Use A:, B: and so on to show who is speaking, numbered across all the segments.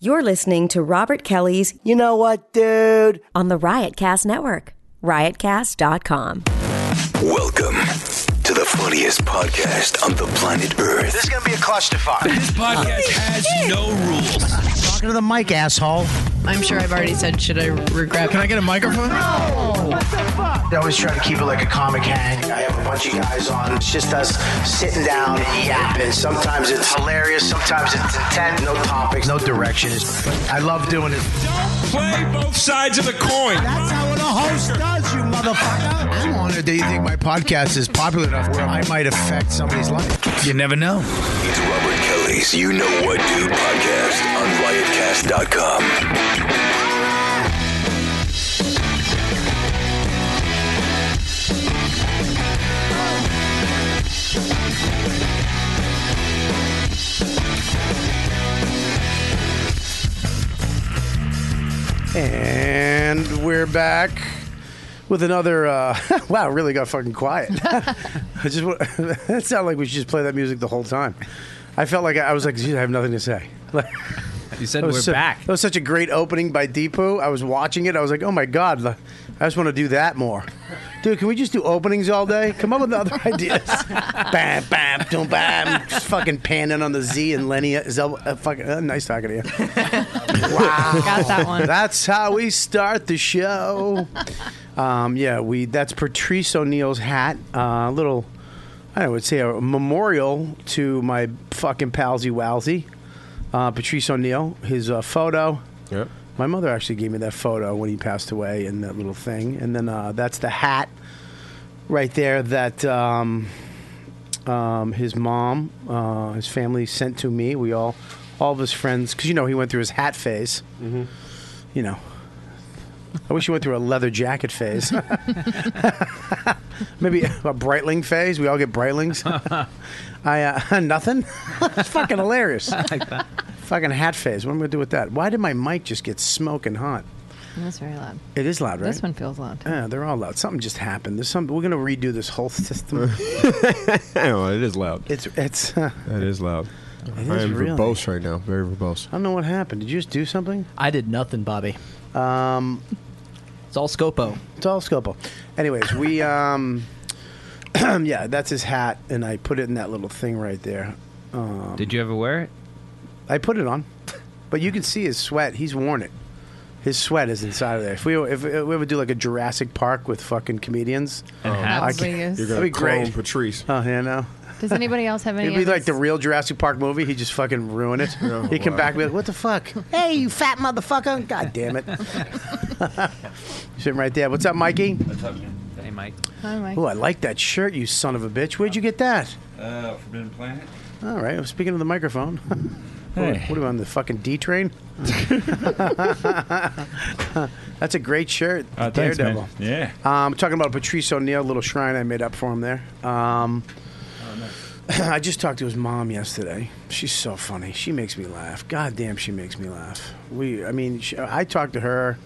A: You're listening to Robert Kelly's
B: You know what, dude?
A: on the Riotcast Network, riotcast.com.
C: Welcome to the funniest podcast on the planet Earth.
D: This is gonna be a clusterfuck.
E: This podcast has no rules.
F: Talking to the mic, asshole.
G: I'm sure I've already said, should I regret?
E: I get a microphone?
D: I always try to keep it like a comic hang. I have a bunch of guys on. It's just us sitting down and yapping. Sometimes it's hilarious. Sometimes it's intent. No topics. No directions. I love doing it.
E: Play both sides of the coin.
F: That's how a host does, you motherfucker.
D: I'm honored that you think my podcast is popular enough where I might affect somebody's life.
E: You never know.
C: It's Robert Kelly's You Know What Do podcast on riotcast.com.
D: And we're back with another. Uh, wow, really got fucking quiet. I just wa- that sounded like we should just play that music the whole time. I felt like I, I was like, "Geez, I have nothing to say. Like,
H: You said
D: That
H: we're
D: was su-
H: back.
D: That was such a great opening by Deepu. I was watching it. I was like, oh my God, l- I just want to do that more. Dude, can we just do openings all day? Come up with other ideas. bam, bam, doom, bam. Just fucking panning on the Z and Lenny. Is that, uh, fucking, uh, nice talking to you.
G: Got that one.
D: That's how we start the show. Um, yeah, we. That's Patrice O'Neal's hat. Uh, A little, I would say, a memorial to my fucking palsy walsy, uh, Patrice O'Neal. His uh, photo. Yep. My mother actually gave me that photo when he passed away, and that little thing. And then uh, that's the hat right there that um, um, his mom, uh, his family sent to me. We all, all of his friends, because you know he went through his hat phase. You know, I wish he went through a leather jacket phase. Maybe a Breitling phase. We all get Breitlings. I uh, nothing. it's fucking hilarious. Fucking hat phase. What am I gonna do with that? Why did my mic just get smoking hot?
G: That's very loud.
D: It is loud, right? Uh,
G: This one feels loud. too.
D: Yeah, they're all loud. Something just happened. There's some. We're gonna redo this whole system.
I: Oh, it is loud.
D: it's it's. Uh,
I: That is loud.
D: is
I: I am
D: really.
I: verbose right now. Very verbose.
D: I don't know what happened. Did you just do something?
H: I did nothing, Bobby.
D: Um,
H: It's all Scopo.
D: It's all Scopo. Anyways, we um, yeah, that's his hat, and I put it in that little thing right there. Um,
H: Did you ever wear it?
D: I put it on, but you can see his sweat. He's worn it. His sweat is inside of there. If we if, if we ever do like a Jurassic Park with fucking comedians,
H: And
G: That
H: hats?
G: was what
I: Oh.
G: he is.
I: You're
D: That'd
I: gonna
D: be great.
I: clone Patrice.
D: oh yeah, no,
G: Does anybody else have any?
D: it'd be
G: of
D: like the
G: his-
D: real Jurassic Park movie. He just fucking ruin it. he come
I: Oh, wow.
D: back and be like, "What the fuck? hey, you fat motherfucker! God damn it!" Sitting right there. What's up, Mikey?
H: Hey, Mike.
G: Hi, Mike.
D: Oh, I like that shirt, you son of a bitch. Where'd you get that?
E: Uh, Forbidden Planet.
D: All right. well, Speaking of the microphone, what, what am I on the fucking D train? That's a great shirt, Daredevil.
E: Uh, Yeah.
D: Um, talking about Patrice O'Neill, little shrine I made up for him there. Um,
E: Oh,
D: I just talked to his mom yesterday. She's so funny. She makes me laugh. God damn, she makes me laugh. We, I mean, she, I talk to her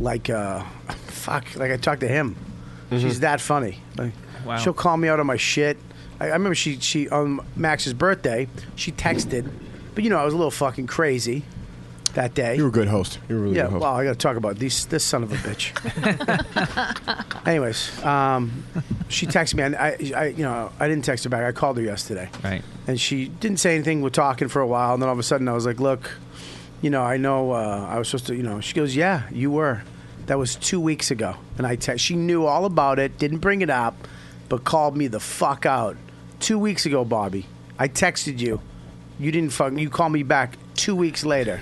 D: like, uh, fuck, like I talk to him. She's that funny. Like,
H: Mm-hmm. Wow.
D: She'll call me out on my shit. I, I remember she, she on Max's birthday, she texted, but you know I was a little fucking crazy that day.
I: You were a good host. You were a really
D: Yeah,
I: good host.
D: well, I got to talk about these, this son of a bitch. Anyways, um, she texted me, and I, I, you know, I didn't text her back. I called her yesterday,
H: Right.
D: and she didn't say anything. We're talking for a while, and then all of a sudden, I was like, "Look, you know, I know uh, I was supposed to, you know." She goes, "Yeah, you were. That was two weeks ago." And I text. She knew all about it. Didn't bring it up, but called me the fuck out two weeks ago, Bobby. I texted you. You didn't fuck. You called me back two weeks later.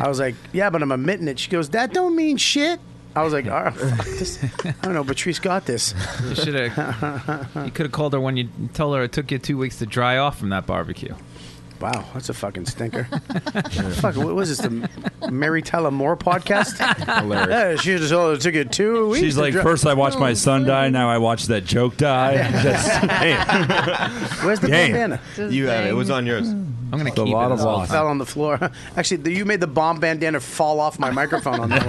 D: I was like, "Yeah, but I'm admitting it." She goes, "That don't mean shit." I was like, "Oh, fuck this. I don't know." Patrice got this.
H: You should have. you could have called her when you told her it took you two weeks to dry off from that barbecue.
D: Wow, that's a fucking stinker. Fuck, what was this? The Mary Tyler Moore podcast?
I: Hilarious.
D: Yeah, she just oh, it took you two weeks.
J: She's
D: to
J: like,
D: dri-
J: first I watched my son die, now I watch that joke die. Just, hey,
D: where's the
I: Damn.
D: bandana?
G: This
I: you had it. It was
G: thing.
I: on yours.
H: I'm gonna
J: It's a
H: keep
J: lot
H: it.
J: of
H: It's all
J: loss.
H: fine.
D: Fell on the floor. Actually, the, you made the bomb bandana fall off my microphone on that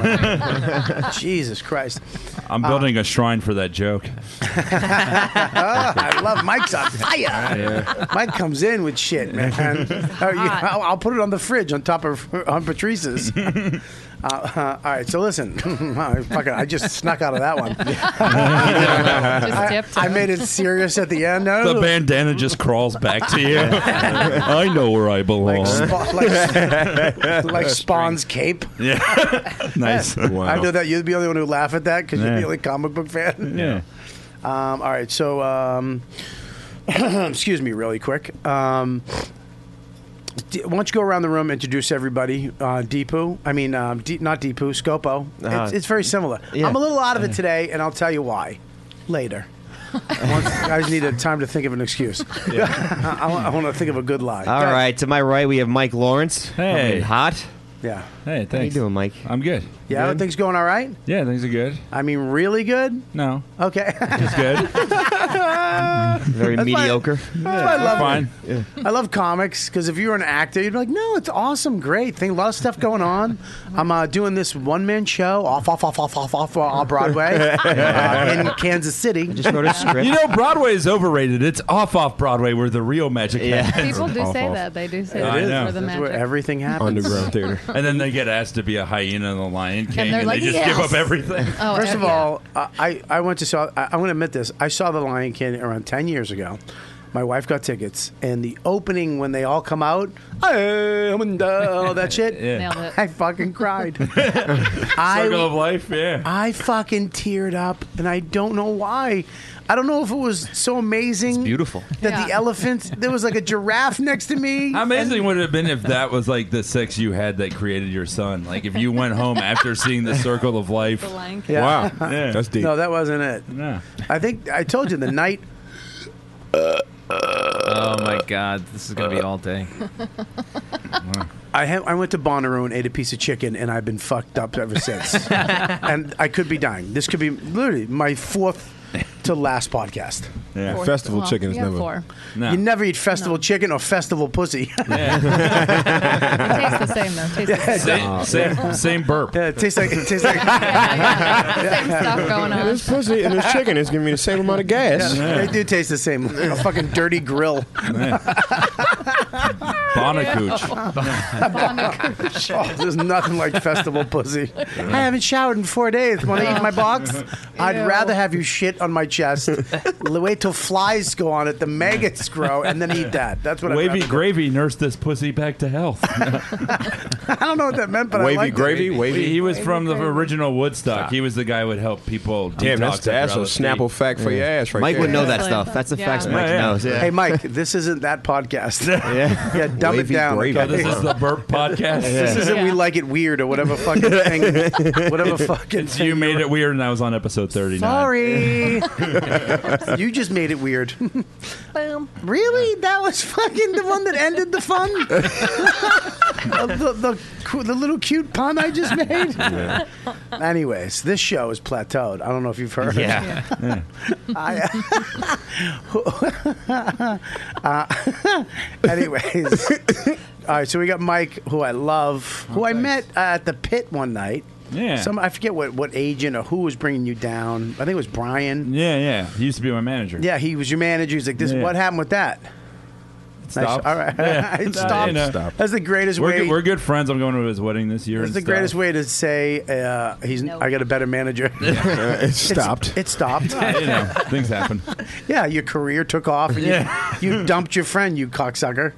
D: one. Jesus Christ.
J: I'm building a shrine for that joke.
D: Ah, I love Mike's on fire. Mike comes in with shit, man. Oh, you- I'll, I'll put it on the fridge on top of on Patrice's. Uh, uh, all right, so listen, I fucking, I just snuck out of that one.
G: Just
D: I,
G: dipped.
D: I made it serious at the end. No,
J: The bandana just crawls back to you. I know where I belong.
D: like, spa, like, like Spawn's cape.
J: nice.
D: I know that you'd be the only one who would laugh at that because you're
J: Yeah.
D: the only comic book fan.
J: Yeah.
D: Um, all right, so um, excuse me, really quick. Um, d- why don't you go around the room, introduce everybody? Uh, Deepu, I mean, um, D- not Deepu, Scopo. it's, it's very similar.
I: yeah.
D: I'm a little out of it today, and I'll tell you why later. I want- I just need a time to think of an excuse. I, want, I want to think of a good lie.
B: All right, to my right we have Mike Lawrence.
J: Hey.
B: Coming in hot.
D: Yeah.
J: Hey, thanks.
B: How you doing, Mike?
J: I'm good.
D: Yeah,
J: Good?
D: things going all right?
J: Yeah, things are good.
D: I mean, really good?
J: No,
D: Okay. That's
J: it's good.
B: Very
D: That's my-
B: mediocre.
D: why I love
J: Fine.
D: I love comics because if you were an actor, you'd be like, no, it's awesome, great thing, a lot of stuff going on. I'm uh, doing this one man show off, off, off, off, off, off uh, on Broadway uh, in Kansas City.
B: Just wrote a script.
J: You know, Broadway is overrated. It's off off Broadway where the real magic
B: Yeah.
J: happens.
G: People do
J: Off,
G: say
J: off.
G: that. They do say
J: It
G: that for
J: is.
G: the
J: That's
D: That's where
G: magic.
D: everything happens.
I: Underground theater.
J: And then they get asked to be a hyena and the Lion King, and,
G: they're like,
J: they just give
G: "Yes."
J: up everything.
G: oh,
D: First of
G: yeah.
D: all, uh, I, I I went to saw. I, I'm going to admit this. I saw The Lion King around 10 years ago. My wife got tickets, and the opening when they all come out, "Hey, I'm in the-" all that shit.
J: Yeah.
G: nailed it.
D: I fucking cried. I
J: Circle of life, yeah.
D: I fucking teared up, and I don't know why. I don't know if it was so amazing.
H: beautiful.
D: That the
G: Yeah.
D: elephant, there was like a giraffe next to me.
J: How amazing would it have been if that was like the sex you had that created your son? Like if you went home after seeing the Circle of Life.
G: The Lion King.
D: Yeah.
I: Wow.
J: Yeah.
I: That's deep.
D: No, that wasn't it.
J: Yeah.
D: I think I told you the night.
H: Oh my god, this is gonna be all day.
D: I, ha- I went to Bonnaroo and ate a piece of chicken, and I've been fucked up ever since. and I could be dying. This could be literally my fourth to last podcast.
J: Yeah.
I: Festival
G: Well,
I: chicken is
G: we have
I: never.
G: Four.
J: No.
D: You never eat festival chicken or festival pussy.
G: It tastes the same though. It tastes the same.
J: Same, same, same burp.
D: yeah, it tastes like it tastes like
G: Same stuff going on.
I: This pussy and this chicken is giving me the same amount of gas.
D: they do taste the same. A fucking dirty grill.
J: Bonacooch.
D: Oh, there's nothing like festival pussy. I haven't showered in four days. Want to eat my box? I'd rather have you shit on my chest. l- Wait till flies go on it, the maggots grow, and then eat that. That's what
J: Wavy
D: I.
J: gravy nursed this pussy back to health.
D: I don't know what that meant, but I
I: Wavy
D: liked
I: gravy,
J: He,
I: wavy.
J: he was from the original Woodstock. He was the guy who would help people.
I: Damn,
J: detox
I: that's that's
J: after
I: a
J: all the
I: Snapple
J: heat.
I: fact for your ass right
B: Mike
I: there.
B: would know that
G: Excellent.
B: stuff. That's the
G: Yeah.
B: facts Mike
J: Yeah, yeah.
B: knows.
D: It.
B: Yeah.
D: Hey, Mike, this isn't that podcast.
B: yeah.
D: Yeah, dumb
I: Wavy
D: it down.
I: gravy.
J: So
D: okay?
J: Oh, this is the burp podcast.
D: This isn't we
G: Yeah.
D: like it weird or whatever fucking thing, whatever fucking
J: It's
D: thing.
J: you made it weird, and I was on episode thirty-nine.
D: Sorry, you just made it weird.
G: Boom.
D: Really? That was fucking the one that ended the fun? the, the, the, the little cute pun I just made? Anyways, this show is plateaued. I don't know if you've heard.
B: Yeah.
D: I, uh, anyways. All right, so we got Mike, who I love, who I met uh, at the pit one night.
J: Yeah.
D: Some I forget what, what agent or who was bringing you down. I think it was Brian.
J: Yeah, yeah. He used to be my manager.
D: Yeah, he was your manager. He's like, "This,
J: Yeah.
D: what happened with that?"
J: Stop.
D: All right.
J: Yeah.
D: It
J: No,
D: stopped.
J: you know.
I: Stop.
D: That's the greatest
J: We're
D: way.
J: good, we're good friends. I'm going to his wedding this year.
D: that's the
J: and
D: greatest
J: stuff.
D: way to say uh, he's.
G: No.
D: I got a better manager.
I: it stopped.
D: it stopped.
J: you know, things happen.
D: yeah, your career took off. And
J: Yeah.
D: you, you dumped your friend, you cocksucker.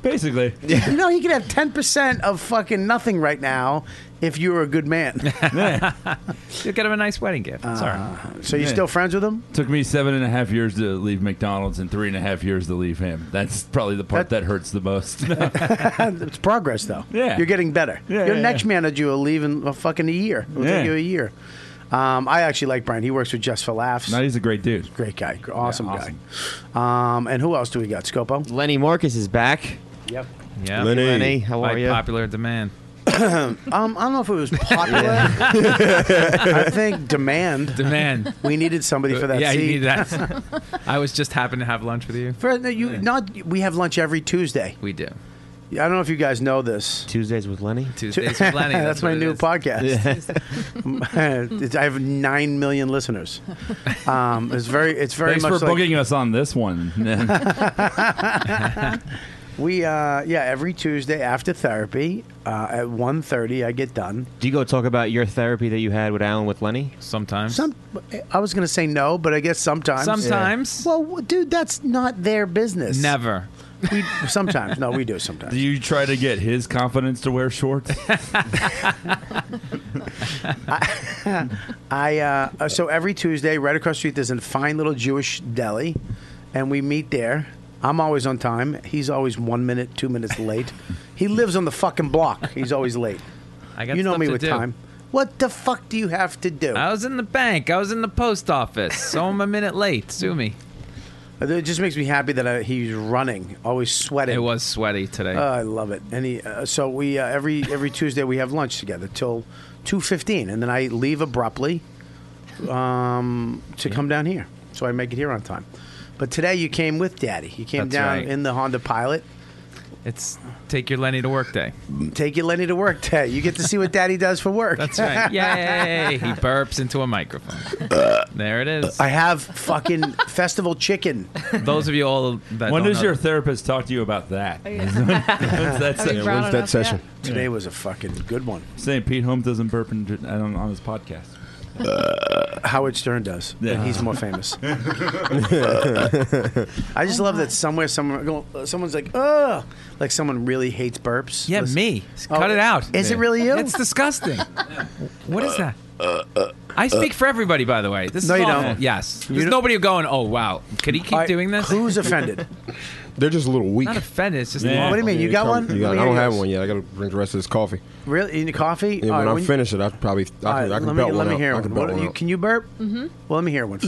J: Basically,
D: You know he could have ten percent of fucking nothing right now if you were a good man.
H: You'll get him a nice wedding gift. Sorry.
D: so you
J: Yeah.
D: still friends with him?
J: took me seven and a half years to leave McDonald's and three and a half years to leave him. That's probably the part
D: That-
J: that, hurts the most.
D: it's progress though.
J: Yeah.
D: You're getting better.
J: Yeah,
D: Your
J: yeah,
D: next
J: yeah.
D: manager will leave in a fucking a year. It'll
J: Yeah.
D: take you a year. Um, I actually like Brian. He works with Just for Laughs.
J: now he's a great dude.
D: Great guy. Awesome, guy. Um, and who else do we got? Scopo?
B: Lenny Marcus is back.
D: Yep.
H: Yeah.
I: Lenny.
B: Lenny, how are
H: By
B: you?
H: popular demand.
D: um, I don't know if it was popular. I think demand.
H: Demand.
D: We needed somebody for that
H: yeah,
D: seat.
H: you need that. I was just happened to have lunch with you.
D: For, no, you, not, we have lunch every Tuesday.
H: We do.
D: I don't know if you guys know this.
B: Tuesdays with Lenny.
H: Tuesdays with Lenny,
D: that's
H: that's
D: my
H: what it
D: new
H: is.
D: podcast. I have nine million listeners. Um, it's very, it's very
J: Thanks
D: much
J: for
D: like
J: booking us on this one.
D: we. Uh, yeah, every Tuesday after therapy uh, at 1.30 I get done.
B: Do you go talk about your therapy that you had with Alan with Lenny?
H: Sometimes.
D: Some, I was gonna say no, but I guess sometimes.
H: Sometimes.
D: Well, w- dude, that's not their business.
H: Never.
D: We, sometimes. No, we do sometimes.
J: Do you try to get his confidence to wear shorts?
D: I uh, uh, so every Tuesday, right across the street, there's a fine little Jewish deli, and we meet there. I'm always on time. He's always one minute, two minutes late. he lives on the fucking block. He's always late.
H: I got
D: you know
H: stuff
D: me
H: to
D: with
H: do.
D: time. What the fuck do you have to do?
H: I was in the bank. I was in the post office. So I'm a minute late. Sue me.
D: It just makes me happy that I, he's running, always sweating.
H: It was sweaty today.
D: Oh, I love it. And he, uh, so we uh, every every Tuesday we have lunch together till two fifteen, and then I leave abruptly um, to come down here, so I make it here on time. But today you came with Daddy. You came
H: That's
D: down
H: right.
D: in the Honda Pilot.
H: it's take your Lenny to work day.
D: Take your Lenny to work day. You get to see what Daddy does for work.
H: That's right. Yay! He burps into a microphone. there it is.
D: Uh, I have fucking festival chicken.
H: Those of you all that
J: when
H: don't
J: does
H: know
J: your therapist talk to you about that? That's
G: Have you brought it up yet?
D: Today was a fucking good one.
J: Saying Pete Holmes doesn't burp in, I don't, on his podcast.
D: Howard Stern does. but
J: Yeah.
D: He's more famous. I just love that somewhere someone someone's like, ugh, like someone really hates burps.
H: yeah,
D: Listen-
H: me.
D: Oh,
H: Cut it out.
D: Is it really you? Uh,
H: It's disgusting. what is that? I speak for everybody, by the way. This
D: No,
H: is
D: you
H: awful.
D: don't.
H: Yes,
D: You
H: there's
D: don't-
H: nobody going. Oh wow, could he keep
D: All right,
H: doing this?
D: Who's offended?
I: They're just a little weak.
H: Not offended. It's just
J: Yeah.
H: awful.
D: What do you mean? You got
I: come-
D: one?
I: you got-
D: Let me
I: I
D: hear
I: don't have
D: yours.
I: one yet. I got to drink the rest of this coffee.
D: Really? In the coffee?
I: And
D: All right,
I: when I'm
D: you-
I: finished, I could probably. I,
D: all right,
I: can, I can
D: let me
I: belt
D: let
I: one
D: me
I: out.
D: hear
I: I can
D: one.
I: belt
D: What-
I: one
D: you-
I: out.
D: can you burp? Mm-hmm. Well, let me hear one.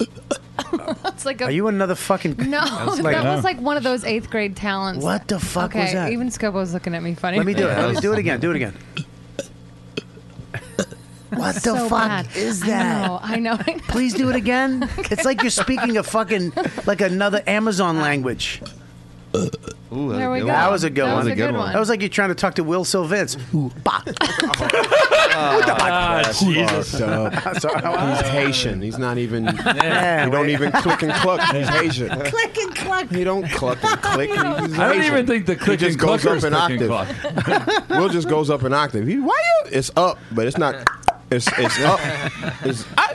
G: It's like a
D: Are you another fucking?
G: No,
D: like-
G: that was like one of those eighth grade talents.
D: What the fuck
G: okay,
D: was that?
G: Even Scopo's looking at me funny.
D: Let me do it.
H: Yeah,
D: Let me do it again. Do it again. What the
G: so
D: fuck
G: bad.
D: is
G: I
D: that?
G: know. I know. I know.
D: Please do it again. It's like you're speaking a fucking like another Amazon language.
B: Ooh,
G: There we go.
D: That was a good
G: That
D: one.
G: was a good one.
D: That was like you're trying to talk to Will Sylvans. Ooh, bah.
I: Jesus.
D: Sorry, I was-
I: He's Haitian. He's not even.
D: Yeah,
I: he don't
D: wait.
I: even click and cluck. He's Haitian. click and cluck. He don't cluck and click. He's
J: I don't
I: Haitian.
J: even think the click
I: just
J: and
I: goes
J: clucker
I: up
J: is
I: an
J: click and
I: octave.
J: cluck.
I: Will just goes up an octave. He, why you? It's up, but it's not. It's it's up. It's I, why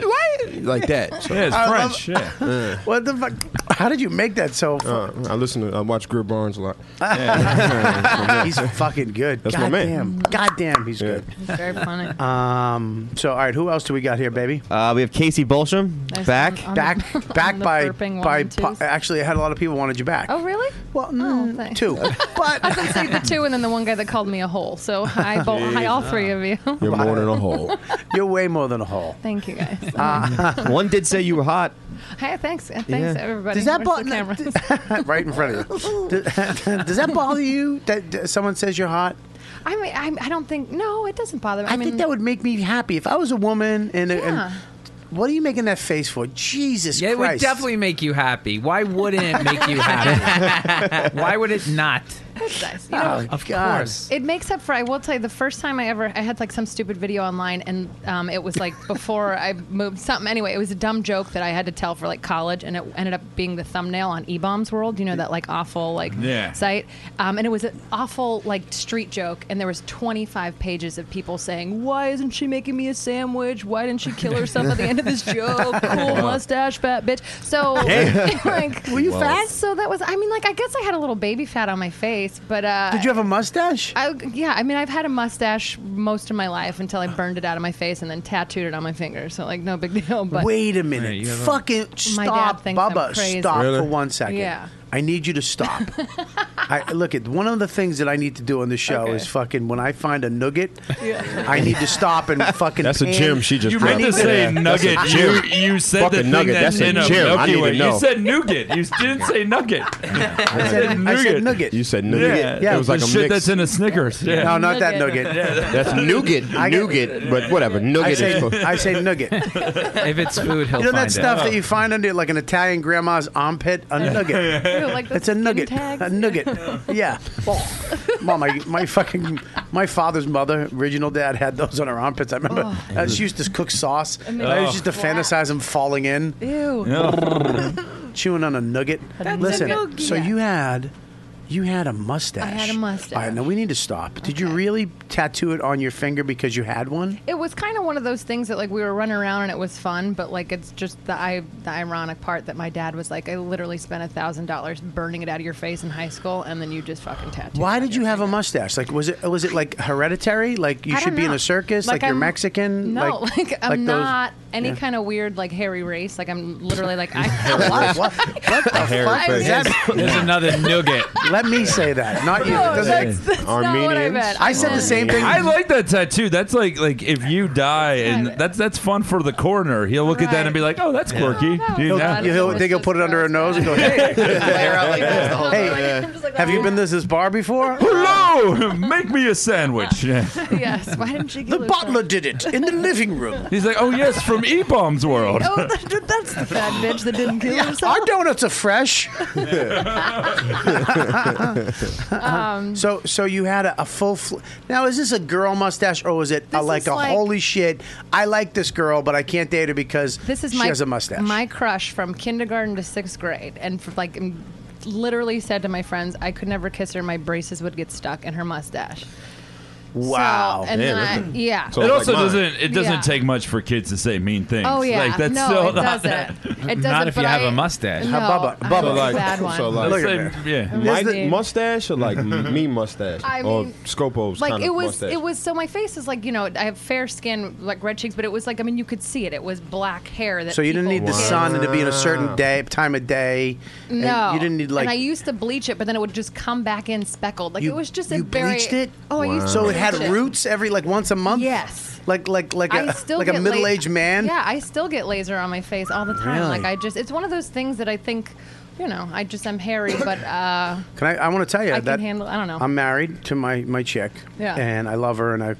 I: you-" like that. So,
J: Yeah, it's
D: I love-
J: French. yeah.
D: What the fuck? How did you make that so? fu-
I: uh, I listen to I watch Greer Barnes a lot.
D: he's fucking good.
I: That's my
D: God
I: man.
D: damn. God damn, he's good.
G: Very funny.
D: Um. So, all right, who else do we got here, baby?
B: Uh, we have Casey Bolsham
G: There's
B: back.
G: one on-
D: Back, back
G: the
D: by
G: burping
D: by.
G: one,
D: po-
G: twos.
D: actually, I had a lot of people wanted you back.
G: oh really?
D: Well,
G: Oh,
D: mm,
G: thanks.
D: two,
G: I
D: but
G: can say the two, and then the one guy that called me a hole. So hi, bo- hi, all three of you.
I: You're more than a hole.
D: you're way more than a hole.
G: Thank you guys.
B: One did say you were hot.
G: hey, thanks, thanks
B: Yeah.
G: everybody.
D: Does that
G: Where's
D: bother
G: the cameras?
D: right in front of you? Does, does that bother you that, that someone says you're hot?
G: I mean, I, I don't think. No, it doesn't bother me.
D: I,
G: I, mean,
D: think that would make me happy if I was a woman and.
G: Yeah.
D: and what are you making that face for? Jesus
H: Yeah, it would
D: Christ!
H: definitely make you happy. Why wouldn't it make you happy? Why would it not?
G: that's nice. You know,
D: Oh,
H: Of
D: God.
H: course.
G: It makes up for. I will tell you, the first time I ever, I had like some stupid video online, and um, it was like before I moved something. Anyway, it was a dumb joke that I had to tell for like college, and it ended up being the thumbnail on E-Bombs World. You know that like awful like
J: Yeah.
G: site, um, and it was an awful like street joke, and there was 25 pages of people saying, "Why isn't she making me a sandwich? Why didn't she kill herself at the end of this joke? Cool mustache, fat bitch." So like, were you fat? So that was. I mean, like, I guess I had a little baby fat on my face, but uh,
D: Did you have a mustache?
G: I, yeah, I mean, I've had a mustache most of my life until I burned it out of my face and then tattooed it on my finger. So, like, no big deal. But
D: Wait a
H: Yeah,
D: minute.
H: you have a-
D: Fucking
G: My dad
D: stop,
G: thinks I'm
D: Bubba.
G: crazy.
D: Stop
I: Really?
D: for one second.
G: Yeah.
D: I need you to stop. I, look at one of the things that I need to do on the show
K: Okay.
D: is fucking when I find a nugget, I need to stop and fucking.
I: That's a
D: pan-
I: gym she just
J: You
I: dropped.
J: meant to say
I: Yeah, that's a
J: nugget. You,
I: gym.
J: you said
I: Fucking
J: the thing
I: nugget.
J: that
I: That's a
J: in a
I: gym. I
J: Milky
I: need to
J: Way.
I: know.
J: You said nougat. You didn't say nugget.
D: I said, I said nugget.
I: You said nougat.
J: Yeah,
I: it was like
J: the
I: a
J: shit
I: mix.
J: that's in a Snickers. Yeah.
D: No, not that
J: Nugget.
D: nugget.
J: Yeah.
I: That's nougat,
D: I got-
I: nougat, but whatever. Nougat
D: I say,
I: is. for-
D: I say nugget.
H: if it's food, he'll
D: you know
H: find
D: that stuff
H: it. Oh.
D: that you find under like an Italian grandma's armpit? A nugget.
G: Ew, like the
D: it's a
G: skin
D: nugget.
G: tags?
D: A nugget. yeah. Mom, my, my fucking my father's mother, original dad, had those on her armpits. I remember uh, she used to cook sauce.
G: Oh. And
D: And
G: they-
D: I used to
G: Oh.
D: fantasize him falling in,
G: Ew.
D: chewing on a nugget.
G: That's a
D: Listen,
G: nugget.
D: so you had. You had a mustache.
G: had a mustache.
D: All right, now we need to stop. Did you really tattoo it on your finger because you had one?
G: It was kind of one of those things that like we were running around and it was fun, but like it's just the I the ironic part that my dad was like, I literally spent a thousand dollars burning it out of your face in high school, and then you just fucking tattooed.
D: Why did you have a mustache? Like, was it was it like hereditary? Like you
G: I
D: should
G: don't
D: be in
G: know.
D: a circus? Like, you're
G: I'm-
D: Mexican?
G: No, like, I'm
D: like those-
G: not any
D: yeah.
G: kind of weird like hairy race. Like I'm literally like I.
D: What, what, what the fuck is that?
H: There's another nougat.
D: Let me say that, not you.
G: No,
D: It doesn't-
G: that's- that's not what I
I: Armenians?
G: meant.
D: I said the same thing.
J: I like that tattoo. That's like like if you die and that's that's fun for the coroner. He'll look at that and be like, "Oh, that's quirky."
G: that was
J: You
D: He'll,
J: know?
G: Yeah.
D: he'll, they will put it under her nose and go, "Hey, hey,
G: I'm just like,
D: have you
G: oh.
D: been to this bar before?" "Uh,
J: Hello, make me a sandwich. Yeah.
G: Yes. Why didn't you?
D: The butler did it in the living room.
J: He's like, "Oh yes, from E Bomb's world."
G: Oh, that- that's the fat bitch that didn't kill herself.
D: Our donuts are fresh.
G: Um,
D: so, so you had a, a full. Fl- now, is this a girl mustache or was it a,
G: This
D: like
G: is
D: a
G: like-
D: holy shit? I like this girl, but I can't date her because
G: This is
D: she
G: my
D: has a mustache.
G: My crush from kindergarten to sixth grade, and for, like m- literally said to my friends, I could never kiss her. My braces would get stuck in her mustache.
D: wow.
G: So, and
I: Man,
G: then I,
I: that's a-
G: yeah.
I: So-
J: It
I: Like
J: also
I: mine.
J: doesn't. It doesn't
G: Yeah.
J: take much for kids to say mean things.
G: Oh yeah,
J: like that's
G: no,
J: still
G: it
J: not
G: doesn't. It doesn't.
H: Not if
G: but
H: you have
G: I-
H: a mustache.
G: No,
D: How Bubba-
G: I
D: Bubba-
G: have a
I: like-
G: bad one.
I: so like-
J: Let's
D: Look at
J: say-
D: that.
J: yeah.
I: My
G: There's the-
I: mustache or like me mustache
G: I
I: or
G: mean,
I: Scopo's
G: like
I: kind
G: it
I: of
G: was
I: mustache.
G: it was so my face is like you know i have fair skin like red cheeks but it was like i mean you could see it it was black hair that
D: So you didn't
G: people
D: need the
G: get.
D: sun and to be in a certain day time of day. and
G: no
D: you didn't need like.
G: and i used to bleach it but then it would just come back in speckled like
D: you,
G: it was just
D: you
G: a very
D: bleached it.
G: oh i used to
D: so it
G: bleach
D: had roots every like once a month.
G: Yes.
D: Like like like
G: I
D: a
G: still
D: like a
G: get la-
D: middle aged man.
G: yeah i still get laser on my face all the time
D: Really?
G: like i just it's one of those things that i think you know i just i'm hairy but uh
D: Can I? I want to tell you
G: I can
D: that
G: handle- I don't know.
D: I'm married to my my chick.
G: Yeah.
D: And I love her, and I.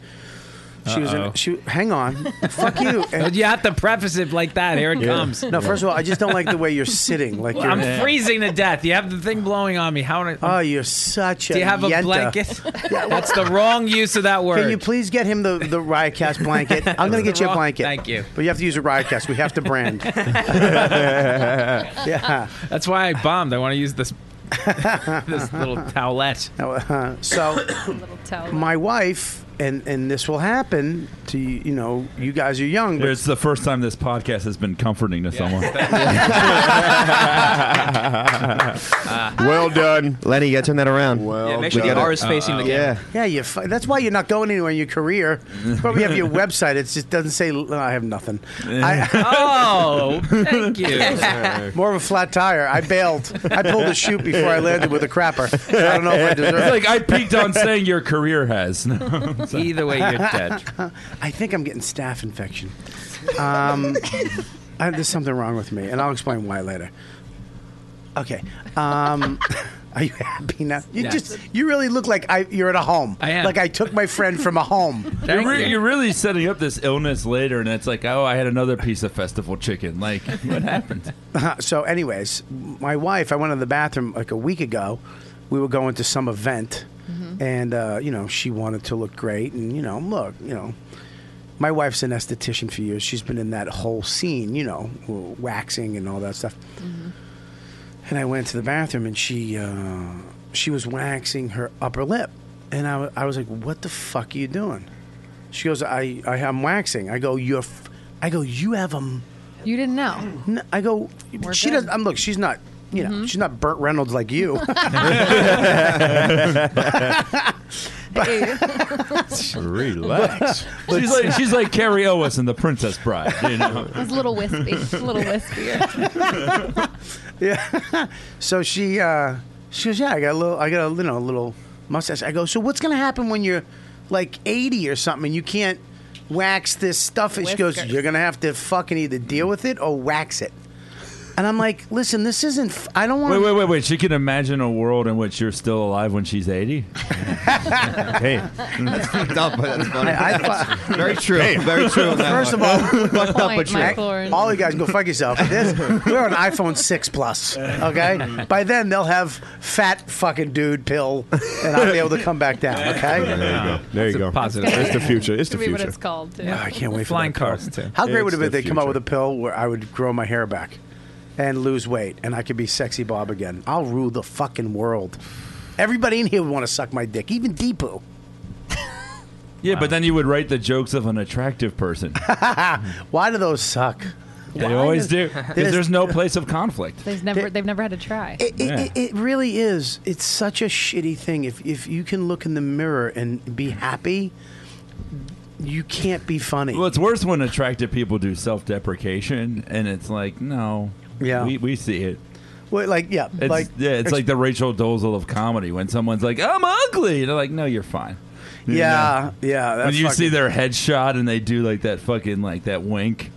D: She was
H: Uh-oh.
D: in. She hang on. Fuck you.
H: But
D: And-
H: you have to preface it like that. Here it comes.
D: no, first of all, I just don't like the way you're sitting. Like you're.
H: I'm freezing to death. You have the thing blowing on me. How? am I-
D: oh, you're such a.
H: do you have
D: yenta.
H: a blanket? That's the wrong use of that word.
D: Can you please get him the, the Riotcast blanket? I'm going to get you a
H: Wrong-
D: blanket.
H: Thank you.
D: But you have to use a Riotcast. We have to brand. yeah.
H: That's why I bombed. I want to use this this little towelette.
D: Uh, so
G: little toe
D: my wife, and, and this will happen to, you you know, you guys are young, but
J: It's the first time this podcast has been comforting to someone.
I: well done.
B: Lenny, you gotta turn that around.
I: Well
K: Yeah, make
B: We
K: sure the
B: gotta-
K: R is facing the camera.
B: yeah.
D: yeah, you. fi- That's why you're not going anywhere in your career. You probably have your website. It just doesn't say. I have nothing. I,
H: Oh, thank you.
D: more of a flat tire. I bailed. I pulled a chute before I landed with a crapper. I don't know if I deserve.
J: It's
D: it.
J: like I peaked on saying your career has.
H: Either way, you're dead.
D: I think I'm getting staph infection. Um, I, there's something wrong with me, and I'll explain why later. Okay. Um, are you happy now? You
H: Yes.
D: just you really look like I, you're at a home.
H: I am.
D: Like I took my friend from a home.
H: Thank
J: you're, re-
H: you.
J: you're really setting up this illness later, and it's like, oh, I had another piece of festival chicken. Like, what happened?
D: Uh, so, anyways, my wife, I went in the bathroom like a week ago. We were going to some event, and uh, you know she wanted to look great, and you know, look, you know, my wife's an esthetician for years. She's been in that whole scene, you know, waxing and all that stuff. And I went to the bathroom, and she uh, she was waxing her upper lip, and I, wa- I was like, "What the fuck are you doing?" She goes, "I, I am waxing." I go, "You're," f-. I go, "You have a." m-
G: you didn't know
D: no, I go.
G: We're
D: she
G: good. Mm-hmm.
D: doesn't. I'm look. She's not. You know, she's not Burt Reynolds like you.
J: Relax. she's like she's like Carrie Elwes in The Princess Bride. You know,
G: it was a little wispy a little wispier
D: yeah. so she uh, She goes, yeah, I got a little, I got a you know a little mustache. I go, so what's gonna happen when you're like 80 or something? and You can't wax this stuff. And she goes,
K: Whiskers.
D: you're gonna have to fucking either deal with it or wax it. And I'm like, listen, this isn't. F- I don't want.
J: Wait, wait, wait, wait. She can imagine a world in which you're still alive when she's 80? hey.
B: That's fucked up, but that's funny.
D: I- I
B: That's very true. Very true. on that
D: First of
B: one.
D: all,
B: fucked up, but true.
D: all you guys go fuck yourself. This, we're on iPhone six plus. Okay, by then they'll have fat fucking dude pill, and I'll be able to come back down. Okay,
I: There you go. There you go.
H: positive.
I: It's the future. It's
G: It's
I: the
G: gonna be what
I: future.
G: it's called. Too.
D: I can't wait for
H: Flying
D: that pill.
H: cars, too.
D: How great would it
I: It's
D: be if
I: the
D: they come out with
I: future.
D: a pill where I would grow my hair back and lose weight, and I could be sexy Bob again? I'll rule the fucking world. Everybody in here would want to suck my dick, even Deepu.
J: Yeah, but then you would write the jokes of an attractive person.
D: Why do those suck?
J: They always do.
D: There's-
J: Because there's no place of conflict.
G: They've never they've never had to try.
D: It, it, it really is. It's such a shitty thing. If if you can look in the mirror and be happy, you can't be funny.
J: Well, it's worse when attractive people do self deprecation, and it's like, no.
D: Yeah.
J: We, we see it.
D: Well, like yeah,
J: It's,
D: like
J: yeah, it's like the Rachel Dozel of comedy when someone's like, I'm ugly. And they're like, no, you're fine. You
D: yeah, yeah.
J: when
D: that's
J: you see
D: fucking-
J: their headshot and they do like that fucking like that wink,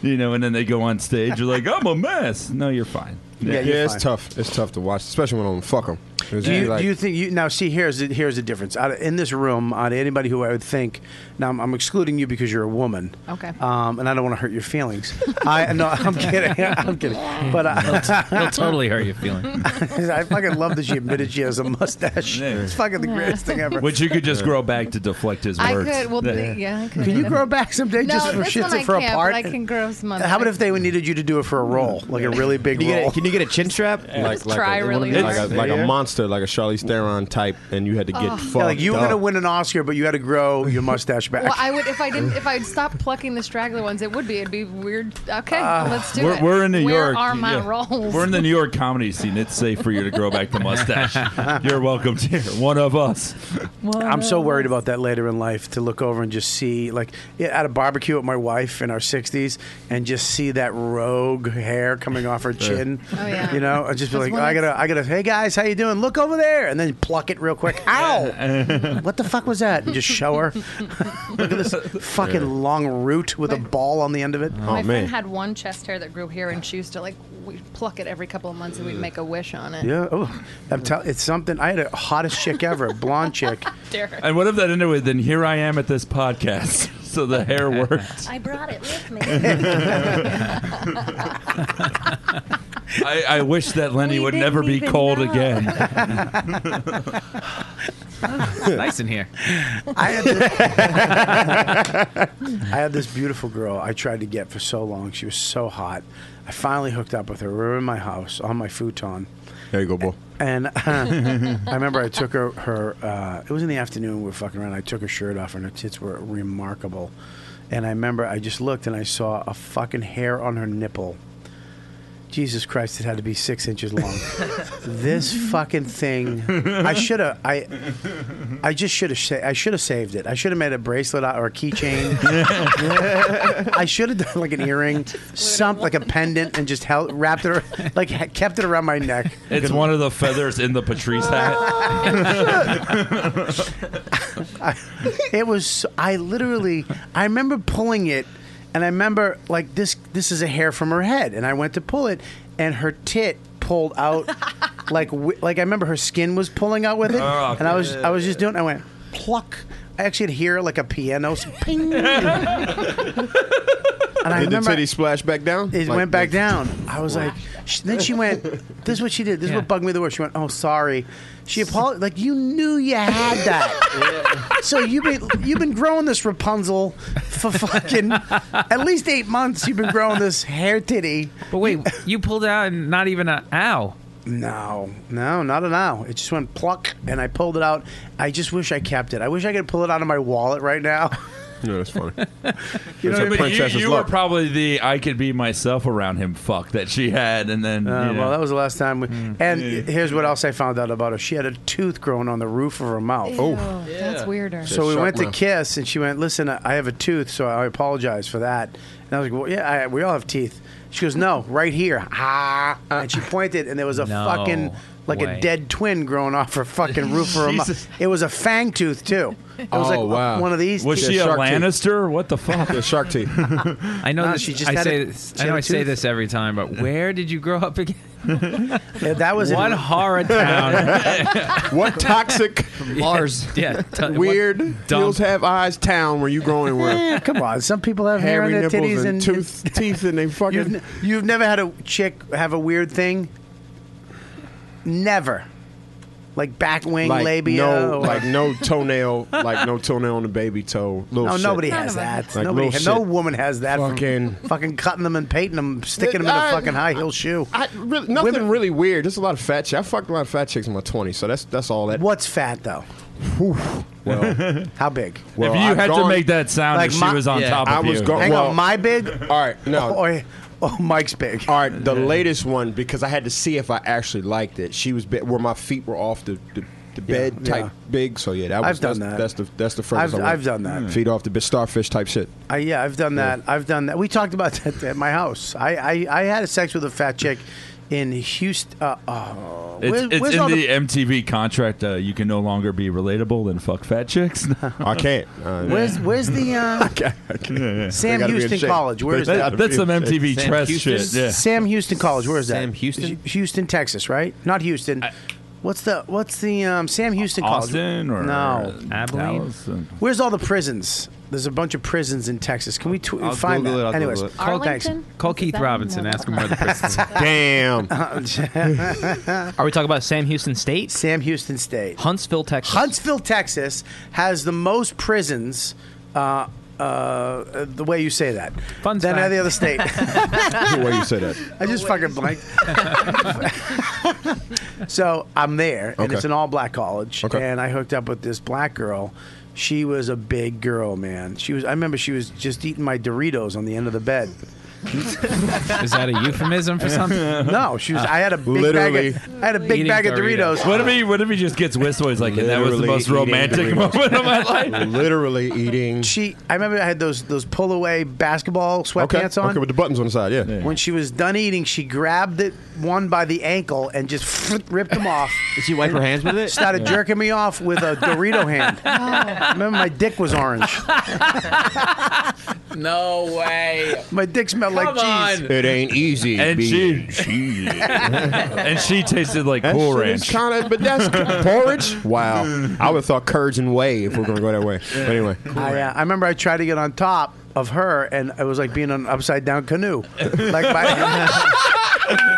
J: you know, and then they go on stage, you're like, I'm a mess. No, you're fine.
I: Yeah,
D: Yeah, you're
I: it's
D: fine.
I: tough. It's tough to watch, especially when I'm fuck them.
D: Do you, do you think you now? See, here's the, here's the difference. Out of, in this room, out of anybody who I would think, now I'm, I'm excluding you because you're a woman.
G: Okay.
D: Um, and I don't want to hurt your feelings. I no, I'm kidding. I'm kidding. But I,
H: It'll totally hurt your feeling.
D: I fucking love that she admitted she has a mustache.
J: Yeah.
D: It's fucking the greatest thing ever.
J: Which you could just grow back to deflect his
G: I
J: words.
G: could. Well,
J: Yeah.
G: yeah, yeah I could.
D: Can you grow back someday
G: no,
D: just for
G: this
D: shits
G: one I
D: and for a
G: can't,
D: part?
G: But I can grow some other.
D: How about if they needed you to do it for a role, like a really big
B: Can you, get
D: role?
B: a, can you get a chin strap?
I: like, like
G: try
I: a,
G: really
I: like, a,
G: hard.
I: like
D: Yeah.
I: a monster, like a Charlize Theron type, and you had to get fucked
D: Yeah, like you were gonna
I: up.
D: win an Oscar, but you had to grow your mustache back.
G: Well, I would if I didn't if I'd stop plucking the straggler ones. It would be it'd be weird. Okay,
I: Ah.
G: let's do
J: We're,
G: it.
J: we're in New
G: Where
J: York.
G: are my
J: yeah.
G: rolls?
J: We're in the New York comedy scene. It's safe for you to grow back the mustache. You're welcome here. One of us.
D: I'm so worried about that later in life to look over and just see, like, yeah, at a barbecue with my wife in our 60s and just see that rogue hair coming off her chin.
G: Oh, yeah.
D: You know, I'd just be
G: That's
D: like,
G: when
D: I
G: it's-
D: gotta, I gotta, hey guys, how you doing? Look over there. And then pluck it real quick. Ow! what the fuck was that? And just show her. look at this fucking long root with a ball on the end of it.
G: my
I: Oh, man.
G: friend had one chest hair that grew here, and she used to like we pluck it every couple of months, and we'd make a wish on it.
D: Yeah, oh, I'm tell- it's something. I had a hottest chick ever, a blonde chick.
G: Derek.
J: And what if that ended with, then here I am at this podcast. So the hair worked.
G: I brought it with me.
J: I, I wish that Lenny
G: We
J: would
G: didn't
J: never be
G: even
J: cold
G: know.
J: again.
H: nice in here.
D: I had, this, I had this beautiful girl I tried to get for so long. She was so hot. I finally hooked up with her. We were in my house on my futon.
I: There you go, boy.
D: And uh, I remember I took her, her uh, it was in the afternoon, we were fucking around. I took her shirt off, and her tits were remarkable. And I remember I just looked and I saw a fucking hair on her nipple. Jesus Christ, it had to be six inches long. this fucking thing, I should have, I, I just should have, sa- I should have saved it. I should have made a bracelet out or a keychain. I should have done like an earring, something like a pendant, and just held, wrapped it, ar- like ha- kept it around my neck.
J: It's one of the feathers in the Patrice
G: Oh,
J: hat.
D: It was. I literally. I remember pulling it, and I remember like this. This is a hair from her head, and I went to pull it, and her tit pulled out. like wi- like I remember her skin was pulling out with it,
J: Oh,
D: and I was I was just doing. I went pluck. I actually could hear like a piano s- ping. and I
I: Did the
D: remember
I: titty splash back down?
D: it
I: Like,
D: went back
I: like-
D: down. I was like, sh- then she went. This is what she did. This is
H: Yeah.
D: what bugged me the worst. She went, "Oh, sorry." She apologized. Like you knew you had that. So you've been you've been growing this Rapunzel for fucking at least eight months. You've been growing this hair titty.
H: But wait, you pulled out and not even an ow.
D: No, no, not an owl. It just went pluck, and I pulled it out. I just wish I kept it. I wish I could pull it out of my wallet right now.
I: No, that's funny.
D: You know
I: It's a
D: what I mean?
J: But you,
I: princess's
J: you were
I: luck.
J: probably the I could be myself around him fuck that she had, and then
D: Uh,
J: you know.
D: Well, that was the last time. We, and here's what else I found out about her. She had a tooth growing on the roof of her mouth.
G: Oh, that's weirder.
D: So we
I: Sharp
D: went to
I: mouth.
D: kiss, and she went, "Listen, I have a tooth, so I apologize for that." And I was like, "Well, yeah, I, we all have teeth." She goes, "No, right here." Ah, and she pointed, and there was a
H: No.
D: fucking like
I: way.
D: a dead twin growing off her fucking roof or a mu-
I: Jesus.
D: It was a fang tooth too. It was
I: Oh,
D: like one of these.
J: Was
D: teeth.
J: she a Lannister? What the fuck?
I: The shark teeth.
H: I know
D: No,
H: this,
D: she just
H: I
D: had
H: say
D: a-
H: this.
D: she
H: I know
D: had a
H: I say
D: tooth.
H: this every time, but where did you grow up again?
D: Yeah, that was in-
H: what horror town?
I: what toxic
H: Mars? Yeah, t-
I: weird
H: what
I: heels
H: dump-
I: have eyes town where you growing
D: Eh,
I: where
D: come on, some people have hair
I: hairy
D: on their
I: nipples
D: titties
I: and,
D: and
I: tooth, teeth and they fucking.
D: You've, n- you've never had a chick have a weird thing. Never, like back wing
I: like
D: labia.
I: no,
D: or-
I: like no toenail, like no toenail on the baby toe. Little
D: no,
I: shit.
D: nobody has that.
I: Like
D: nobody,
I: little
D: no
I: shit.
D: woman has that. from
I: Fucking-
D: fucking cutting them and painting them, sticking them in a
I: I-
D: fucking high heel shoe.
I: I, really, nothing really weird. Just a lot of fat chicks. I fucked a lot of fat chicks in my 20s, so that's that's all that.
D: What's fat though?
I: Well,
D: How big?
I: well,
J: if you
I: I've
J: had to
I: gone-
J: make that sound,
D: Like
J: if she
D: my-
J: was on
D: Yeah.
J: top of
I: I was
J: you.
I: going.
D: Hang
I: well,
D: on, my big.
I: All right, no.
D: Or, oh, Mike's big.
I: All right, the latest one because I had to see if I actually liked it. She was bit, where my feet were off the, the, the bed
D: yeah.
I: type big. So yeah, that was
D: I've done
I: that's,
D: that.
I: That's the that's the 1st
D: I've- I've done that.
I: Feet off the bed, starfish type shit.
D: I, yeah, I've done that. I've done that. We talked about that at my house. I, I, I had a sex with a fat chick in Houston. Uh, oh,
J: It's,
D: where-
J: it's
D: where's
J: in
D: all
J: the, MTV contract. Uh, you can no longer be relatable and fuck fat chicks.
I: I can't. Uh,
D: Where's Where's the uh,
I: They
D: Sam
I: gotta be in
D: Houston
I: shape.
D: College? Where is
I: They gotta
D: that?
J: That's
I: be
J: some
I: in shape.
J: MTV
H: Sam
J: Tress
H: Houston?
J: shit. Yeah.
D: Sam Houston College. Where is that?
B: Sam Houston?
D: H- Houston, Texas, right? Not Houston. What's the What's the um, Sam Houston College?
J: Austin or
D: no.
H: Abilene?
J: Dallas? Uh,
D: Where's all the prisons? There's a bunch of prisons in Texas. Can we tw-
B: I'll
D: find
B: Google it,
D: that?
B: I'll
D: Anyways,
B: Google it.
D: call- thanks.
G: Arlington?
H: Call
G: Is
H: Keith
G: that-
H: Robinson.
G: No,
H: Ask him where the prison's at.
I: Damn.
K: Are we talking about Sam Houston State?
D: Sam Houston State.
K: Huntsville, Texas.
D: Huntsville, Texas has the most prisons. Uh, uh, the way you say that.
H: Fun
D: than
H: fact.
D: any other state. I
I: Where you said that?
D: just fucking blanked. so I'm there, and
I: Okay.
D: it's an all-black college,
I: Okay.
D: and I hooked up with this black girl. She was a big girl, man. She was. I remember she was just eating my Doritos on the end of the bed.
H: Is that a euphemism for something?
D: No, she was. I had a big
I: Uh-huh. Literally.
D: bag. Of, I had a big
H: Eating
D: bag of
H: Doritos.
D: Doritos.
J: What if he What if he just gets whistle? He's like, and that was the
I: Literally
J: most
I: eating
J: romantic
I: Doritos.
J: moment of my life.
I: Literally eating.
D: She. I remember I had those those pull away basketball
I: okay.
D: sweatpants on.
I: Okay, with the buttons on the side. Yeah.
D: When she was done eating, she grabbed it one by the ankle and just ripped them off.
B: Did she wipe her hands with it?
D: Started jerking me off with a Dorito hand.
H: Oh.
D: Remember, my dick was orange.
H: no way.
D: My dick smelled
H: Come
D: like
H: on.
D: cheese.
I: It ain't easy.
J: And she,
I: being-
J: she and she tasted like
I: That
J: Cool
I: shit
J: Ranch.
I: is kind of, but that's porridge. Wow, I would have thought curds and whey if we're gonna go that way. But anyway,
D: I, uh, I remember I tried to get on top of her, and it was like being on an upside down canoe. Like my.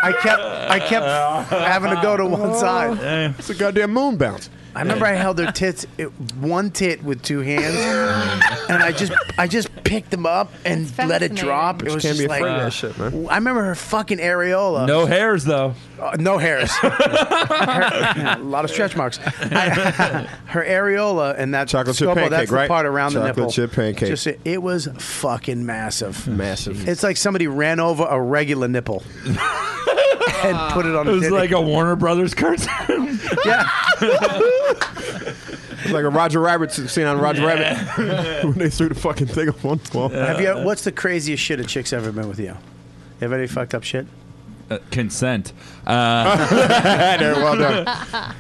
D: I kept, I kept having to go to one side.
I: it's a goddamn moon bounce.
D: I remember I held her tits, it, one tit with two hands, and I just I just picked them up and
G: It's
D: let it
G: fascinating.
D: drop.
I: But
D: it
I: you
D: was
I: can't
D: just
I: be
D: like
I: afraid of that shit, man.
D: I remember her fucking areola.
J: no hairs though.
D: Uh, no hairs. Her- a lot of stretch marks. I- her areola and that
I: Chocolate chip
D: scopo,
I: pancake,
D: that's
I: right?
D: the part around
I: Chocolate
D: the nipple.
I: chip pancake. Hmm.
D: Just, it was fucking massive.
I: Massive.
D: It's like somebody ran over a regular nipple and put it on.
J: It
D: a
J: was
D: titty.
J: like a Warner Brothers cartoon.
D: yeah.
I: It's like a Roger Rabbit scene on Roger Rabbit when they threw the fucking thing up on the wall.
D: Have
J: Uh,
D: you? What's the craziest shit a chick's ever been with you? You have any fucked up shit?
J: Uh, consent. Uh,
I: there, well done.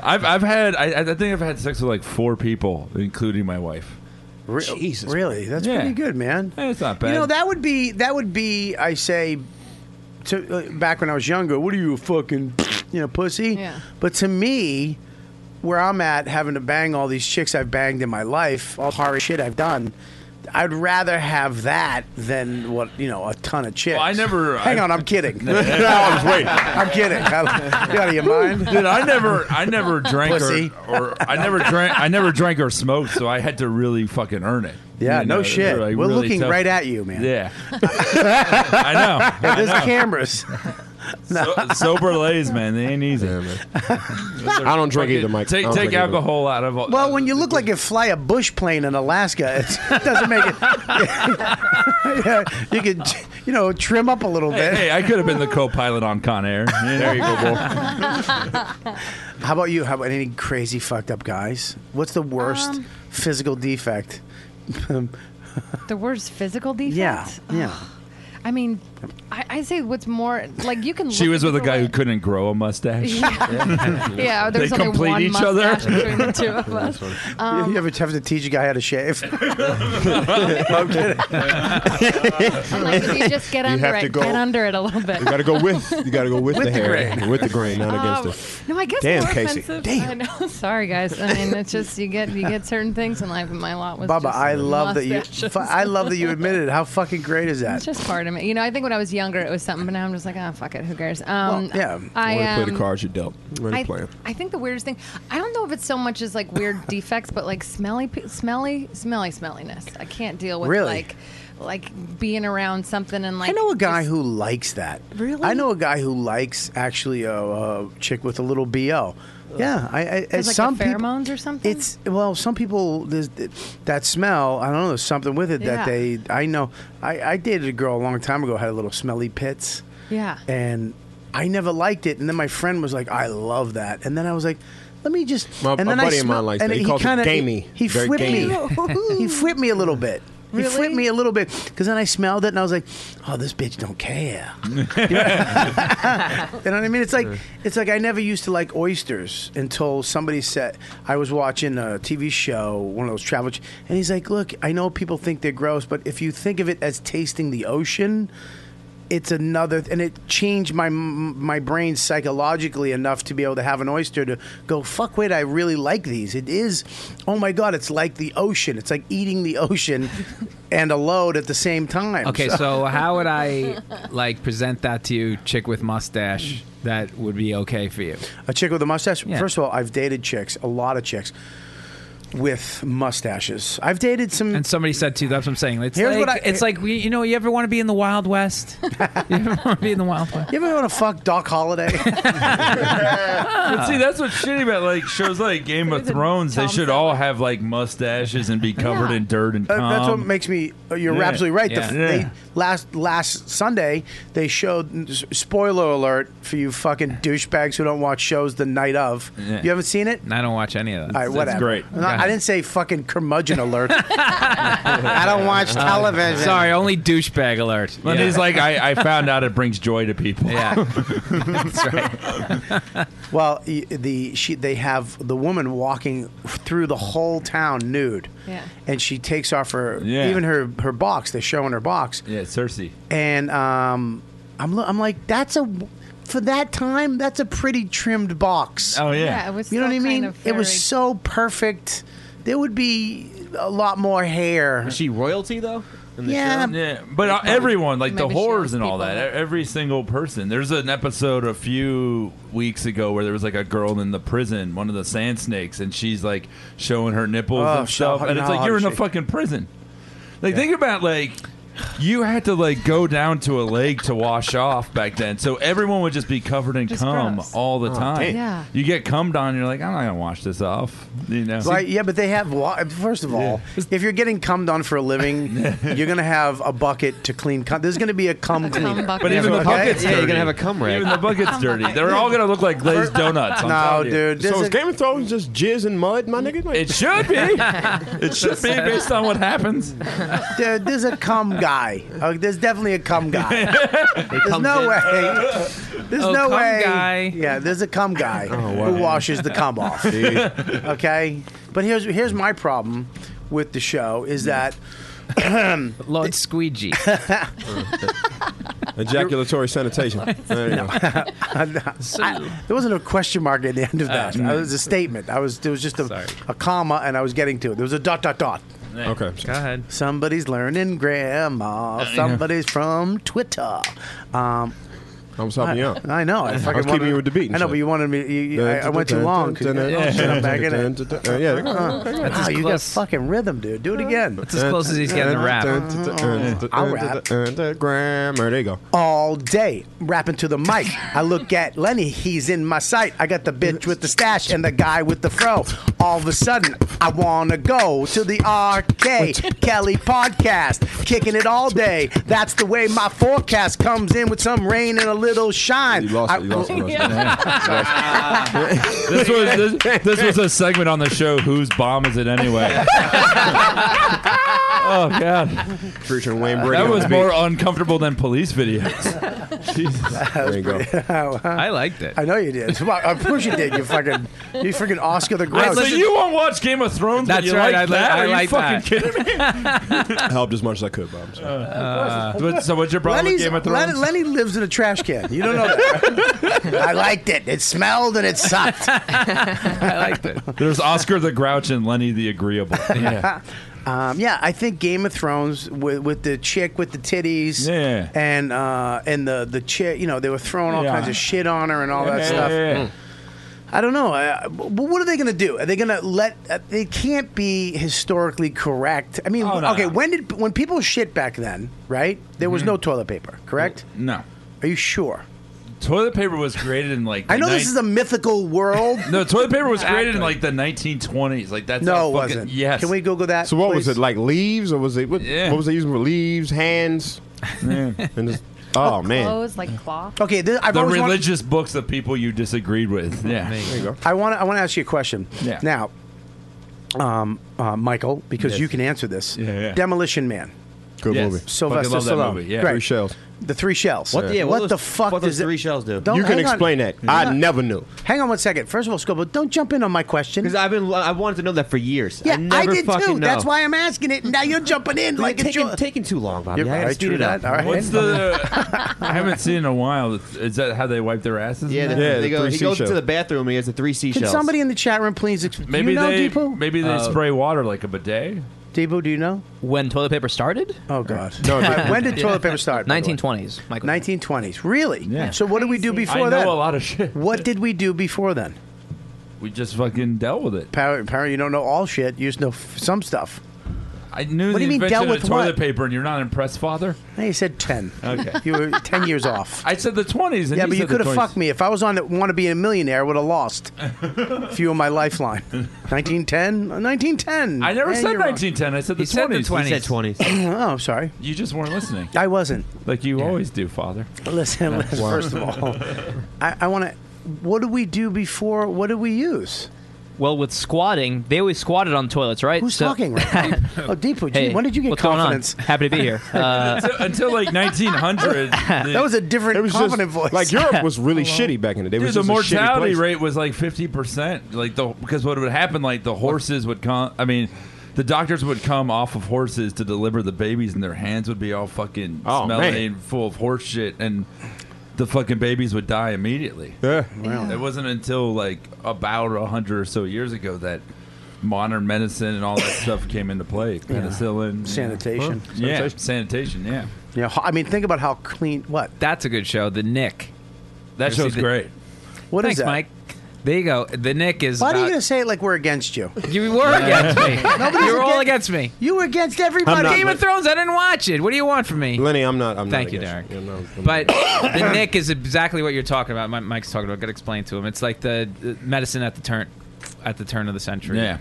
J: I've I've had I, I think I've had sex with like four people, including my wife.
D: Re-
I: Jesus.
D: really? That's
J: Yeah.
D: pretty good, man.
J: Eh, it's not bad.
D: You know, that would be that would be I say, to uh, back when I was younger. What are you a fucking, you know, pussy?
G: Yeah.
D: But to me, where I'm at, having to bang all these chicks I've banged in my life, all the horror shit I've done. I'd rather have that than what you know, a ton of chicks.
J: Well, I never- uh,
D: Hang
J: I-
D: on, I'm kidding.
I: No, I was waiting.
D: I'm kidding. I, you out of your mind?
J: Dude, I never, I never drank
D: Pussy.
J: or, or I never drank, I never drank or smoked, so I had to really fucking earn it.
D: Yeah,
J: You
D: no
J: know,
D: shit.
J: like,
D: We're
J: really
D: looking
J: tough.
D: right at you, man.
J: Yeah, I know.
D: There's cameras.
J: So- sober lays, man, they ain't easy.
I: I don't drink either, Mike. I
D: Oh
J: Take
I: don't drink
J: take
I: either.
J: alcohol out of all.
D: Well, when you look like you fly a bush plane in Alaska, it doesn't make it. Yeah, you could, you know, trim up a little bit.
J: hey, I could have been the co-pilot on Con Air. There you go, boy.
D: How about you? How about any crazy fucked up guys? What's the worst
G: Um,
D: physical defect?
G: The worst physical defect.
D: yeah, yeah.
G: I mean, I, I say what's more like you can.
J: She
G: look
J: was with a guy who couldn't grow a mustache.
G: Yeah. Yeah, there's
J: they
G: only
J: complete
G: one
J: each other.
G: mustache between the two of us. Um,
D: you ever have to teach a guy how to shave? I'm kidding.
G: I'm like, if you just get
I: You
G: under
I: have
G: it,
I: to go-
G: get under it a little bit.
I: You gotta go with. You gotta go with,
G: With
I: the,
G: the
I: hair,
G: grain.
I: with the grain, not
G: Um,
I: against it.
G: No, I guess
I: Damn,
G: more
I: Casey.
G: offensive. Damn. I know. Sorry, guys. I mean, it's just you get you get certain things in life, and my lot was.
D: Baba,
G: just
D: I love that you.
G: mustaches.
D: fu- I love that you admitted it. How fucking great is that?
G: It's just part of me. You know, I think when I was younger, it was something, but now I'm just like, oh, fuck it, who cares? Um,
I: yeah,
G: I
I: want to play
G: um,
I: the cards you dealt. Ready
G: I,
I: to play 'em.
G: I think the weirdest thing, I don't know if it's so much as like weird defects, but like smelly, pe- smelly, smelly, smelliness. I can't deal with
D: Really?
G: like, like being around something and like.
D: I know a guy who likes that.
G: Really?
D: I know a guy who likes actually a, a chick with a little bo. Yeah, I, I
G: Has,
D: as
G: like, the
D: some people-
G: pheromones or something.
D: It's well, some people there's that smell. I don't know. There's something with it
G: Yeah.
D: that they. I know. I, I dated a girl a long time ago. Had a little smelly pits.
G: Yeah.
D: and I never liked it. And then my friend was like, "I love that," and then I was like. Let me just.
I: My-
D: and
I: a
D: then I
I: buddy of
D: smell-
I: mine likes
D: and
I: that. He calls it
D: kinda-
I: gamey.
D: He,
I: Very
D: flipped
I: gamey.
D: me. he flipped me a little bit. He flipped me a little bit because then I smelled it and I was like, "Oh, this bitch don't care." You know what I mean? It's like it's like I never used to like oysters until somebody said I was watching a TV show, one of those travel, ch- and he's like, "Look, I know people think they're gross, but if you think of it as tasting the ocean." It's another, and it changed my my brain psychologically enough to be able to have an oyster to go. Fuck, wait, I really like these. It is, oh my god, it's like the ocean. It's like eating the ocean and a load at the same time.
H: Okay, so how would I like present that to you, chick with mustache? That would be okay for you.
D: A chick with a mustache. First of all, I've dated chicks, a lot of chicks, with mustaches. I've dated some.
H: And somebody said too. That's what I'm saying. It's
D: Here's
H: like
D: what I-
H: it's like we- you know. You ever want to be in the Wild West? you ever want to be in the Wild West?
D: You ever want to fuck Doc Holliday?
J: But see, that's what's shitty about like shows like Game of Thrones. They should all have like mustaches and be covered in dirt and cum.
D: Uh, that's what makes me. uh, You're
J: Um, Yeah.
D: absolutely right. The-
J: Yeah.
D: they-
J: Yeah.
D: last last Sunday, they showed. s- Spoiler alert for you fucking douchebags who don't watch shows the night of.
H: Yeah.
D: You haven't seen it?
H: And I don't watch any of that.
D: All right, whatever. No,
H: Go
D: I
H: ahead.
D: didn't say fucking curmudgeon alert. I don't watch
H: Uh,
D: television.
H: Sorry, only douchebag alert.
J: And he's like, I, I found out it brings joy to people.
H: Yeah.
J: that's right.
D: Well, y- the she they have the woman walking through the whole town nude.
G: Yeah.
D: And she takes off her
J: Yeah.
D: even her her box. They're showing her box.
J: Yeah, Cersei.
D: And um, I'm lo- I'm like that's a for that time that's a pretty trimmed box.
J: Oh, yeah. Yeah,
G: it was
D: you know what I
G: still kind
D: mean?
G: of
D: it was
G: very-
D: so perfect. There would be a lot more hair.
K: Is she royalty though? In the
D: Yeah.
K: show?
J: Yeah, but uh, everyone, like the
K: Maybe she
J: whores
K: owes
J: and all
K: people
J: that, e- every single person. There's an episode a few weeks ago where there was like a girl in the prison, one of the sand snakes, and she's like showing her nipples
E: Oh,
J: and
E: show-
J: stuff, and it's
E: no,
J: like you're in a
E: she-
J: fucking prison. Like think about like. You had to like go down to a lake to wash off back then, so everyone would just be covered in cum all the
D: Oh,
J: time.
D: damn. Yeah.
J: You get cummed on, you're like, I'm not gonna wash this off, you know?
D: Right? Yeah, but they have. Wa- first of all, if you're getting cummed on for a living, you're gonna have a bucket to clean. Cum- There's gonna be a cum cleaner.
J: But even the bucket's dirty. Even the bucket's dirty. They're all gonna look like glazed donuts. I'm
D: Oh No,
J: telling you.
D: dude.
I: So
D: there's
I: is
D: a-
I: Game of Thrones just jizz and mud, my nigga? Like-
J: It should be. It should be based on what happens.
D: There, there's a cum guy. Uh, there's definitely a cum guy. There's
J: comes
D: no
J: in.
D: way. There's
J: Oh,
D: no
J: cum
D: way.
J: guy.
D: Yeah, there's a cum guy
J: Oh, wow.
D: who washes the cum off.
J: See?
D: okay, but here's here's my problem with the show is that.
H: Lord Squeegee.
I: Ejaculatory sanitation. There you go.
D: I- there wasn't a question mark at the end of that.
I: Oh.
D: it was a statement. I was there was just a, a comma, and I was getting to it. There was a dot dot dot.
I: Okay.
D: Go ahead. Somebody's learning
I: Uh,
D: grammar. Somebody's from Twitter. Um,
I: I was helping
D: I,
I: you out.
D: I know. I,
I: I was
D: fucking
I: keeping
D: wanted-
I: you with the beat and
D: I know,
I: shit.
D: but you wanted me. You, you, I, I went too long. Could you-
I: Yeah.
D: oh, shit, I'm back in it.
I: Yeah. Yeah.
D: Wow,
I: as
D: you got
I: close.
D: fucking rhythm, dude. Do it again.
I: That's
D: Oh,
I: I'll
D: rap.
I: Grammar. There you go.
D: all day, rapping to the mic. I look at Lenny, he's in my sight. I got the bitch with the stash and the guy with the fro. All of a sudden, I wanna go to the RK Kelly podcast, kicking it all day. That's the way my forecast comes in with some rain and a little shine. You lost it. You
I: lost it, you lost it.
J: This was this, this was a segment on the show. Whose bomb is it anyway? oh God,
I: preaching Wayne Brady.
J: That
I: on
J: was
I: the
J: more
I: beach.
J: uncomfortable than police videos.
D: There you go. I
H: liked it.
D: I know you did. Come on, Of course you did. You fucking, you freaking Oscar the Grouch.
J: so you won't watch Game of Thrones? but
D: That's
J: you
D: right,
J: Like
D: I li-
J: that?
D: I
J: Are you
D: like
J: fucking
D: that.
J: kidding me? Uh,
I: helped as much as I could, Bob. So,
J: But- so what's your problem
D: Lenny's-
J: with Game of
D: Lenny,
J: Thrones?
D: Lenny lives in a trash can. You don't know that. I liked it. It smelled and it sucked.
J: I liked it. There's Oscar the Grouch and Lenny the Agreeable. Yeah.
D: Um, yeah, I think Game of Thrones with, with the chick with the titties, yeah, and uh, and the the chick, you know, they were throwing all
J: Yeah.
D: kinds of shit on her and all
J: Yeah,
D: that
J: yeah,
D: stuff. Mm.
J: yeah, yeah.
D: I don't know. I, I- but what are they going to do? Are they going to let? Uh, they can't be historically correct. I mean,
J: Oh, no, Mm-hmm.
D: okay,
J: no.
D: when did when people shit back then? Right, there was no toilet paper. Correct?
J: No.
D: Are you sure?
J: Toilet paper was created in like.
D: I know
J: the
D: this is a mythical world.
J: nine- No, toilet paper was created in like the 1920s. Like that's
D: No,
J: how
D: it
J: fucking-
D: wasn't.
J: Yes.
D: Can we Google that?
I: So what was it like? Leaves or was it? What,
J: Yeah.
I: what was they using for leaves? Hands? And just, oh, man.
G: Clothes like cloth.
D: Okay, this, I've
J: the
D: always wanted-
J: religious books of people you disagreed with. Yeah. There you go.
D: I want to. I want to ask you a question.
J: Yeah.
D: Now, um, uh, Michael, because
J: Yes.
D: you can answer this.
J: Yeah, yeah.
D: Demolition Man.
I: Good
J: Yes.
I: movie.
D: Sylvester
J: Fucking love
D: Stallone.
J: that movie, yeah.
D: Great.
J: Three
I: shells.
D: The three shells.
I: What- yeah, what
D: what
I: those-
D: the fuck
I: what
D: does
I: those three
D: it-
I: shells do?
D: Don't-
I: You can
D: hang on.
I: explain that. I never knew.
D: Hang on one second. First of all, Scobo, don't jump in on my question.
L: Because I've been, I wanted to know that for years.
D: Yeah,
L: I, never
D: did
L: fucking
D: too.
L: Know.
D: That's why I'm asking it. Now you're jumping in
L: You're
D: like it's
L: taking,
D: your-
L: taking too long, Bobby.
D: You're
L: I gotta
D: right,
L: speed
D: true
L: it up.
D: that. All right.
J: What's the? I haven't seen in a while. Is that how they wipe their asses?
L: Yeah,
J: now?
L: the, they go, he goes to the bathroom. He has the three
D: Can
L: seashells.
D: somebody in the chat room please? Exp-
J: Maybe
D: do you know
J: they
D: Depot?
J: maybe they
L: Uh,
J: spray water like a bidet.
D: Debo, do you know
K: when toilet paper started?
D: Oh God!
J: No, no.
D: when did toilet
K: Yeah.
D: paper start?
K: 1920s, Michael.
D: 1920s. Really?
J: Yeah.
D: So what did we do
J: Crazy.
D: before
J: I know
D: that?
J: a lot of shit.
D: What did we do before then?
J: We just fucking dealt with it.
D: Power, apparently you don't know all shit. You just know f- some stuff.
J: I knew
D: What do
J: the
D: you mean,
J: invention
D: dealt
J: of
D: with
J: toilet
D: what?
J: paper, and you're not impressed, father.
D: Hey, you said ten.
J: Okay.
D: you were ten years off.
J: I said the 20s. And
D: yeah, but
J: he
D: you
J: said the
D: could have
J: 20s.
D: fucked me. If I was on Want to Be a Millionaire, I would have lost. if you were my lifeline. 1910? 1910.
J: I never
D: Yeah,
J: said
D: you're wrong.
J: 1910. I said the 20s.
D: oh, I'm sorry.
J: You just weren't listening.
D: I wasn't.
J: Like you always do, father.
D: Listen, listen
J: Wow.
D: first of all, I, I want to. What did we do before? What did we use?
K: Well, with squatting, they always squatted on toilets, right?
D: Who's talking right now? Oh, Deepu, gee,
K: Hey,
D: when did you get
K: what's going on?
D: confidence?
K: Happy to be here. Uh,
J: until, until like 1900. the-
D: That was a different
I: It was just-
D: confident voice.
I: Like Europe was really shitty back in the day. It
J: Dude,
I: was
J: the
I: just a shitty
J: mortality
I: place.
J: rate was like 50%. Like the because what would happen like the horses would come I mean the doctors would come off of horses to deliver the babies and their hands would be all fucking
I: Oh,
J: smelly
I: man.
J: and full of horse shit and the fucking babies would die immediately.
I: Yeah.
J: It wasn't until like about a hundred or so years ago that modern medicine and all that stuff came into play. Penicillin,
D: Sanitation.
J: yeah, sanitation, yeah.
D: Yeah, ho- I mean, think about how clean. What?
H: That's a good show. The Nick.
J: That
H: You
J: show's
H: see the-
J: great.
D: What is
H: Thanks,
D: that?
H: Mike. There you go. The Nick is.
D: Why are you
H: about-
D: going to say it like we're against you?
H: You were against me.
D: Nobody's
H: you were all
D: against-
H: against me.
D: You were against everybody.
H: Game of Thrones. I didn't watch it. What do you want from me?
I: Lenny, I'm
J: Mm,
I: not. I'm not
H: Thank you,
I: against
H: Derek.
I: I'm not- I'm
H: But the Nick is exactly what you're talking about. Mi- Mike's talking about. Got to explain to him. It's like the the medicine at the turn, at the turn of the century.
J: Yeah.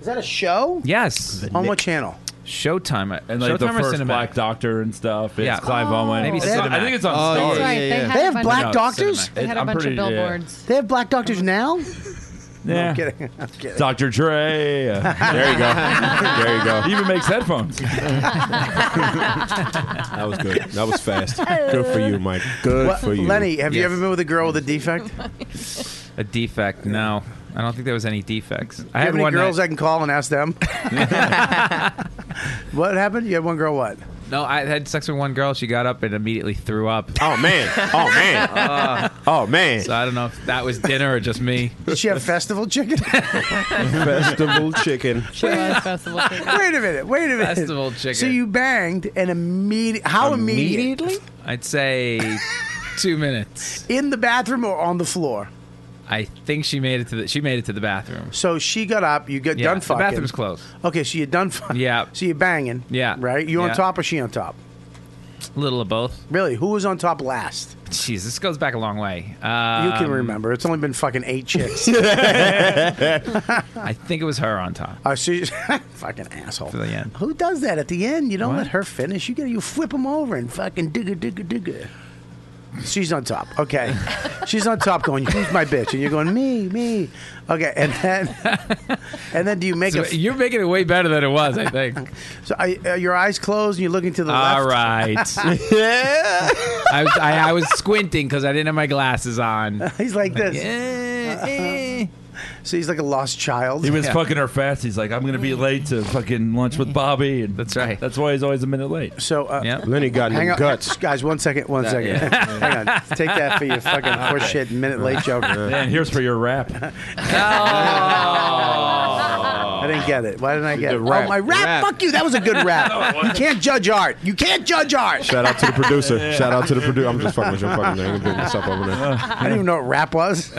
D: Is that a show?
H: Yes.
D: On what channel?
H: Showtime.
J: And like
H: Showtime
J: the
H: or
J: first
H: Cinemax?
J: Black Doctor and stuff. It's
H: Yeah.
J: Clive
H: Oh.
J: Owen.
H: Maybe
J: It's on- I
H: Cinemax.
J: think it's on
H: Oh,
J: Stars.
H: That's right. They Yeah,
D: They have black doctors?
G: They had
J: a
G: a bunch of billboards.
D: They have black doctors now? No,
J: Yeah.
D: I'm kidding. I'm kidding.
J: Dr. Dre. uh, there you go. There you go. He even makes headphones.
I: That was good. That was fast. Good for you, Mike. Good
D: What-
I: for you.
D: Lenny, have you
H: Yes.
D: ever been with a girl with a defect?
H: A defect? No, I don't think there was any defects. I
D: you
H: had
D: have any
H: one
D: girls
H: night-
D: I can call and ask them? what happened? You had one girl what?
H: no, I had sex with one girl. She got up and immediately threw up.
I: Oh man! Oh man! oh man!
H: So I don't know if that was dinner or just me.
D: Did she have festival chicken?
I: Festival chicken.
D: wait a minute. Wait a minute.
H: Festival chicken.
D: So you banged and immediate? How immediately?
H: I'd say two minutes.
D: In the bathroom or on the floor?
H: I think she made it to the she made it to the bathroom.
D: So she got up. You got
H: Yeah,
D: done
H: the
D: fucking.
H: bathroom's closed.
D: Okay, so you're done fucking.
H: Yeah,
D: So you're banging.
H: Yeah.
D: Right? You on
H: Yeah.
D: top or she on top?
H: little of both.
D: Really? Who was on top last?
H: Jeez, this goes back a long way. Um,
D: You can remember. It's only been fucking eight chicks.
H: I think it was her on top.
D: Oh, she, fucking asshole.
H: To the end.
D: Who does that at the end? You don't let her finish. You gotta you flip them over and fucking digga digga digga. She's on top. Okay. She's on top going, who's my bitch? And you're going, me, me. Okay. And then, and then do you make
H: So
D: a.
H: you're making it way better than it was, I think.
D: so are, are your eyes closed and you're looking to the
H: All
D: left?
H: right.
D: yeah.
H: I was, I, I was squinting because I didn't have my glasses on.
D: He's like this.
H: Yeah. eh.
D: So he's like a lost child.
J: He was fucking her fast. He's like, I'm gonna be late to fucking lunch with Bobby, and that's right. That's why he's always a minute late.
D: So uh,
I: Lenny got
D: Hang
I: no
D: on,
I: guts.
D: guys. One second, one
J: That-
D: second.
J: yeah.
D: Hang on, take that for your fucking horseshit minute late joke.
J: And here's for your rap.
D: I didn't get it. Why didn't I get it?
I: The rap.
D: Oh, my rap,
I: Rap.
D: Fuck you. That was a good rap. you can't judge art. You can't judge art.
I: Shout out to the producer. Shout out to the producer. I'm just fucking with your fucking name. I'm beating this up over there.
D: I didn't even know what rap was.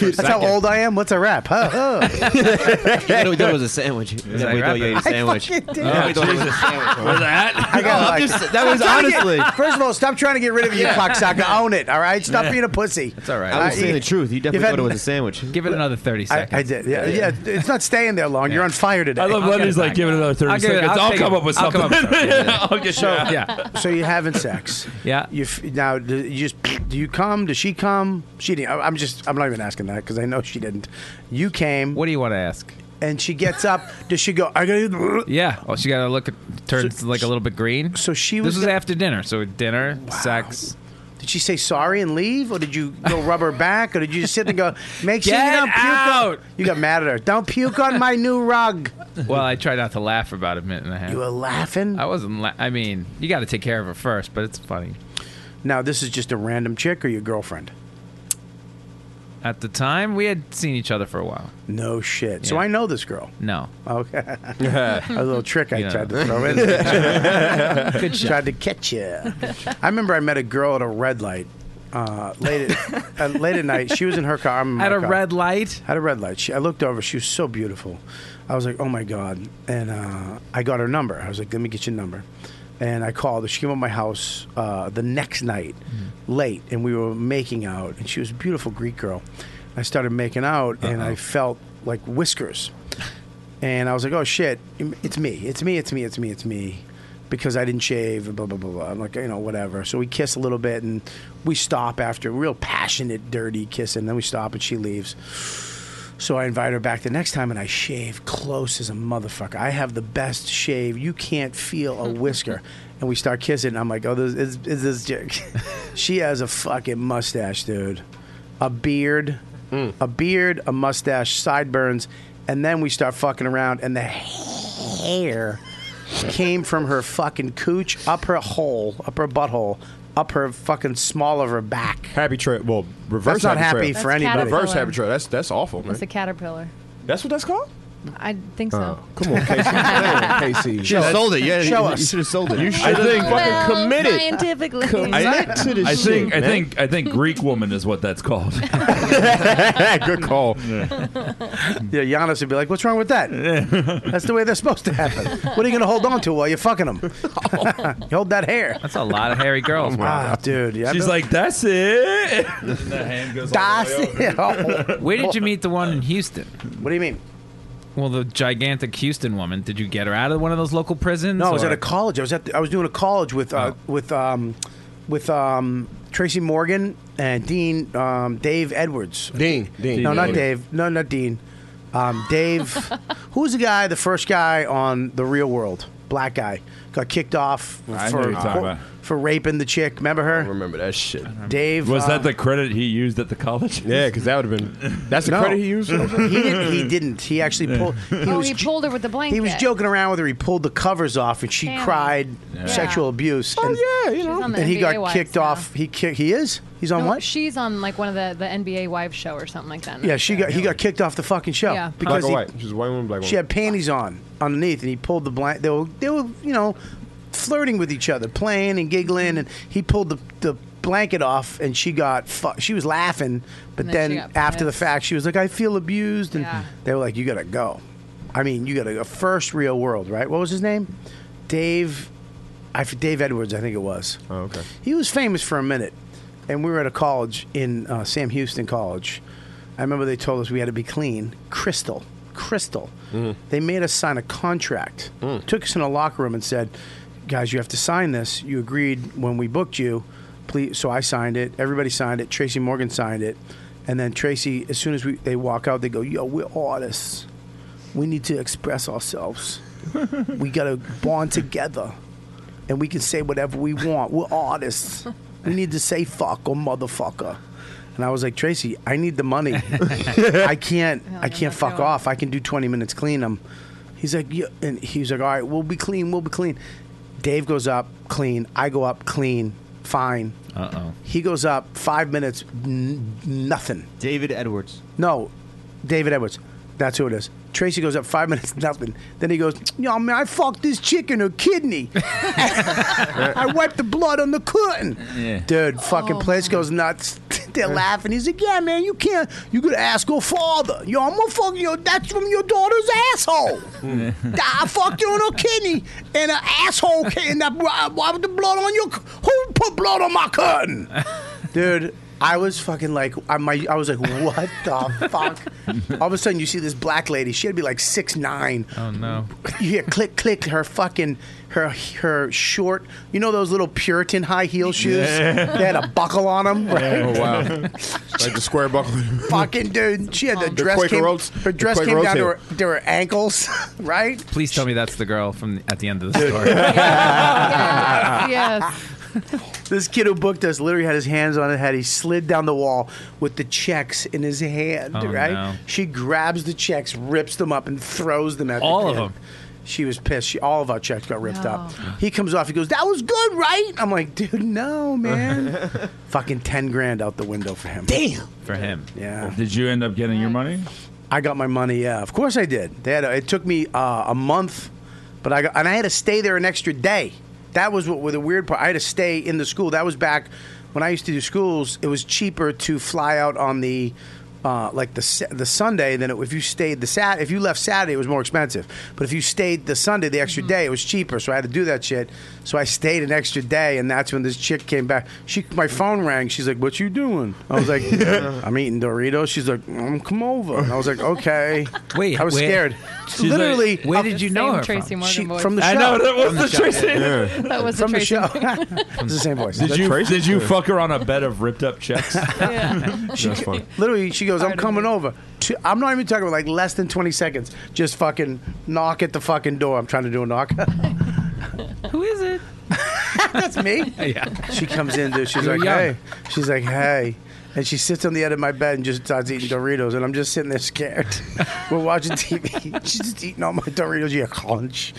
D: That's how
I: second.
D: old I am. What's a rap? Huh? Huh.
L: Yeah, we thought it was a sandwich. Yeah, we thought you ate a
D: I
L: sandwich.
D: fucking did.
M: Uh,
L: Yeah, we thought it was a sandwich.
J: Was that?
D: I got
L: No, I'm
D: like-
L: just- that was
D: Stop trying to
L: honestly-
D: Get, first of all, stop trying to get rid of you,
L: Yeah.
D: cocksucker. Own it, all right? Stop
L: Yeah.
D: being a pussy. That's all right.
L: I was saying the truth. You definitely thought it was a sandwich.
H: Give it another 30
D: I, I did. Yeah, yeah. It's not staying there long. You're on fire today.
J: I love Lenny's like, give it another 30
D: I'll give it-
J: seconds.
D: I'll
J: I'll,
D: take
J: come
D: it.
J: up with
D: I'll
J: something.
D: come up with something.
J: I'll get
D: so,
J: you.
D: So you're having sex. Yeah. You f- now do you just do you come? Does she come? She didn't. I- I'm just. I'm not even asking that because I know she didn't. You came. What
H: do you want to ask?
D: And she gets up. Does she go? I gotta.
H: Yeah. Oh, she got to look. At, turns like a little bit green.
D: So she
H: was. This was after dinner. So dinner, sex.
D: Did she say sorry and leave, or did you go rub her back, or did you just sit and go? Make sure you
H: Get
D: don't puke.
H: out!"
D: On, you got mad at her. Don't puke on my new rug.
H: Well, I tried not to laugh for about a minute and a half. You
D: were laughing.
H: I wasn't. La- I mean, you got to take care of her first, but it's funny.
D: Now this is just a random chick or your girlfriend.
H: At the time, we had seen each other for a while.
D: No shit. So I know this girl.
H: No.
D: Okay. a little trick I
H: You know.
D: tried to throw in.
H: Good shot.
D: Tried to catch you. I remember I met a girl at a red light. Uh, late, at, uh, late at night, she was in her car. I'm in my
H: At a
D: car.
H: red light.
D: At a red light, she, I looked over. She was so beautiful. I was like, "Oh my god!" And uh, I got her number. I was like, "Let me get your number." And I called her. She came up to my house uh, the next night, late, and we were making out. And she was a beautiful Greek girl. I started making out, and I felt like whiskers. And I was like, oh shit, it's me, it's me, it's me, it's me, it's me, because I didn't shave and blah blah blah blah. I'm like, you know, whatever. So we kiss a little bit and we stop after a real passionate, dirty kissing. Then we stop and she leaves. So I invite her back the next time and I shave close as a motherfucker. I have the best shave. You can't feel a whisker. and we start kissing. And I'm like, oh, this is, is this chick. she has a fucking mustache, dude. A beard, a beard, a mustache, sideburns. And then we start fucking around and the hair came from her fucking cooch up her hole, up her butthole, up her fucking small of her back.
I: Happy trip. Well, reverse
D: That's not
I: happy,
D: happy
I: trail.
D: for That's anybody. caterpillar.
I: Reverse happy trail. That's that's awful, man.
G: It's a caterpillar.
I: That's what that's called.
G: I think so.
I: Oh, come on, Casey. Damn, Casey.
L: You should've sold it. Yeah, you- you should've sold it.
I: You
L: I
I: should
L: think-
I: have
L: Well,
I: fucking committed.
G: Scientifically.
I: Commit to this
J: I think
I: shit,
J: I
I: man.
J: think I think Greek woman is what that's called.
I: Good call.
D: Yeah, Giannis would be like, "What's wrong with that? That's the way they're supposed to happen. What are you going to hold on to while you're fucking them?
J: Oh.
D: you hold that hair."
H: That's a lot of hairy girls.
D: Ah, dude. Yeah,
J: She's
D: no-
J: like, "Oh, that's it. the hand goes all the way over.
H: Where did you meet the one in Houston?
D: oh. What do you mean?
H: Well, the gigantic Houston woman. Did you get her out of one of those local prisons?
D: No, I was
H: or-
D: at a college. I was at the, I was doing a college with uh,
J: Oh.
D: with um, with um, Tracy Morgan and Dean um, Dave Edwards.
I: Dean, Dean.
D: No, not
I: Dean.
D: Dave. No, not Dean. Um, Dave, who's the guy? The first guy on the Real World, black guy, got kicked off
J: I know who
D: for
J: you're talking about.
D: for raping the chick. Remember her?
I: remember that shit.
D: Dave
J: Was
D: uh,
J: that the credit he used at the college?
I: Yeah, because that would have been. That's the
D: No.
I: credit he used.
D: he didn't. He didn't. He actually pulled. He
G: oh,
D: was.
G: he pulled her with the blanket.
D: He was joking around with her. He pulled the covers off, and she
G: Damn.
D: cried
G: Yeah.
D: sexual abuse. Oh and,
I: yeah, you
G: She's know. on the
D: and he
G: NBA
D: got
G: Wives
D: kicked
G: now.
D: off. He ki- he is. He's on
G: No,
D: what?
G: She's on like one of the, the NBA Wives show or something like that.
D: yeah, she got he got kicked off the fucking show
G: Yeah. Black
I: black
D: because
I: or
D: he-
I: white. She's a white woman, black woman.
D: she had panties on underneath, and he pulled the blanket. They were they were you know flirting with each other, playing and giggling, and he pulled the the blanket off, and she got fu- she was laughing, but
G: And
D: then,
G: then she got
D: after the
G: pissed.
D: fact, she was like, "I feel abused," and
G: Yeah.
D: they were like, "You gotta go." I mean, you gotta go. First real world, right? What was his name? Dave, I f- Dave Edwards, I think it was.
I: Oh, okay.
D: He was famous for a minute, and we were at a college in uh, Sam Houston College. I remember they told us we had to be clean, crystal, crystal.
I: Mm-hmm.
D: They made us sign a contract.
I: Mm.
D: Took us in a locker room and said, "Guys, you have to sign this. You agreed when we booked you please. So I signed it. Everybody signed it. Tracy Morgan signed it. And then Tracy, as soon as we they walk out, they go, "Yo, we're artists. We need to express ourselves. we gotta bond together, and we can say whatever we want. We're artists. We need to say fuck or motherfucker." And I was like, Tracy, I need the money. I can't. I can't fuck off. I can do 20 minutes clean. I'm. He's like, yeah. and he was like, all right, we'll be clean. We'll be clean. Dave goes up clean. I go up clean. Fine.
H: Uh oh.
D: He goes up five minutes, n- nothing.
L: David Edwards.
D: No, David Edwards. That's who it is. Tracy goes up five minutes, nothing. Then he goes, Yo, man, I fucked this chicken her kidney. I wiped the blood on the curtain.
F: Yeah.
D: Dude, fucking place goes nuts. They're laughing. He's like, Yeah, man, you can't. You could ask her father. Yo, I'm gonna fuck you. That's from your daughter's asshole. I fucked you on her kidney and an asshole kidney. And I wiped the blood on your. cu- Who put blood on my curtain? dude. I was fucking like, I, my, I was like, what the fuck? All of a sudden, you see this black lady. She had to be like six nine.
H: Oh no.
D: You hear click, click. Her fucking, her her short. You know those little Puritan high heel shoes?
I: Yeah.
D: They had a buckle on them. Right?
I: Oh wow! like the square buckle.
D: fucking dude, she had the
I: The
D: dress
I: Quaker
D: came,
I: Oats-
D: her
I: the
D: dress
I: Quaker
D: came
I: Oats
D: down to
I: heel.
D: her, to her ankles, right?
H: Please tell me that's the girl from the, at the end of the story.
G: yes.
D: This kid who booked us literally had his hands on his head. He slid down the wall with the checks in his hand,
H: Oh,
D: right?
H: no.
D: She grabs the checks, rips them up, and throws them at
H: All
D: the
H: of
D: kid.
H: them.
D: She was pissed. She, all of our checks got ripped up.
F: No.
D: He comes off. He goes, "That was good, right?" I'm like, "Dude, no, man." Fucking ten grand out the window for him. Damn.
H: For him.
D: Yeah.
J: Did you end up getting your money?
D: I got my money. Yeah, of course I did. They had a, it took me uh, a month, but I got, and I had to stay there an extra day. That was what were the weird part. I had to stay in the school. That was back when I used to do schools. It was cheaper to fly out on the. Uh, like the Sa- the Sunday, than it, if you stayed the Sat if you left Saturday, it was more expensive. But if you stayed the Sunday, the extra day, it was cheaper. So I had to do that shit. So I stayed an extra day, and that's when this chick came back. She my phone rang. She's like, "What you doing?" I was like, "I'm eating Doritos." She's like, mm, "Come over." And I was like, "Okay."
H: Wait,
D: I was
H: where-
D: scared.
H: She's like,
D: Literally,
H: where did you know Same her Tracy
G: from? Morgan voice.
D: from the show.
G: I know, that was
D: From
G: the
D: show.
G: Tracy- That was the
D: from the
G: Tracy
D: show.
G: Morgan.
D: it's the same voice.
J: Did
D: That's
J: you
D: Tracy.
J: did you fuck her on a bed of ripped up checks?
D: She-
J: That's funny.
D: Literally, she goes, "I'm coming over." Two- I'm not even talking about like less than 20 seconds. Just fucking knock at the fucking door. I'm trying to do a knock.
G: Who is it?
D: That's me.
H: Yeah.
D: She comes in, dude. She's
H: You were
D: like,
H: young.
D: "Hey," she's like, "Hey," and she sits on the end of my bed and just starts eating Doritos, and I'm just sitting there scared. We're watching TV. She's just eating all my Doritos. Yeah, crunch.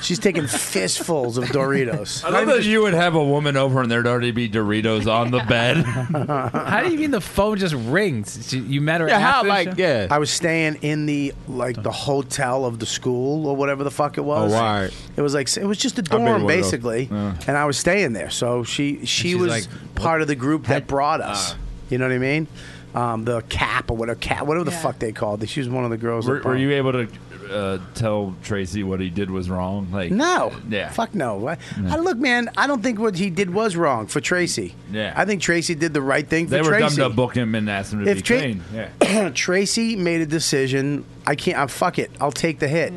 D: She's taking fistfuls of Doritos.
J: I love that you would have a woman over and there'd already be Doritos on the bed.
H: How do you mean the phone just rings? She- You met her after the show?
D: I was staying in the like the hotel of the school or whatever the fuck it was.
H: Oh, right.
D: It was like it was just a
H: been one of
D: dorm
H: those.
D: basically, and I was staying there. So she she
H: she's
D: was
H: like,
D: part of the group that brought us. you know what I mean? Um, the cap or whatever cap, whatever the fuck they called. it. She was one of the girls.
J: Were,
D: that
J: were
D: brought-
J: you able to uh, tell Tracy what he did was wrong? Like
D: No.
J: yeah,
D: Fuck no. I, I- look, man. I don't think what he did was wrong for Tracy.
J: Yeah.
D: I think Tracy did the right thing for
J: they were
D: Tracy.
J: dumb to book him and ask him to be
D: Tra-
J: clean. Yeah.
D: Tracy made a decision. I can't. I'm fuck it. I'll take the hit.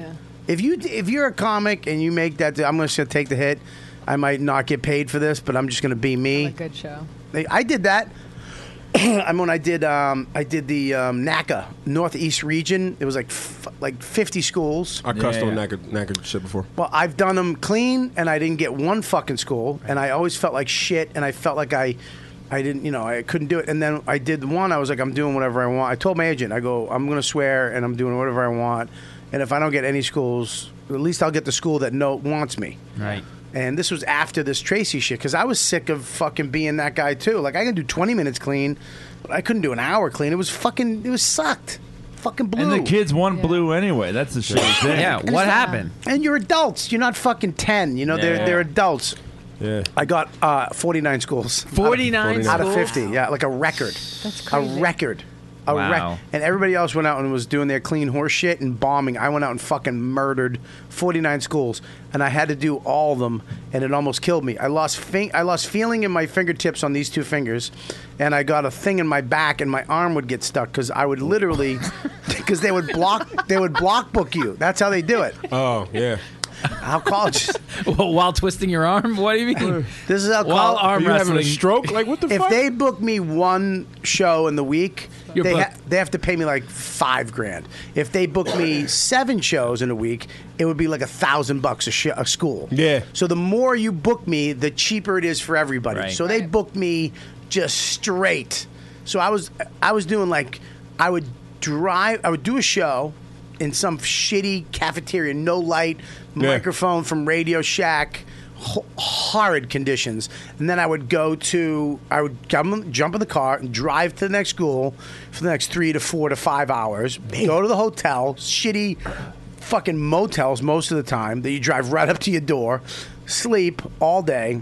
D: If you if you're a comic and you make that, I'm just gonna take the hit. I might not get paid for this, but I'm just gonna be me.
G: Good show.
D: They- I did that. I mean, I did. Um, I did the um, NACA Northeast Region. It was like f- like 50 schools.
I: I cussed on knackered, knackered shit before.
D: Well, I've done them clean, and I didn't get one fucking school, and I always felt like shit, and I felt like I, I didn't, you know, I couldn't do it. And then I did one. I was like, I'm doing whatever I want. I told my agent, I go, I'm gonna swear, and I'm doing whatever I want, and if I don't get any schools, at least I'll get the school that no wants me.
H: Right.
D: And this was after this Tracy shit because I was sick of fucking being that guy too. Like I can do 20 minutes clean, but I couldn't do an hour clean. It was fucking, it was sucked, fucking blue.
J: And the kids won blue anyway. That's the shit.
D: Yeah, what happened? And you're adults. You're not fucking ten. You know,
J: Yeah.
D: they're they're adults.
I: Yeah.
D: I got uh, 49 schools.
H: 49
D: out of,
H: schools?
D: 50. Yeah, like a record. That's
H: crazy.
D: A record. A
H: Wow.
D: rec- and everybody else went out and was doing their clean horse shit and bombing. I went out and fucking murdered 49 schools, and I had to do all of them, and it almost killed me. I lost fin- I lost feeling in my fingertips on these two fingers, and I got a thing in my back, and my arm would get stuck because I would literally, because they would block they would block book you. That's how they do it.
I: Oh yeah.
D: How college?
H: While twisting your arm? What do you mean?
D: This is how
H: While
D: college.
H: arm wrestling.
D: Like what the? If they book me one show in the week,
H: You're
D: they
H: booked.
D: ha- they have to pay me like five grand. If they book me seven shows in a week, it would be like a thousand bucks a, sh- a school. Yeah. So the more you book me, the cheaper it is for everybody.
M: Right.
D: So they booked me just straight. So I was I was doing like I would drive. I would do a show. In some shitty cafeteria, no light, microphone from Radio Shack, ho- horrid conditions. And then I would go to, I would come, jump in the car and drive to the next school for the next three to four to five hours. Go to the hotel, shitty fucking motels most of the time that you drive right up to your door, sleep all day,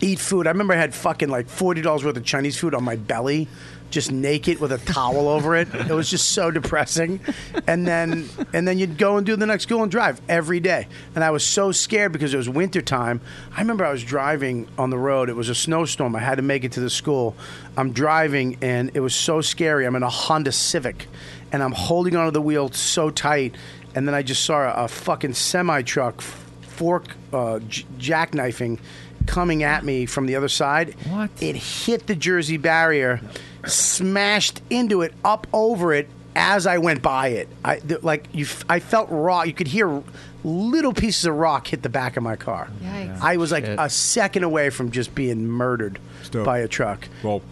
D: eat food. I remember I had fucking like forty dollars worth of Chinese food on my belly, just naked with a towel over it. It was just so depressing. And then and then you'd go and do the next school and drive every day. And I was so scared because it was winter time. I remember I was driving on the road. It was a snowstorm. I had to make it to the school. I'm driving and it was so scary. I'm in a Honda Civic and I'm holding onto the wheel so tight. And then I just saw a, a fucking semi truck fork uh, j- jackknifing coming at me from the other side. What? It hit the Jersey barrier, smashed into it, up over it as I went by it. I th- like you. F- I felt raw. You could hear little pieces of rock hit the back of my car.
M: Yikes.
D: I was like
M: Shit.
D: a second away from just being murdered
I: Still.
D: by a truck.
I: Well,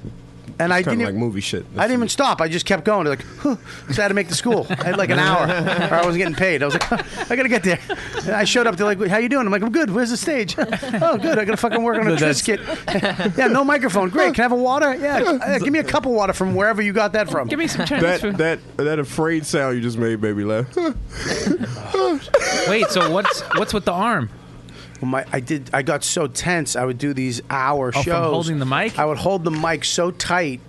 D: And I
I: it's kinda
D: didn't
I: like movie shit.
D: I didn't even stop. I just kept going. Like, huh. so I had to make the school. I had like an hour, or I wasn't getting paid. I was like, huh, I gotta get there. And I showed up. They're like, How you doing? I'm like, I'm good. Where's the stage? oh, good. I gotta fucking work on a
M: That's-
D: Trisket. yeah, no microphone. Great. Can I have a water? Yeah. uh, give me a cup of water from wherever you got that from. Give
H: me some
I: that that that afraid sound you just made made me laugh.
H: Wait, so what's what's with the arm?
D: Well, my, I did. I got so tense. I would do these hour
H: Oh, from
D: shows.
H: holding the mic.
D: I would hold the mic so tight,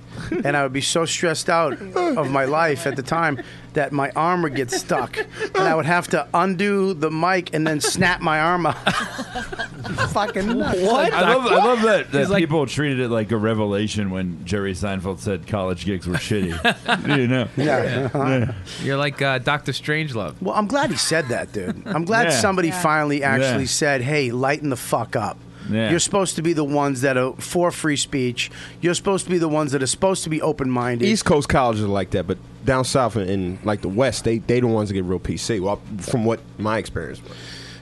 D: and I would be so stressed out of my life at the time that my arm would get stuck, and I would have to undo the mic and then snap my arm out. Fucking nuts.
J: I love, I love that, that people treated it like a revelation when Jerry Seinfeld said college gigs were shitty. you know?
D: Yeah.
J: Yeah.
H: You're like uh, Doctor Strangelove.
D: Well, I'm glad he said that, dude. I'm glad
H: Yeah.
D: somebody
H: Yeah.
D: finally actually
H: Yeah.
D: said, "Hey, lighten the fuck up."
H: Yeah.
D: You're supposed to be the ones that are for free speech. You're supposed to be the ones that are supposed to be open minded.
I: East Coast colleges are like that, but down south and, and like the West, they they the ones that get real PC. Well, from what my experience was.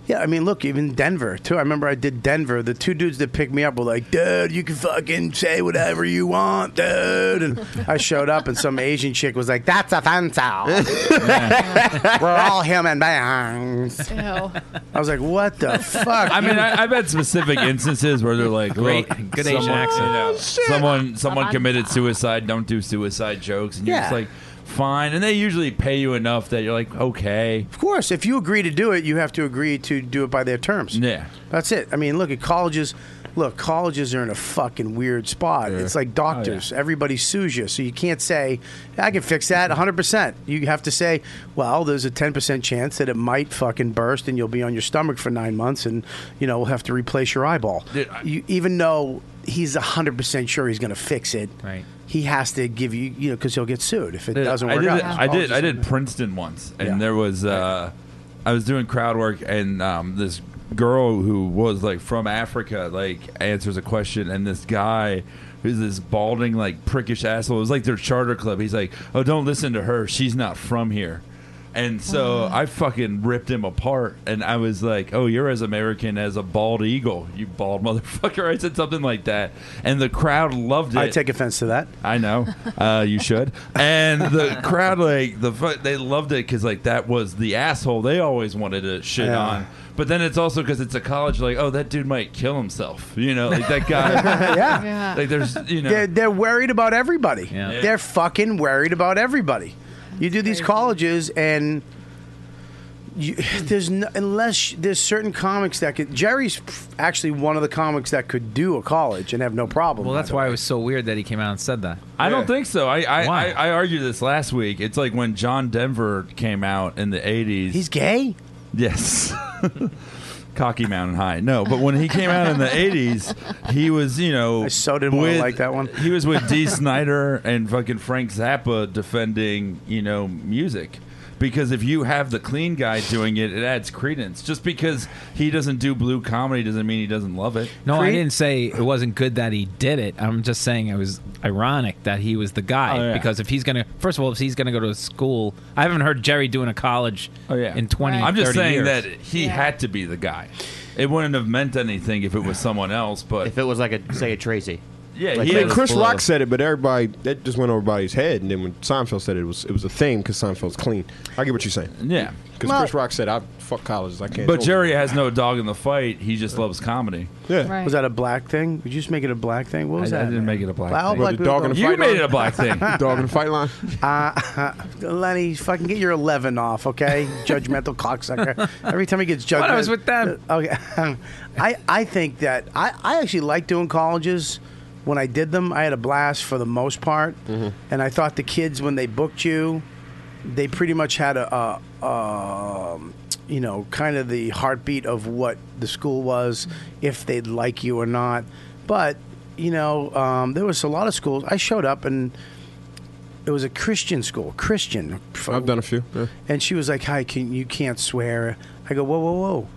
D: Yeah, I mean, look, even Denver too. I remember I did Denver. The two dudes that picked me up were like, "Dude, you can fucking say whatever you want, dude." And I showed up, and some Asian chick was like, "That's offensive. we're all human beings." I was like, "What the fuck?"
J: I mean, I, I've had specific instances where they're like,
H: Great-
J: look,
H: good Asian
J: someone,
H: accent.
J: you know,
H: Oh, shit.
J: someone, someone committed suicide. Don't do suicide jokes, and you're just
D: Yeah.
J: like, fine. And they usually pay you enough that you're like, okay.
D: Of course, if you agree to do it, you have to agree to do it by their terms.
J: Yeah.
D: That's it. I mean, look at colleges. Look, colleges are in a fucking weird spot. It's
J: Oh,
D: like doctors. Everybody sues you. So you can't say, I can fix that 100%. You have to say, well, there's a 10% chance that it might fucking burst and you'll be on your stomach for nine months and, you know, we'll have to replace your eyeball.
J: Dude, I-
D: you, even though he's 100% sure he's going to fix it,
H: right.
D: he has to give you, you know, because he'll get sued if it
J: Dude,
D: doesn't
J: I
D: work
J: did,
D: out.
J: I did. I did Princeton once, and there was. Uh, I was doing crowd work, and um, this girl who was like from Africa like answers a question, and this guy. Who's this balding, like prickish asshole? It was like their charter club. He's like, "Oh, don't listen to her. She's not from here." And so I fucking ripped him apart, and I was like, "Oh, you're as American as a bald eagle, you bald motherfucker!" I said something like that, and the crowd loved it.
D: I take offense to that.
J: I know. Uh, you should. And the crowd, like the fu- they loved it because like that was the asshole they always wanted to shit
D: Yeah.
J: on. But then it's also because it's a college. Like, oh, that dude might kill himself. You know, like that guy.
D: Yeah.
J: Like there's, you know.
D: They're, they're worried about everybody.
J: Yeah.
D: They're fucking worried about everybody. You do these colleges and you, there's no, unless there's certain comics that could Jerry's actually one of the comics that could do a college and have no problem.
H: Well, that's why it was so weird that he came out and said that.
J: I don't think so. I I,
H: Why?
J: I I argued this last week. It's like when John Denver came out in the '80s. He's
D: gay.
J: Yes. Cocky Mountain High. No, but when he came out in the '80s, he was you know. I so
D: didn't wanna like that one.
J: He was with Dee Snyder and fucking Frank Zappa defending you know music. Because if you have the clean guy doing it, it adds credence. Just because he doesn't do blue comedy doesn't mean he doesn't love it.
H: No, I didn't say it wasn't good that he did it. I'm just saying it was ironic that he was the guy
J: Oh, yeah.
H: because if he's gonna, first of all, if he's gonna go to a school, I haven't heard Jerry doing a college
D: Oh,
H: in 20.
J: I'm just
H: 30
J: saying
H: years.
J: that he had to be the guy. It wouldn't have meant anything if it was someone else, but if
M: it was like a say a Tracy.
J: Yeah,
I: I
J: he
I: mean, Chris
J: Rock.
I: Rock said it, but everybody that just went over everybody's head. And then when Seinfeld said it, it was it was a thing because Seinfeld's clean. I get what you're saying.
J: Yeah.
I: because Chris Rock said, "I fuck colleges. I can't."
J: But
I: do it."
J: Jerry has no dog in the fight. He just loves comedy.
I: Yeah.
D: Was that a black thing? Did you just make it a black thing? What was
J: I- I
D: that?
J: didn't make it a black
D: Well,
J: thing.
D: black
J: You
D: people
J: made
D: don't-
J: it a black thing.
I: Dog in the fight line.
D: Uh, Lenny, fucking get your eleven off, okay? Judgmental cocksucker. Every time he gets judgmental. Uh,
H: What, I was with them.
D: Okay. I I think that I I actually like doing colleges. When I did them, I had a blast for the most part,
H: Mm-hmm.
D: and I thought the kids when they booked you, they pretty much had a, a um you know kind of the heartbeat of what the school was, if they'd like you or not. But you know, um, there was a lot of schools. I showed up and it was a Christian school, Christian.
I: I've done a few.
D: And she was like, "Hi, can you can't swear?" I go, "Whoa, whoa, whoa!"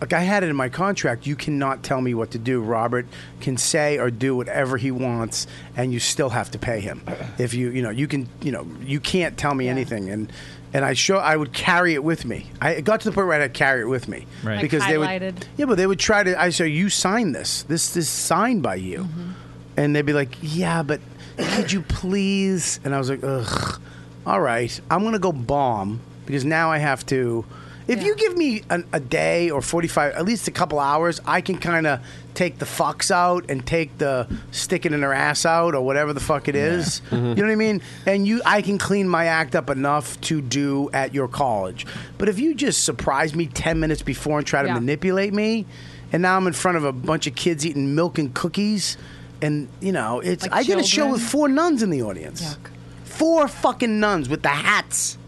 D: Like I had it in my contract. You cannot tell me what to do. Robert can say or do whatever he wants, and you still have to pay him. If you, you know, you can, you know, you can't tell me anything. And and I show I would carry it with me. I it got to the point where I'd carry it with me
N: Right. Like
D: they
N: highlighted?
D: would. Yeah, but they would try to. I say, "You sign this. This this is signed by you."
N: Mm-hmm.
D: and they'd be like, "Yeah, but could you please?" And I was like, "Ugh, all right, I'm gonna go bomb because now I have to." If you give me an, a day or 45, at least a couple hours, I can kind of take the fucks out and take the sticking in her ass out or whatever the fuck it is. You know what I mean? And you, I can clean my act up enough to do at your college. But if you just surprise me 10 minutes before and try to
N: Yeah.
D: manipulate me, and now I'm in front of a bunch of kids eating milk and cookies, and you know, it's
N: Like
D: I did a show
N: children?
D: with four nuns in the audience, four fucking nuns with the hats.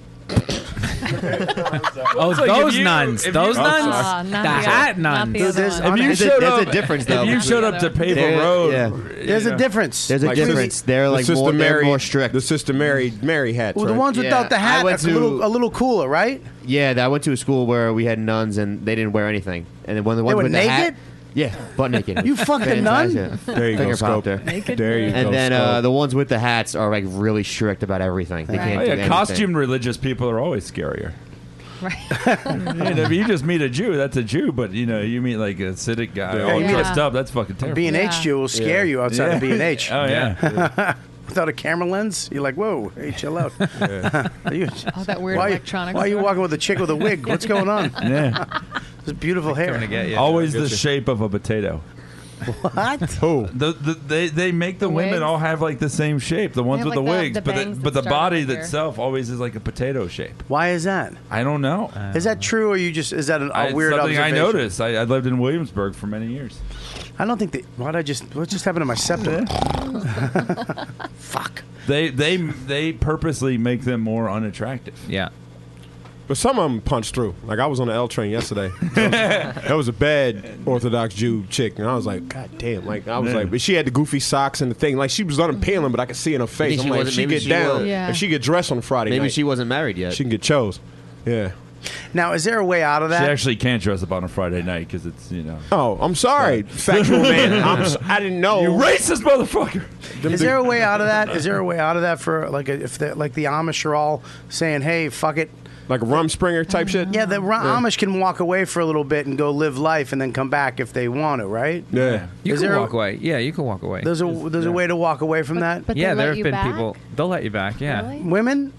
H: Oh,
D: It's like
H: those
D: if you-
H: nuns.
D: if
H: Those
D: you-
H: nuns.
D: Oh, sorry.
H: the
D: Not the other-
H: hat
D: not
H: nuns.
D: the other There's- one.
J: If you
D: There's a-
J: showed
D: there's a
J: up,
D: difference, though,
J: If you
D: between
J: showed
D: the
J: up to
D: other.
J: Paper
D: There-
J: Road,
D: yeah.
J: you
D: There's a
J: know.
D: difference.
J: There's a difference. They're,
I: the
J: like,
I: Sister
J: more- they're
I: Mary,
J: more
I: strict. The Sister Mary Mary hats.
D: Well, the
I: right?
D: ones without the
M: I
D: hat,
M: went
D: that's a little
M: to-
D: a little cooler, right?
M: Yeah, that- I went to a school where we had nuns and they didn't wear anything. And then when the
D: They
M: one
D: were
M: with the hat-
D: naked?
M: yeah, butt naked.
D: You fucking nun?
M: Fantastic.
D: There you go,
M: Finger
D: Scope.
M: popped her.
D: Naked There you nun.
M: And
D: go,
M: then uh,
D: Scope.
M: the ones with the hats are like really strict about everything. They can't
J: Oh,
M: do
J: yeah,
M: anything.
J: costumed religious people are always scarier. Right. if you just meet a Jew, that's a Jew. But you know, you meet like a Siddic guy,
D: Yeah,
J: all
D: you meet a-
J: dressed up. That's fucking
D: A
J: terrible.
D: B and H Jew will scare you outside of B and H.
J: Oh yeah.
D: Without a camera lens, you're like, whoa, hey, chill out. Are you-
G: Oh, that weird
D: why,
G: electronic
D: Why are you
G: stuff.
D: walking with a chick with a wig? What's going on?
J: Yeah.
D: This beautiful hair.
J: Always the shape of a potato.
D: What?
J: Who? The, the, they they make the women
D: Wigs?
J: all have like the same shape. The ones
D: have,
J: with
D: like, the-
J: the, wigs,
D: the
J: but the,
D: bangs that
J: but the
D: start up
J: body
D: here.
J: itself always is like a potato shape.
D: Why is that?
J: I don't know.
D: Is that true, or you just is that an, a
J: I- it's
D: weird
J: something I
D: observation?
J: noticed. I, I lived in Williamsburg for many years.
D: I don't think that. Why did I just? What just happened to my septum?
J: They they they purposely make them more unattractive.
H: Yeah.
I: But some of them punch through. Like I was on the L train yesterday. That was, that was a bad Orthodox Jew chick, and I was like, God damn! Like I was
J: Yeah.
I: like, but she had the goofy socks and the thing. Like she was unappealing, but I could see in her face.
M: Maybe
I: I'm like,
M: she
I: if
M: wasn't-
I: she
M: maybe
I: get
M: she
I: down,
M: was- Yeah.
I: if she get dressed on Friday
M: Maybe
I: night,
M: she wasn't married yet.
I: she can get chose. Yeah.
D: Now, is there a way out of that?
J: She actually can't dress up on a Friday night because it's you know.
I: Oh, I'm sorry, factual man. I'm, s- I didn't know.
J: You racist motherfucker.
D: Is there a way out of that? Is there a way out of that for like a, if the, like the Amish are all saying, "Hey, fuck it,"
I: like a Rumspringer type shit?
D: Yeah, the Ra-
I: Yeah.
D: Amish can walk away for a little bit and go live life and then come back if they want to, right?
I: Yeah.
H: You
D: Is
H: can
D: there a-
H: walk away. Yeah, you can walk away.
D: There's a there's a way to walk away from that.
H: yeah, there have been people. They'll let you back. Yeah.
D: Women?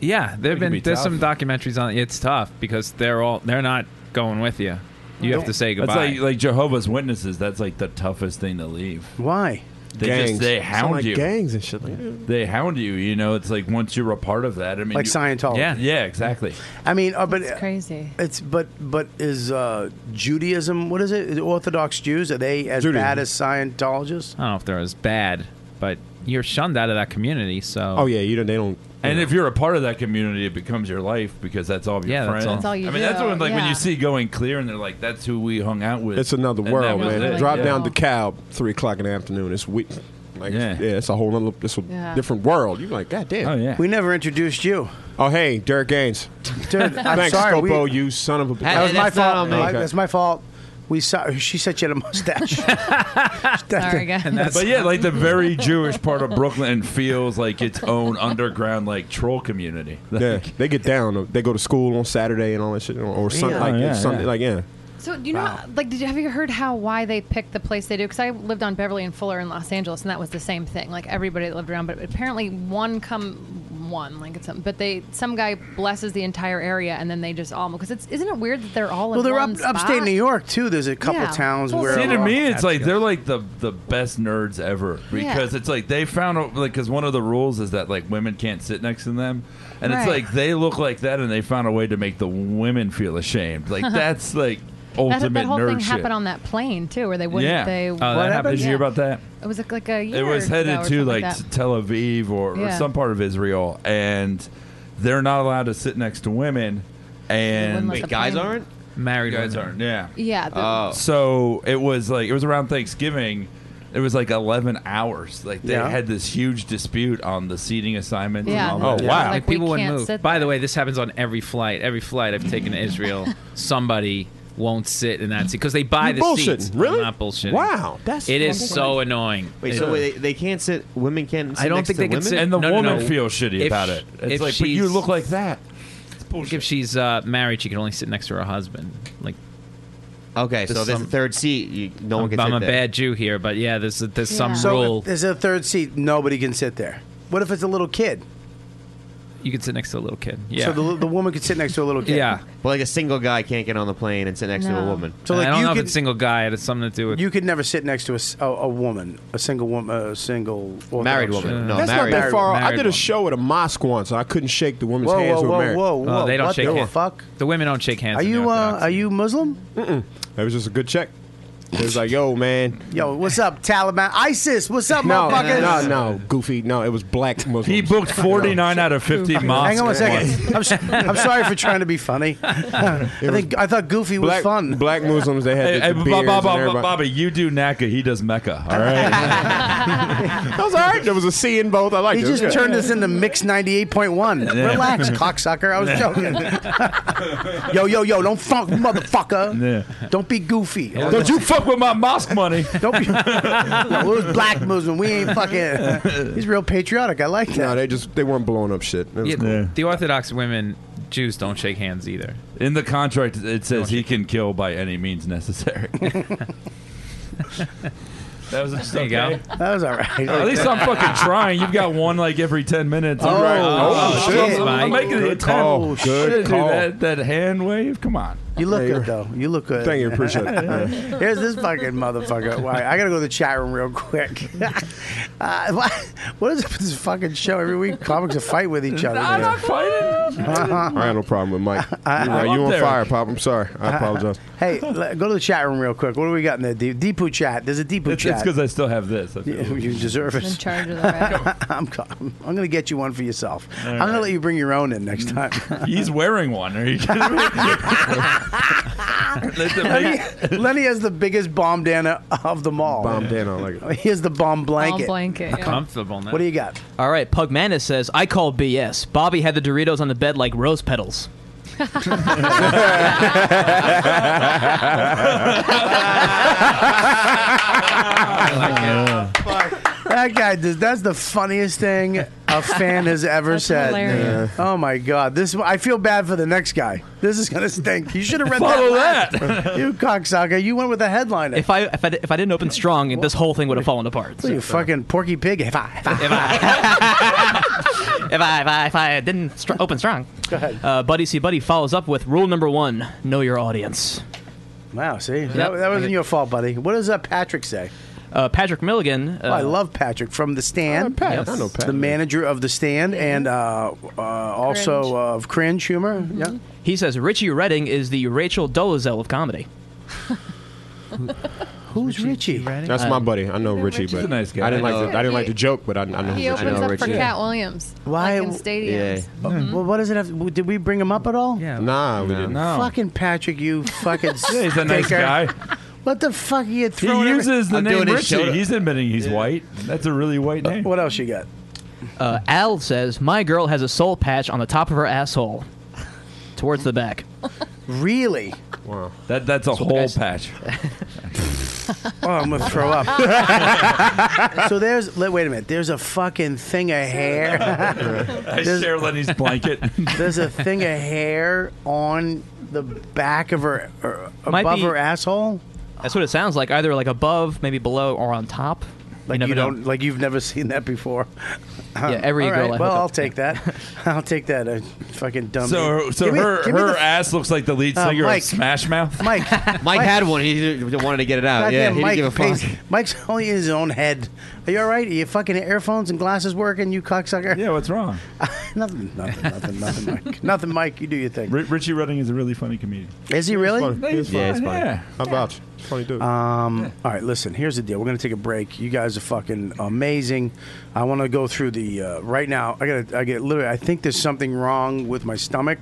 H: Yeah, there
D: It can
H: have been
D: be
H: there's
D: tough.
H: some documentaries on it. It's tough because they're all they're not going with you. You have to say goodbye.
J: That's like, like Jehovah's Witnesses. That's like the toughest thing to leave.
D: Why?
J: They just they
I: Sound
J: hound
I: like
J: you.
I: Gangs and shit like that.
J: They hound you. You know, it's like once you're a part of that. I mean,
D: Like
J: you-
D: Scientology.
J: Yeah, yeah, exactly.
D: I mean, uh, but
G: It's crazy.
D: It's but but is uh, Judaism? What is it? Is Orthodox Jews are they as
H: Judaism.
D: bad as Scientologists?
H: I don't know if they're as bad, but you're shunned out of that community. So
I: Oh yeah, you don't. They don't.
J: And if you're a part of that community, it becomes your life because that's all of your
H: Yeah, that's
J: friends.
H: all. That's all you
J: I mean,
H: do,
J: that's what like when
H: yeah.
J: you see going clear, and they're like, "That's who we hung out with."
I: It's another
J: And that
I: world,
J: was
I: man.
J: it.
I: Drive
J: Yeah.
I: down to Cal three o'clock in the afternoon. It's we, like, yeah. it's a whole other, it's a
D: Yeah.
J: Oh,
I: different world. You're like, God damn.
D: We never introduced you.
I: Oh, hey, Derek Gaines.
D: Dude, I'm
I: Thanks,
D: sorry, we-
I: Scopo, you son of a.
D: That was my fault. My-
I: Okay.
D: That's my fault. We saw. She said she had a mustache.
G: Sorry, guys.
J: but yeah, like the very Jewish part of Brooklyn feels like its own underground like troll community.
I: Yeah, they get down. They go to school on Saturday and all that shit, or, or Sun,
J: Really?
I: like
J: Oh, yeah,
I: Sunday,
J: yeah.
I: like yeah.
G: So do you know, like, did you have you heard how why they picked the place they do? Because I lived on Beverly and Fuller in Los Angeles, and that was the same thing. Like everybody that lived around, but apparently one come one, like it's some. But they some guy blesses the entire area, and then they just all because it's isn't it weird that they're all
D: well,
G: in
D: they're
G: one
D: up,
G: spot?
D: upstate New York too. There's a couple
G: Yeah.
D: towns
G: Well,
D: where
J: See to me, it's like they're like the the best nerds ever
G: Yeah.
J: because it's like they found out like because one of the rules is that like women can't sit next to them, and it's
G: Right.
J: like they look like that and they found a way to make the women feel ashamed. Like that's like
G: That,
J: ultimate
G: that whole
J: nerd
G: thing
J: shit.
G: happened on that plane too, where they wouldn't.
J: yeah,
G: They,
J: oh, that happened. Did you hear about that?
G: It was like, like a year.
J: it was
G: ago or
J: headed to
G: something
J: like,
G: that.
J: Tel Aviv or,
G: Yeah.
J: or some part of Israel, and they're not allowed to sit next to women. And
G: wouldn't let Wait, the guys plane- aren't?
J: married. Guys aren't. Yeah.
G: Yeah, the- Oh.
J: So it was like it was around Thanksgiving. It was like eleven hours. Like they
H: Yeah.
J: had this huge dispute on the seating assignments.
G: Yeah.
J: And all that.
H: Like people would move. By the way, this happens on every flight. Every flight I've taken to Israel, somebody won't sit in that seat because they buy
M: You're
H: the
M: bullshit.
H: seats.
M: Really?
H: I'm not bullshitting.
M: Wow, that's
H: it is
M: fucking-
H: so annoying.
M: Wait,
H: It-
M: so they, they can't sit. Women can't. Sit
H: I don't
M: next
H: think
M: to
H: they can
M: women?
H: sit. no, no, no. If sh- if she's-
J: like that.
H: If she's uh, married, she can only sit next to her husband. Like,
M: okay, so there's a third seat. no one
H: I'm,
M: can
H: I'm
M: sit
H: a
M: there.
H: bad Jew here, but yeah, there's there's some
D: so
H: rule.
D: If there's a third seat. Nobody can sit there. What if it's a little kid?
H: You can sit next to a little kid.
D: So
H: Yeah.
D: the, the woman could sit next to a little kid.
H: Yeah.
M: But like a single guy can't get on the plane and sit next to a
D: No.
M: woman.
D: So, like,
H: I don't
D: you
H: know if
D: could-
H: it's single guy. It has something to do with.
D: You could never sit next to a, s- a- a woman, a single woman, a single
M: Married
D: Orthodox
M: woman.
I: That's not that far. off. I did a
D: woman.
I: show at a mosque once, and I couldn't shake the woman's
D: Whoa,
I: hands.
D: whoa,
I: who were
D: whoa,
I: married.
D: whoa, whoa.
H: Oh, they don't
D: What
H: shake
D: the
H: hands.
D: fuck?
H: The women don't shake hands.
D: Are
H: in the
D: you uh,
H: Orthodox.
D: are you Muslim?
I: Mm-mm. That was just a good check. It was like, yo, man.
D: Yo, what's up, Taliban? ISIS, what's up,
I: No,
D: motherfuckers?
I: no, no, goofy. No, it was black Muslims. He
J: booked 49 out of 50
D: Hang on one second. I'm, s- I'm sorry for trying to be funny. I think I thought Goofy was
J: Black-
D: fun.
I: Black Muslims, they
J: Hey,
I: had
J: hey,
I: the, the beards
J: Bob, Bob,
I: and
J: Bob,
I: everybody-
J: Bobby, you do NACA, he does Mecca. All right.
I: That was all right. There was a C in both. I like
D: He
I: it. It was
D: just
I: good.
D: turned us into Mix 98.1.
I: Yeah.
D: Relax, cocksucker. I was
I: Yeah.
D: joking. yo, yo, yo, don't funk, motherfucker. Don't be goofy.
J: Don't you fuck with my mosque money.
D: Don't be. no, it was black Muslim. We ain't fucking. He's real patriotic. I like that.
I: No, they just they weren't blowing up shit. It was
H: Yeah,
I: cool.
H: The Orthodox women, Jews, don't shake hands either.
J: In the contract, it says he can kill by any means necessary. that was just
H: There you go.
J: okay.
D: That was all right.
J: At least I'm fucking trying. You've got one like every ten minutes.
D: Oh,
J: All right.
D: oh, shit.
J: I'm, I'm making the
D: Good
J: attempt.
D: call.
J: Oh,
D: Good
J: shit, dude,
D: call.
J: That, that hand wave. Come on.
D: You look good though. You look good.
J: Thank you, appreciate it. Yeah.
D: Here's this fucking motherfucker. Why? I gotta go to the chat room real quick. uh, what, what is up with this fucking show? Every week comics are fight with each other.
J: I'm
I: I
J: not fighting.
I: had no problem with Mike. you
D: I- I-
I: you
D: I'm
I: on
D: there.
I: fire, Pop. I'm sorry. I apologize.
D: hey, le- go to the chat room real quick. What do we got in there? Deep- Deepu chat. There's a Deepu
J: It's
D: chat.
J: because I still have this. I feel
D: Yeah, you deserve it.
G: In charge of that.
D: I'm, co- I'm going to get you one for yourself.
J: All
D: I'm going to
J: right.
D: let you bring your own in next time.
J: He's wearing one. Are you kidding me? That's a
D: Lenny,
J: big-
D: Lenny has the biggest bomb dana of them all.
I: Bomb dana, I like
D: it. He has the bomb blanket.
G: blanket.
H: Comfortable now.
D: What do you got?
N: All right, Pug Madness says, I call BS. Bobby had the Doritos on the bed like rose petals.
D: That guy does. That's the funniest thing a fan has ever said.
I: hilarious.
D: Oh my god! This I feel bad for the next guy. This is gonna stink. You should have read
N: Follow
D: that. last.
N: that.
D: you cocksucker! You went with a headliner.
N: If I if I, if I didn't open strong, this whole thing would have fallen apart.
D: you fucking Porky Pig. If I, if I,
N: if I, if I, if I, if I didn't str- open strong. Go ahead. Uh, Buddy See Buddy follows up with rule number one know your audience.
D: Wow, see? That, that wasn't your fault, buddy. What does uh, Patrick say?
N: Uh, Patrick Milligan.
D: Oh,
N: uh,
D: I love Patrick from The Stand.
N: Pat. Yep. I know Pat.
D: The manager of The Stand and uh, uh, also uh, of Cringe Mm-hmm. Humor. Yeah.
N: He says Richie Redding is the Rachel Dolezal of comedy.
D: Who's Richie?
I: That's my buddy. I know Richie, but I didn't like the, I didn't like the joke, but I, I know
G: He
I: Richie.
G: opens up for Cat Williams.
D: Why?
G: Like in stadiums.
D: Uh, Well, what does it have? w- Did we bring him up at all? Yeah.
I: Nah, we didn't.
D: Fucking Patrick, you fucking.
J: Oh. Yeah, he's a nice
D: stinker.
J: guy.
D: What the fuck are you
J: He
D: throwing? every-
J: Uh, uses the name Richie. He's admitting he's white. That's a really white name.
D: What else you got?
N: Uh, Al says, "My girl has a soul patch on the top of her asshole, towards the back."
D: Really?
J: Wow. That that's a
N: That's what
J: whole
N: guys-
J: patch.
D: Oh, I'm gonna throw up. so there's le- wait a minute. There's a fucking thing of hair.
J: I
D: There's-
J: share Lenny's blanket.
D: There's a thing of hair on the back of her, or
N: Might
D: above
N: be-
D: her asshole.
N: That's what it sounds like. Either like above, maybe below, or on top.
D: Like
N: never
D: you
N: know.
D: don't, like you've never seen that before.
N: Yeah, every
D: All
N: girl I
D: right,
N: hook
D: well,
N: up
D: I'll take that. I'll take that. uh fucking dumb.
J: So so her her ass looks like the lead
D: Uh,
J: singer
D: Mike.
J: of Smash Mouth.
D: Mike.
J: Mike had
D: one.
L: He wanted to get it out.
D: Goddamn
L: yeah, he
D: Mike
L: didn't give a
D: pays-
L: fuck.
D: Mike's only in his own head. Are you all right? Are your fucking earphones and glasses working, you cocksucker?
J: Yeah, what's wrong?
D: nothing, nothing, nothing, nothing, Mike. Nothing, Mike. You do your thing.
J: Richie Redding is a really funny comedian.
D: Is he really?
I: fun. He was Yeah, fun. he's funny. Yeah. I vouch.
D: Funny dude. Um, All right, listen. Here's the deal. We're gonna take a break. You guys are fucking amazing. I want to go through the uh, right now. I gotta. I get literally. I think there's something wrong with my stomach.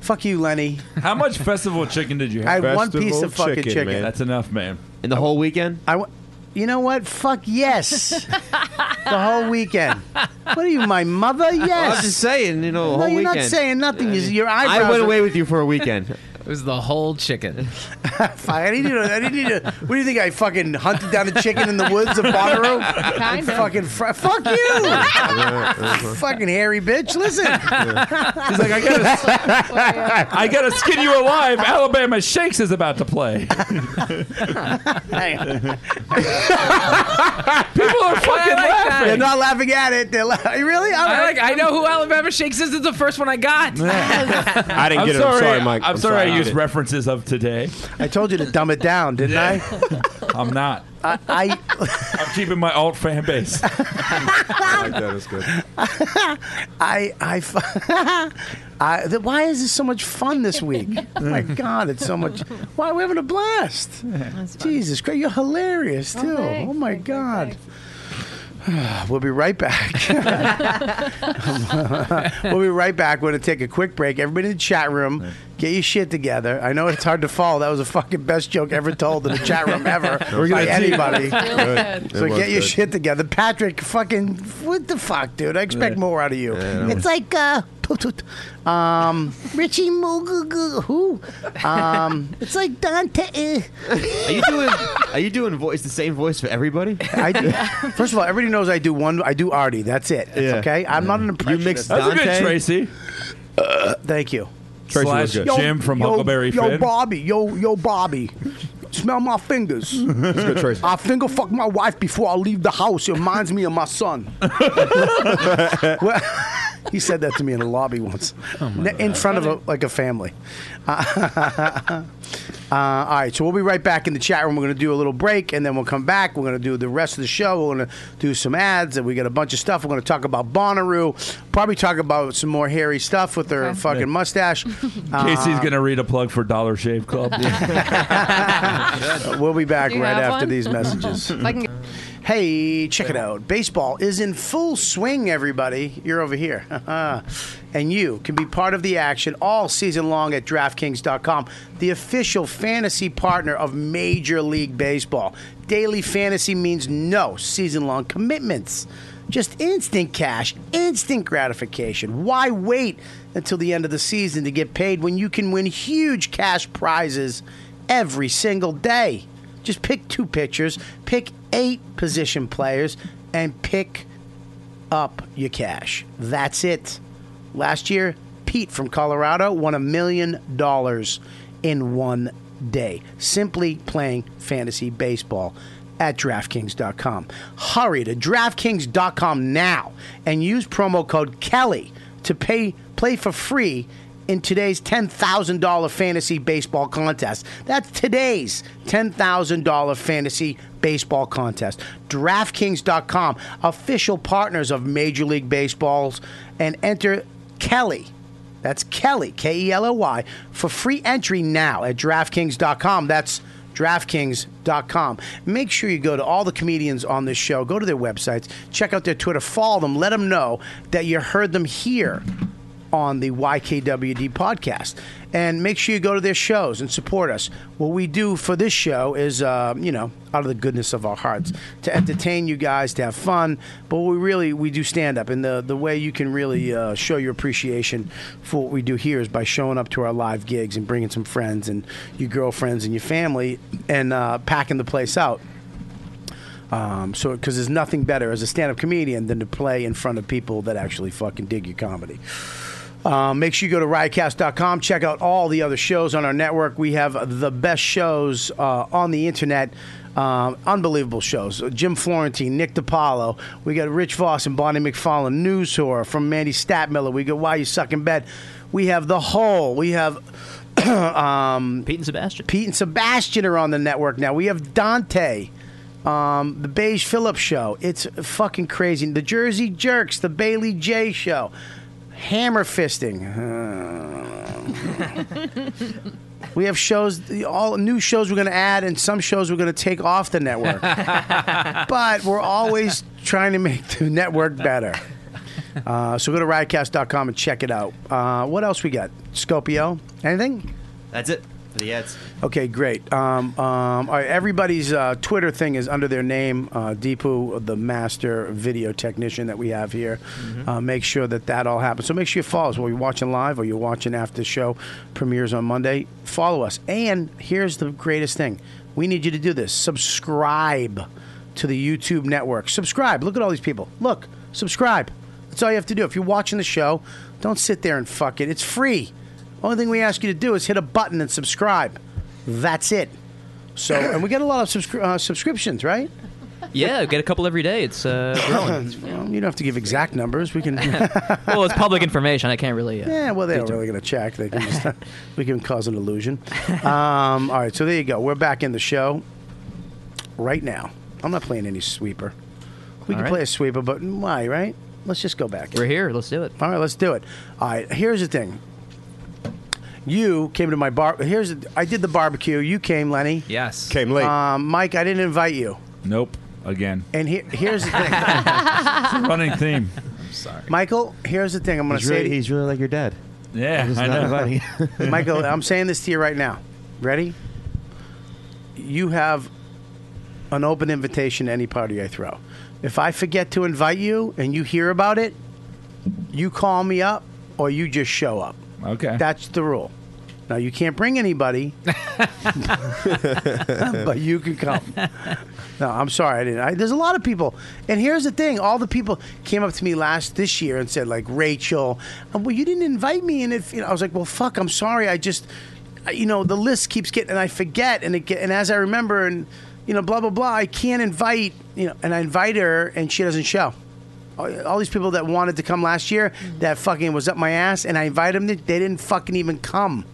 D: Fuck you, Lenny.
J: How much festival chicken did you
D: I
J: have?
D: had one piece of fucking chicken.
J: That's enough, man.
D: In the whole weekend? I w- you know what? Fuck yes. the whole weekend. What are you, my mother? Yes.
L: Well, I was just saying, you know, the
D: no,
L: whole
D: you're not
L: weekend.
D: saying nothing. You- your eyebrows.
L: I went
D: are-
L: away with you for a weekend.
M: It was the whole chicken.
D: Fine. I didn't need to. I didn't need to. What do you think? I fucking hunted down a chicken in the woods of Bonnaroo.
G: Kinda.
D: Fucking fr- fuck
L: uh-huh.
D: you. fucking hairy bitch. Listen.
J: He's like, I gotta, I gotta skin you alive. Alabama Shakes is about to play. People are fucking
M: laughing.
D: They're not laughing at it. They're la- really. All
M: I
D: right.
M: like-
N: I know who Alabama Shakes is. It's the first one I got.
J: I
I: didn't get it. I'm sorry, Mike.
J: I'm,
I: I'm
J: sorry,
I: sorry.
J: I
I: I
J: used
I: did.
J: references of today.
D: I told you to dumb it down, didn't
J: I? I'm not.
D: I, I
J: I'm keeping my alt fan base. I like that. It's good.
D: I, I, f- I th- why is this so much fun this week? oh my God, it's so much. Why we're having a blast? Jesus Christ, you're hilarious too. Oh,
F: thanks,
D: my God. We'll be right back. we'll be right back. We're going to take a quick break. Everybody in the chat room, get your shit together. I know it's hard to follow. That was the fucking best joke ever told in the chat room ever
F: We're
D: by
F: gonna take-
D: anybody.
F: Good.
D: So
F: It was
D: get your
F: good.
D: shit together. Patrick, fucking, what the fuck, dude? I expect
F: Yeah.
D: more out of you.
F: Yeah.
D: It's like, uh, toot, toot. um, Richie Moogoo, who? Um, it's like Dante. eh.
L: Are you doing? Are you doing voice the same voice for everybody?
D: I do, first of all, everybody knows I do one. I do Artie. That's it. That's
L: Yeah.
D: okay. I'm not an impressionist.
L: mix That's a good Dante?
J: Tracy.
D: thank you.
J: Tracy was Slash good. Jim from
D: yo,
J: Huckleberry
D: yo,
J: Finn.
D: Bobby. Yo, yo, Bobby. Smell my fingers.
J: good, Tracy.
D: I finger fuck my wife before I leave the house. It reminds me of my son. well, he said that to me in the lobby once, in front of a, like a family. Uh, uh, all right, so we'll be right back in the chat room. We're going to do a little break, and then we'll come back. We're going to do the rest of the show. We're going to do some ads, and we got a bunch of stuff. We're going to talk about Bonnaroo, probably talk about some more hairy stuff with her fucking mustache.
J: Casey's
D: Uh,
J: gonna read a plug for Dollar Shave Club.
D: Uh, We'll be back
J: Do you
D: right
J: have
D: after
J: one?
D: these messages.
J: If I can
D: hey, check it out. Baseball is in full swing, everybody. You're over here. and you can be part of the action all season long at DraftKings.com, the official fantasy partner of Major League Baseball. Daily fantasy means no season long commitments. Just instant cash, instant gratification. Why wait until the end of the season to get paid when you can win huge cash prizes every single day? Just pick two pitchers, pick eight position players, and pick up your cash. That's it. Last year, Pete from Colorado won a million dollars in one day simply playing fantasy baseball at DraftKings.com. Hurry to DraftKings.com now and use promo code Kelly to pay play for free in today's $10,000 fantasy baseball contest. That's today's $10,000 fantasy baseball contest. DraftKings.com, official partners of Major League Baseballs, and enter Kelly. That's Kelly, K E L L Y, for free entry now at DraftKings.com. That's DraftKings.com. Make sure you go to all the comedians on this show, go to their websites, check out their Twitter, follow them, let them know that you heard them here on the YKWD podcast. And make sure you go to their shows and support us. What we do for this show is, uh, you know, out of the goodness of our hearts, to entertain you guys, to have fun. But we really we do stand up, and the the way you can really uh, show your appreciation for what we do here is by showing up to our live gigs and bringing some friends and your girlfriends and your family and uh, packing the place out. Um, so, because there's nothing better as a stand-up comedian than to play in front of people that actually fucking dig your comedy. Um, make sure you go to riotcast.com. Check out all the other shows on our network. We have the best shows uh, on the internet. Um, unbelievable shows. Jim Florentine, Nick DiPaolo. We got Rich Voss and Bonnie McFarlane. News Whore from Mandy Statmiller. We got Why You Suck in Bed. We have The Hole. We have um, Pete and Sebastian. Pete and Sebastian are on the network now. We have Dante, um, the Beige Phillips show. It's fucking crazy. The Jersey Jerks, the Bailey J show, Hammer Fisting. Uh, we have shows, all new shows we're going to add, and some shows we're going to take off the network. but we're always trying to make the network better. Uh, so go to riotcast.com and check it out. Uh, what else we got? Scopio? Anything?
L: That's it for the ads.
D: Okay, great. Um, um, all right, everybody's uh, Twitter thing is under their name. Uh, Deepu, the master video technician that we have here, uh, make sure that that all happens. So make sure you follow us while you're watching live or you're watching after the show premieres on Monday. Follow us. And here's the greatest thing we need you to do this subscribe to the YouTube network. Subscribe. Look at all these people. Look, subscribe. That's all you have to do. If you're watching the show, don't sit there and fuck it. It's free. Only thing we ask you to do is hit a button and subscribe. That's it. So, and we get a lot of subscri- uh, subscriptions, right?
N: Yeah, get a couple every day. It's uh, growing.
D: Well, you don't have to give exact numbers. We can.
N: well, it's public information. I can't really. Uh,
D: yeah, well, they're not
N: speak to-
D: really going to check. They can just, we can cause an illusion. Um, all right, so there you go. We're back in the show right now. I'm not playing any sweeper. We
N: All
D: can
N: right.
D: play a sweeper, but why, right? Let's just go back.
N: We're here. Let's do it.
D: All right, let's do it. All right, here's the thing. You came to my bar. Here's the, I did the barbecue. You came, Lenny.
H: Yes.
D: Came late.
L: Uh,
D: Um, Mike, I didn't invite you.
J: Nope. Again.
D: And he- here's the thing.
J: It's a running theme. I'm sorry.
D: Michael, here's the thing I'm going to
J: He's
D: say.
J: really-
D: to you.
J: he's
L: really like your dad.
J: Yeah,
L: It's
J: I
L: not
J: know.
L: funny.
D: Michael, I'm saying this to you right now. Ready? You have an open invitation to any party I throw. If I forget to invite you and you hear about it, you call me up or you just show up.
J: Okay.
D: That's the rule. Now, you can't bring anybody, but you can come. No, I'm sorry. I didn't. I, there's a lot of people, and here's the thing: all the people came up to me last this year and said, like, Rachel, uh, well, you didn't invite me, and if you know, I was like, well, fuck, I'm sorry. I just, I- you know, the list keeps getting, and I forget, and it get, and as I remember, and you know, blah blah blah. I can't invite, you know, and I invite her, and she doesn't show. Oh, All all these people that wanted to come last year, that fucking was up my ass, and I invited them. They didn't fucking even come.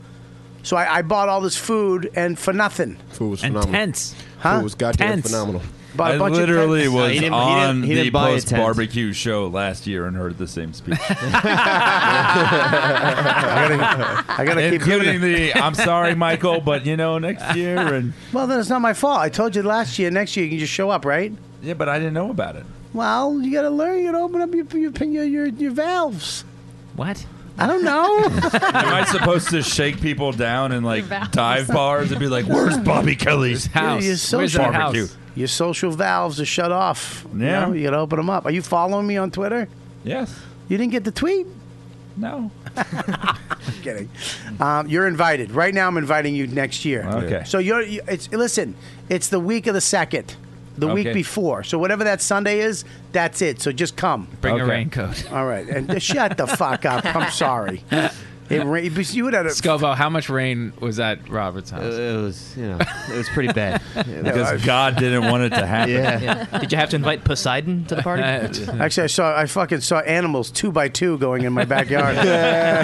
D: So I, I bought all this food and for nothing.
I: Food was phenomenal.
D: Huh?
I: Food was goddamn
D: Tense.
I: phenomenal.
D: Bought a
J: I
D: bunch of
J: literally
D: tents. No,
J: was
D: he didn't- he
J: on
D: didn't- he
J: the
D: didn't buy a
J: post
D: tent.
J: barbecue show last year and heard the same speech.
D: I gotta keep
J: including
D: doing
J: the
D: it.
J: I'm sorry, Michael, but you know next year and
D: Well, then it's not my fault. I told you last year. Next year, you can just show up, right?
J: yeah, but I didn't know about it.
D: Well, you got to learn. You got to open up your your your, your, your valves.
N: What?
D: I don't know.
J: Am I supposed to shake people down in like dive bars and be like, "Where's Bobby Kelly's house?
D: Your, your
J: Where's
D: social,
J: barbecue?"
D: your social valves are shut off.
J: Yeah.
D: You, know, you got to open them up. Are you following me on Twitter?
J: Yes.
D: You didn't get the tweet?
J: No.
D: I'm kidding. Um, you're invited. Right now, I'm inviting you next year.
J: Okay.
D: So you're, you, it's listen. It's the week of the second, the week
J: Okay.
D: before. So whatever that Sunday is, that's it. So just come.
H: Bring a raincoat.
D: All right, and shut the fuck up. I'm sorry. It ra- but you would have
H: Scovo, how much rain was at Robert's house? It was, you know, it was pretty bad.
J: Because God didn't want it to happen.
N: Did you have to invite Poseidon to the party?
H: Uh,
D: Actually, I saw I fucking saw animals two by two going in my backyard.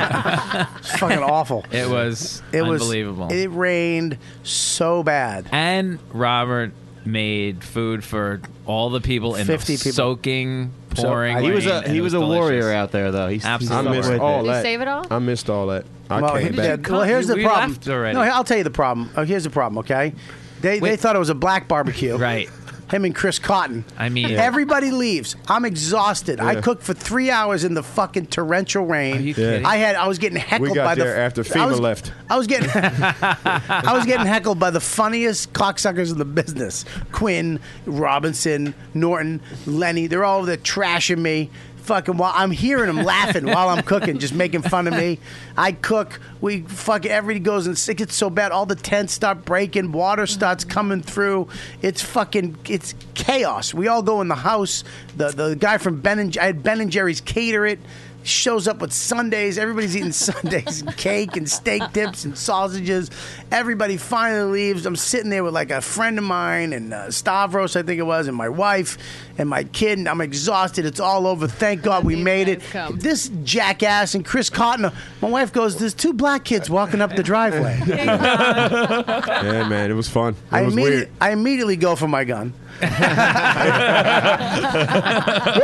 D: it's fucking awful.
H: It was
D: It was
H: unbelievable.
D: It rained so bad.
H: and Robert made food for all the people in
D: 50
H: the
D: people.
H: soaking, pouring.
M: he was
H: rain,
M: a
H: and
M: he
H: it
M: was, a
H: delicious.
M: warrior out there though. He's
H: Absolutely. I
M: He's
H: missed
M: with
I: all
M: it.
I: Did you
O: that. save it all?
I: I missed all that. I
D: well,
I: came
D: he-
I: back.
D: yeah, well, here's the
I: We
D: problem.
I: left already.
D: No, I'll tell you the problem. Oh, here's the problem. Okay, they they thought it was a black barbecue.
H: Right.
D: Him and Chris Cotton.
H: I mean,
D: Everybody leaves. I'm exhausted. I
I: Yeah.
D: cooked for three hours in the fucking torrential rain.
I: kidding?
D: I had. I was getting heckled
I: We got
D: by
I: there
D: the
I: after
D: I
I: FEMA
D: was-
I: left.
D: I was getting I was getting heckled by the funniest cocksuckers in the business. Quinn, Robinson, Norton, Lenny, they're all over there trashing me. Fucking while I'm hearing them laughing while I'm cooking, just making fun of me. I cook. We fuck. Everybody goes and it gets so bad. All the tents start breaking. Water starts coming through. It's fucking. It's chaos. We all go in the house. The the guy from Ben and I had Ben and Jerry's cater it shows up with Sundays. Everybody's eating Sundays and cake and steak dips and sausages. Everybody finally leaves. I'm sitting there with like a friend of mine and uh, Stavros, I think it was, and my wife and my kid. And I'm exhausted. It's all over. Thank God we made it. This jackass and Chris Cotton. My wife goes, "There's two black kids walking up the driveway."
I: yeah, man, it was fun. It
D: I,
I: was
D: immedi-
I: weird.
D: I immediately go for my gun.
I: what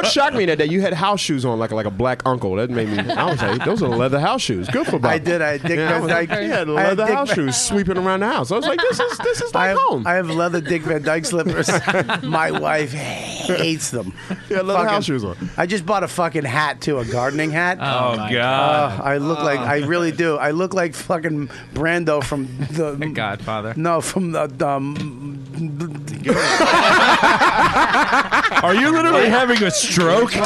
I: shocked me that day, you had house shoes on, like like a black uncle. That made me. I was like, those are leather house shoes. Good for Bob.
D: I did. I dick.
I: Yeah, I was
D: Van
I: like,
D: Dyke.
I: he had
D: I had
I: leather
D: Dick
I: house
D: Van-
I: shoes sweeping around the house. I was like, this is this is
D: I
I: like
D: have,
I: home.
D: I have leather Dick Van Dyke slippers. My wife hates them.
I: Yeah, leather house shoes on.
D: I just bought a fucking hat too, a gardening hat.
I: Oh, Oh, my God. Oh.
D: Uh, I look like I really do. I look like fucking Brando from the
H: Godfather.
D: No, from the um,
J: Are you literally having a stroke?
D: the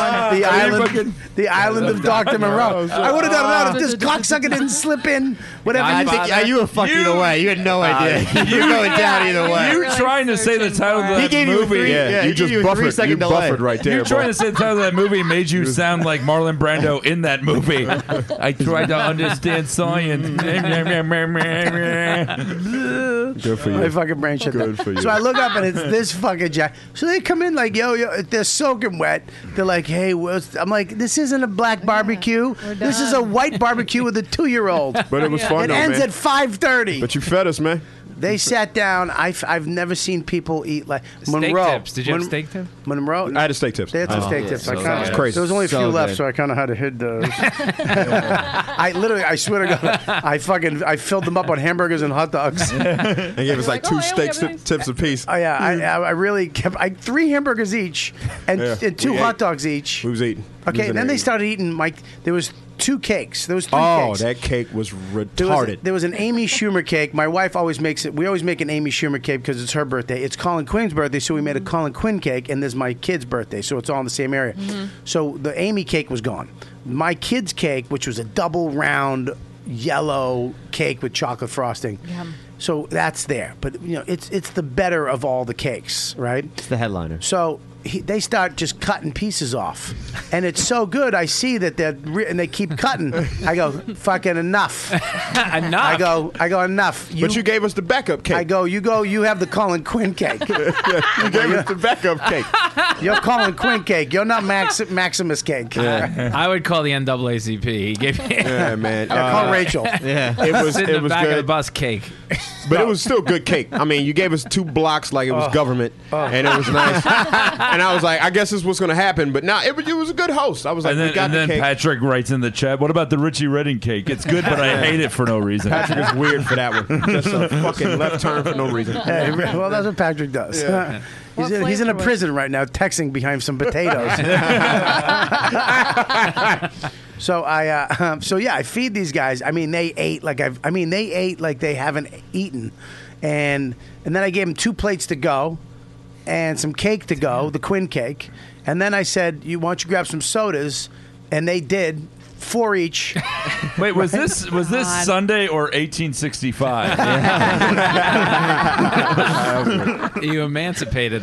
D: island, the island of Doctor Monroe.
I: Oh,
D: I would have done that if this cocksucker didn't slip in. Whatever.
M: I think yeah, you were fucked either way. You had no idea. you were going down either way.
J: You trying to say the title of
M: He
J: that
M: gave you a
J: movie?
M: three- Yeah, yeah, he you just gave you a buffered- three-second you delay. buffered right there,
J: You trying
M: boy.
J: to say the title of that movie made you sound like Marlon Brando in that movie? I tried to understand science. Mm.
I: Good for
D: My fucking brain shut down.
I: Good for you.
D: So I look up and it's this fucking jack. So they come in like, yo, yo, they're soaking wet. They're like, hey, what's I'm like, this isn't a black barbecue. this is a white barbecue with a two year old.
I: But it was fun
D: It
I: though,
D: ends
I: man.
D: at five thirty.
I: But you fed us, man.
D: They sat down. I've, I've never seen people eat like Monroe. Mon-
H: tip?
D: Monroe.
I: I had a steak tips.
D: They had some steak tips. I
I: It
D: kind
I: was
D: of
I: crazy.
D: There was only a few left, so I kind of had to hit those. I literally, I swear to God, I fucking, I filled them up on hamburgers and hot dogs.
I: They gave us like two steak ti- tips apiece.
D: Oh yeah, I, I I really kept I three hamburgers each and,
I: Hmm. Yeah,
D: and two
I: we
D: hot
I: ate.
D: dogs each.
I: We was eating. We was
D: Okay,
I: in
D: and then
I: there
D: they
I: eating.
D: started eating. Like there was two cakes. There was three
I: Oh,
D: cakes.
I: that cake was
D: There was, a-
I: retarded.
D: there was an Amy Schumer cake. My wife always makes it. We always make an Amy Schumer cake because it's her birthday. It's Colin Quinn's birthday, so we made a Colin Quinn cake, and there's my kid's birthday, so it's all in the same area. So the Amy cake was gone. My kid's cake, which was a double round yellow cake with chocolate frosting. So that's there, but you know it's it's the better of all the cakes, right? It's
M: the headliner.
D: So he, they start just cutting pieces off, and it's so good. I see that they're re- and they keep cutting. I go fucking enough, enough. I go I go enough. You,
I: but you gave us the backup cake.
D: I go you go you have the Colin Quinn cake.
I: you gave us the backup cake.
D: You're Colin Quinn cake. You're not Max Maximus cake.
H: I would call the NAACP. He gave me.
I: Yeah, man.
D: Yeah, call Rachel.
I: Yeah. It was-
H: Sit
I: it
H: in the
I: was
H: back of
I: good.
H: the bus cake.
I: But it was still good cake. I mean, you gave us two blocks like it was government, and it was nice. and I was like, I guess this is what's going to happen. But now nah, it, was- it was a good host. I was like,
J: And then,
I: we got
J: and
I: the
J: then
I: cake.
J: Patrick writes in the chat, "What about the Richie Redding cake? It's good, but I hate it for no reason."
I: Patrick is weird for that one. Just a fucking left turn for no reason.
D: Hey, well, that's what Patrick does.
I: Yeah.
D: He's, in, he's in a prison right now, texting behind some potatoes. so I, uh, so yeah, I feed these guys. I mean, they ate like I've. I mean, they ate like they haven't eaten, and and then I gave them two plates to go, and some cake to go, the Quinn cake, and then I said, "You why don't you grab some sodas?" And they did four each.
J: Wait, was
D: Right?
J: this was this
D: God.
J: Sunday or 1865?
H: you emancipated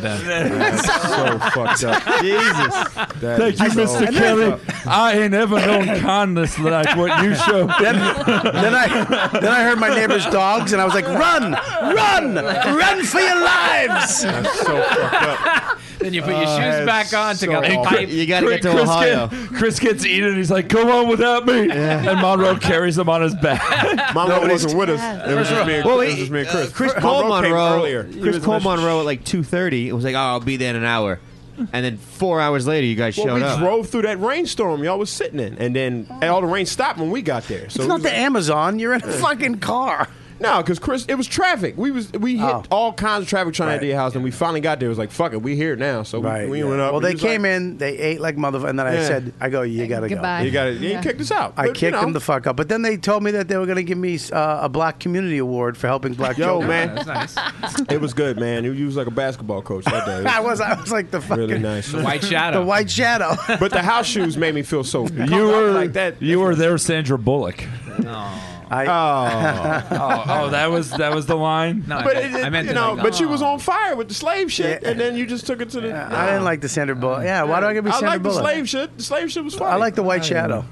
H: them.
I: so fucked up.
H: Jesus.
I: That
J: Thank
I: is
J: you,
I: so
J: Mr.
I: fucked
J: Kelly.
I: up.
J: I ain't ever known kindness like what you showed.
D: then I then I heard my neighbor's dogs, and I was like, "Run, run, run for your lives!"
I: so fucked up.
H: Then you put your
D: Oh,
J: Uh,
H: shoes back on, took out the
J: And
H: pipe.
J: Chris- Chris Get, Chris gets eaten. He's like, "Come on without me," and Monroe carries him on his back.
I: Monroe wasn't with us. It was just me and,
M: Well,
I: it was
M: he-
I: just me and Chris.
M: Chris
I: Monroe
M: Cole
I: came
M: Monroe.
I: earlier. He
M: Chris
I: was
M: Cole
I: in the-
M: Monroe at like two thirty. It was like, oh, I'll be there in an hour, and then four hours later, you guys
I: Well,
M: showed
I: we
M: up.
I: drove through that rainstorm y'all was sitting in, and then and all the rain stopped when we got there. So
D: It's
I: we
D: not
I: was
D: the
I: like-
D: Amazon. You're in a fucking car. Oh.
I: No, because Chris, it was traffic. We was we hit all kinds of traffic trying to get to your house, and we finally got there. It was like, fuck it, we here now. So we-
D: Right,
I: we,
D: yeah.
I: went up.
D: Well,
I: We
D: they
I: was
D: came
I: like,
D: in, they ate like motherfucker, and then I
I: Yeah.
D: said, "I go, you gotta
I: goodbye.
D: go.
I: You gotta- you Yeah. kicked us out. But,
D: I
I: you
D: kicked
I: know.
D: them the fuck out. But then they told me that they were gonna give me uh, a Black Community Award for helping Black
I: Yo,
D: children.
I: man, it was good, man. You you was like a basketball coach that day.
D: I was, I was like the fucking
I: really nice.
D: The white shadow. The white shadow.
I: but the house shoes made me feel so.
J: You were
I: like that.
J: You were there, Sandra Bullock.
I: I-
J: oh. oh, oh, that was that was the line. No,
I: But it, it- you know, but you was on fire with the slave shit, and then you just took it to the.
D: Oh. I didn't like the Sandra Bullock. Yeah, why do I gotta be
I: I
D: Sandra
I: like
D: Bullock?
I: the slave shit. The slave shit was fire.
D: I like the White Shadow.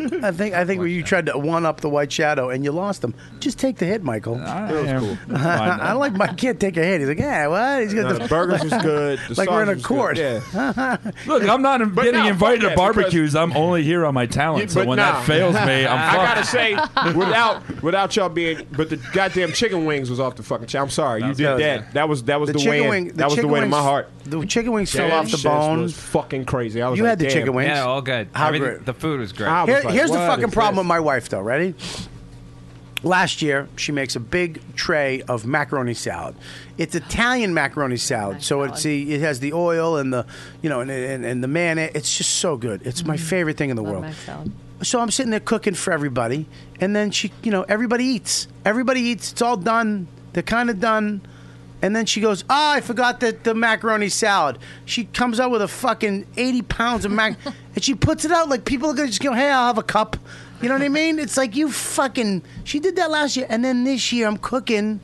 D: I think I think you tried to one up the White Shadow and you lost him. Just take the hit, Michael.
J: I, am. Fine.
D: I like my kid take a hit. He's like, yeah, what? He's
I: No,
D: got
I: the burgers was good. The
D: like we're in
I: sausage
D: a
I: was good.
D: court.
I: Yeah.
J: Look, I'm not getting
I: no,
J: invited
I: fuck
J: to
I: that, because-
J: barbecues. I'm only here on my talent. so
I: But
J: when
I: nah.
J: that fails me, I'm
I: I
J: fucked.
I: gotta say, without without y'all being, but the goddamn chicken wings was off the fucking. Chair. I'm sorry, you did
D: that was
I: that. That was that was the, way. in. that was the
D: chicken
I: way to my
D: wings-
I: heart.
D: The chicken wings fell
I: That
D: off the
I: shit
D: bone.
I: Was fucking crazy. I was
D: You
I: like,
D: had the
I: damn.
D: chicken wings.
H: Yeah, all good.
D: How
H: Everything-
D: great.
H: The food was great.
I: I was
D: Here-
I: like,
D: here's the
I: what
D: fucking
I: is
D: problem
I: this?
D: with my wife, though. Ready? Last year, she makes a big tray of macaroni salad. It's Italian macaroni salad, so it's the, it has the oil and the you know and and, and the mayonnaise. It's just so good. It's
H: Mm-hmm.
D: my favorite thing in the world. So I'm sitting there cooking for everybody, and then she, you know, everybody eats. Everybody eats. It's all done. They're kind of done. And then she goes, "Ah, I forgot the, the macaroni salad." She comes out with a fucking eighty pounds of mac, and she puts it out like people are gonna just go, "Hey, I'll have a cup." You know what I mean? It's like you fucking. She did that last year, and then this year I'm cooking,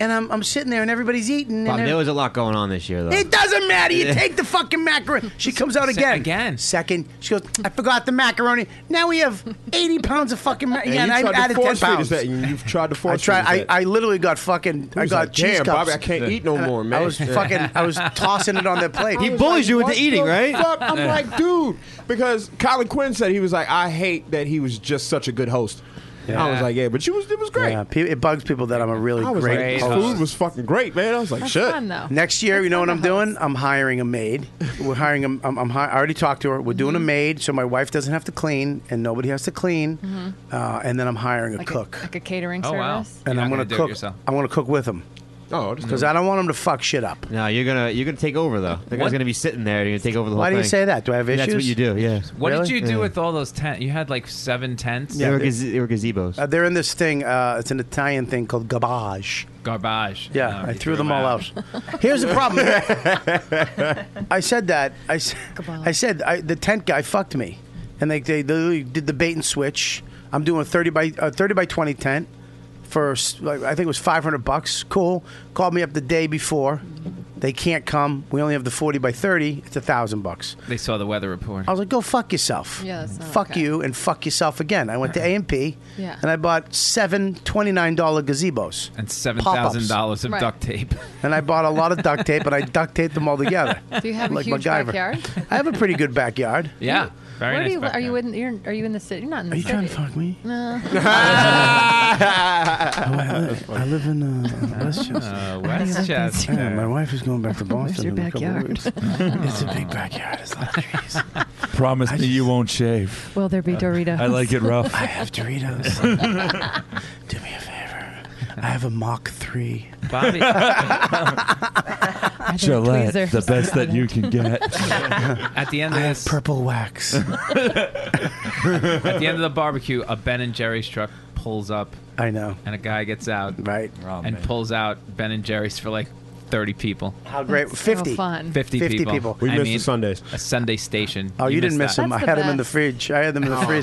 D: and I'm, I'm sitting there, and everybody's eating.
M: Bob,
D: and
M: there was a lot going on this year, though.
D: it doesn't matter. You take the fucking macaroni. She comes out
M: Se-
D: again. Again. Second, she goes, I forgot the macaroni. Now we have 80 pounds of fucking macaroni. Yeah, and
I: you
D: I
I: tried to
D: added 10
I: force feed us
D: pounds.
I: that, and You've tried to
D: I
I: force. feed
D: tried.
I: us
D: I,
I: that.
D: I literally got fucking. I
I: was
D: got
I: like,
D: cheese
I: "Damn,
D: cups.
I: Bobby, I can't eat no
D: And I-
I: more,
D: I
I: man."
D: was fucking. I was tossing it on their plate.
I: I was like, what the fuck? I'm like, dude, because Colin Quinn said he was like, I hate that he was just such a good host. I was like, yeah, but you was it was great.
D: Yeah, pe- it bugs people that I'm a really
I: I was
D: great
I: like, this
D: host.
I: food was fucking great, man. I was like,
D: That's
I: shit.
D: fun, Next year, you know what I'm doing? I'm hiring a maid. We're hiring. A, I'm, I'm hi- I already talked to her. We're
I: Mm-hmm.
D: doing a maid, so my wife doesn't have to clean, and nobody has to clean.
I: Mm-hmm.
G: Mhm.
D: Uh, and then I'm hiring a
G: like
D: cook.
G: A, like a catering
H: Oh, wow.
G: service.
D: and
H: You're
D: I'm
H: not
D: gonna,
H: gonna do it
D: cook.
H: yourself.
D: I'm gonna cook with them.
I: Oh,
D: because I don't want them to fuck shit up.
M: No, you're gonna you're gonna take over though. The
H: What?
M: guy's gonna be sitting there. and You're gonna take over the whole
D: Why
M: thing.
D: do you say that? Do I have
M: That's what
D: issues?
M: you do. Yeah.
H: What did you do
M: Yeah.
H: with all those tents? You had like seven tents.
M: They were, gaze- they were gazebos.
D: Uh, they're in this thing. Uh, it's an Italian thing called garbage.
H: Garbage.
D: Yeah,
H: No,
D: I
H: Oh, you
D: threw them all out. Here's the problem. I said that. I, s- I said I, the tent guy fucked me, and they they literally did the bait and switch. I'm doing a thirty by uh, thirty by twenty tent for s- like, I think it was five hundred bucks. Cool. Called me up the day before. They can't come. We only have the forty by thirty. It's a thousand bucks.
H: They saw the weather report.
D: I was like, go fuck yourself.
H: Yeah, that's not
D: fuck you and fuck yourself again. I went to A and P,
H: Yeah.
D: and I bought seven $29 gazebos.
H: And seven
D: Pop-ups.
H: thousand dollars of
D: Right.
H: duct tape.
D: And I bought a lot of duct tape, and I duct taped them all together.
G: Do you have a
D: like
G: huge
D: MacGyver.
G: backyard?
D: I have a pretty good backyard.
H: Yeah, very
G: Where do you, are you in? You're, are you in the city? You're not in the
D: Are you
G: city.
D: trying to fuck me?
G: No.
D: I, I live in uh, Westchester.
H: Uh, Westchester.
D: Yeah, my wife is going back to Boston.
G: your
D: in a couple
G: backyard?
D: weeks. it's a big backyard. It's not trees.
J: Promise me you won't shave.
G: Will there be Doritos?
J: Uh, I like it rough.
D: I have Doritos. Do me a favor. I have a Mach 3.
J: Bobby. Gillette, tweezers? the best that you can get.
H: At the end of
D: I
H: this,
D: have purple wax.
H: at the end of the barbecue, a Ben and Jerry's truck pulls up.
D: I know.
H: And a guy gets out.
D: Right.
H: and pulls out Ben and Jerry's for like thirty people.
D: How great.
G: That's so
D: 50.
G: fun.
H: 50,
D: 50
H: people.
D: people. We
H: I
D: missed
H: mean,
D: the
I: Sundays.
H: A Sunday station.
D: Oh, you, didn't miss
H: that.
D: them. I had them in the fridge. I had them in the
H: Oh,
D: freezer.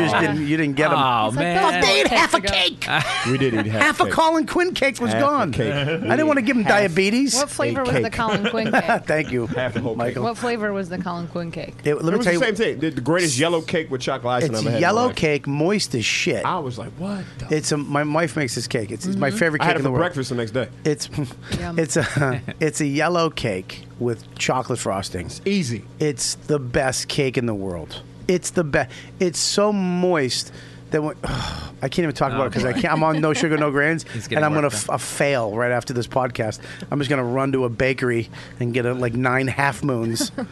D: You just didn't. You didn't get them.
H: Oh, He's like, man. "That's
D: they ate
H: all
D: half a
H: cakes ago."
D: cake.
I: We did eat half,
D: half a
I: cake.
D: Colin Quinn cake was
I: Half a
D: gone.
I: cake.
D: I
I: We
D: didn't want to
I: ate
D: give him
I: half
D: diabetes.
G: What flavor was the Colin Quinn cake?
D: Thank you, half
I: a whole
D: Michael.
G: What flavor was the Colin Quinn cake?
D: It- let me
I: it was
D: tell
I: the
D: you,
I: same thing. The, the greatest yellow cake with chocolate icing
D: it's
I: I've ever had. in my
D: yellow
I: life.
D: cake, moist as shit.
I: I was like, what?
D: It's a, my wife makes this cake. It's, it's my
O: Mm-hmm.
I: Mhm.
D: favorite cake
I: I had it
D: in the
I: for
D: world.
I: breakfast the next day.
D: It's it's a it's a yellow cake with chocolate frosting. It's
I: easy.
D: It's the best cake in the world. It's the best. It's so moist that when, I can't even talk
O: Oh,
D: about it because I
O: boy.
D: can't. I'm on no sugar, no grains,
O: He's getting
D: and I'm gonna
O: worked
D: f- uh, fail right after this podcast. I'm just gonna run to a bakery and get a, like nine half moons. and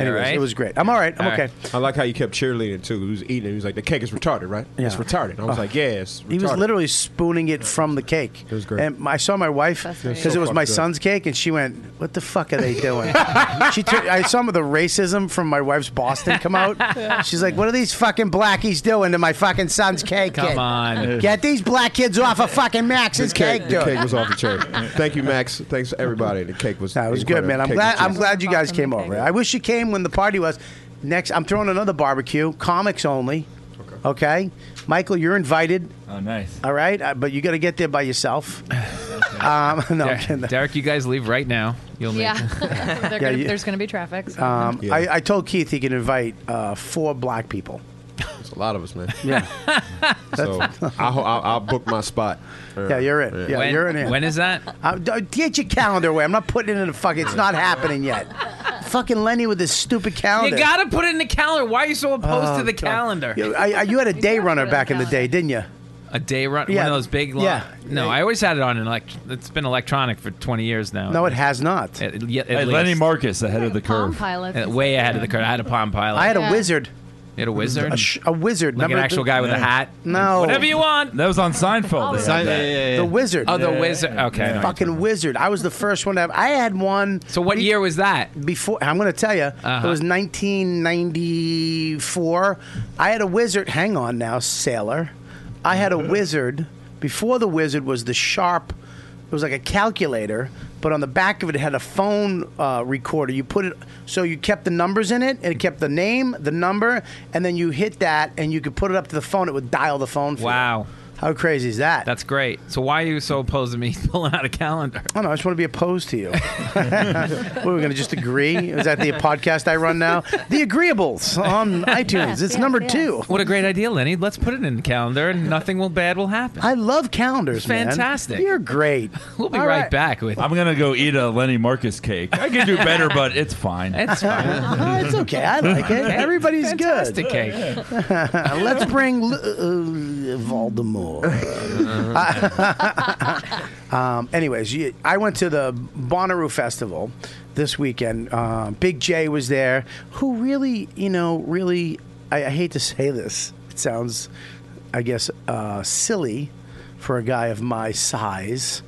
D: Anyways,
I: right?
D: it was great. I'm all right. I'm
I: All
D: okay.
I: right. I like how you kept cheerleading too. He was eating. He was like, "The cake is retarded, right? It's
D: Yeah.
I: retarded." I was
D: Oh.
I: like, "Yeah, it's retarded."
D: He was literally spooning it from the cake. It was
I: great.
D: And I saw my wife
I: great.
D: because it
I: So
D: was my
I: fucking good.
D: son's cake, and she went, "What the fuck are they doing?" she took, I saw some of the racism from my wife's Boston come out. She's like, "What are these fucking blackies doing to my fucking son's cake?"
I: Come
D: kid?
I: on.
D: get these black kids off of fucking
I: The
D: Max's
I: cake,
D: cake, dude.
I: the cake was off the chair. Thank you, Max. Thanks to everybody. The cake was. That
D: It was good, man. I'm glad. I'm glad you guys came over. I wish you came when the party was. Next, I'm throwing another barbecue, comics only. Okay. Michael, you're invited.
J: Oh, nice.
D: All right, uh, but you got to get there by yourself. um, no, I'm kidding.
H: Derek, you guys leave right now. You'll make.
G: Yeah, They're
D: Yeah,
G: gonna,
D: you-
G: there's going to be traffic. so-
D: Um, I, I told Keith he could invite uh, four black people.
I: It's a lot of us, man.
D: Yeah.
I: So I'll, I'll, I'll book my spot. Uh,
D: Yeah, you're in. Yeah,
H: When-
D: you're in.
H: when is that?
D: Uh, d- get your calendar away. I'm not putting it in the fucking. It's not happening yet. fucking Lenny with his stupid calendar.
H: You gotta put it in the calendar. Why are you so opposed
D: Oh,
H: to the
D: God.
H: calendar?
D: You, I, I- you had a day runner back in the day, didn't you?
H: A day run,
D: Yeah.
H: one of those big. Long,
D: Yeah.
H: No, I always had it on. An elect- it's been electronic for 20 years now.
D: No, it has not.
H: At, yeah, at
J: Hey,
H: least.
J: Lenny Marcus ahead of the curve.
G: Pilot.
H: Uh, way ahead of the curve. I had a palm pilot.
D: I had a Yeah. wizard.
H: You had a wizard.
D: A, sh- a wizard.
H: Like an
D: Remember
H: actual
D: the-
H: guy with a hat?
D: No.
H: Whatever you want.
J: That was on Seinfeld.
H: they had that.
D: The wizard.
H: Oh, the wizard. Okay. I know what
D: Fucking wizard. I was the first one to have. I had one.
H: So what year was that?
D: Before I'm going to tell you,
H: Uh-huh.
D: it was 1994. I had a wizard. Hang on now, sailor. I had a wizard. Before the wizard was the sharp. It was like a calculator, but on the back of it, it had a phone uh, recorder. You put it so you kept the numbers in it, and it kept the name, the number, and then you hit that, and you could put it up to the phone. It would dial the phone. For you.
H: Wow.
D: How crazy is that?
H: That's great. So why are you so opposed to me pulling out a calendar?
D: I don't know. I just want to be opposed to you. what, we're going to just agree? Is that the podcast I run now? The Agreeables on iTunes. it's number two.
H: What a great idea, Lenny. Let's put it in the calendar and nothing will bad will happen.
D: I love calendars, man.
H: Fantastic.
D: You're great.
H: We'll be
D: All
H: right,
D: right.
H: back with
J: I'm gonna go eat a Lenny Marcus cake. I can do better, but it's fine.
H: It's
D: Oh, it's okay. I like it. Everybody's
H: Fantastic
D: good.
H: cake.
D: Let's bring L- uh, Voldemort. um, anyways, you- I went to the Bonnaroo Festival this weekend. Um, Big J was there, who really, you know, really, I, I hate to say this. It sounds, I guess, uh, silly for a guy of my size.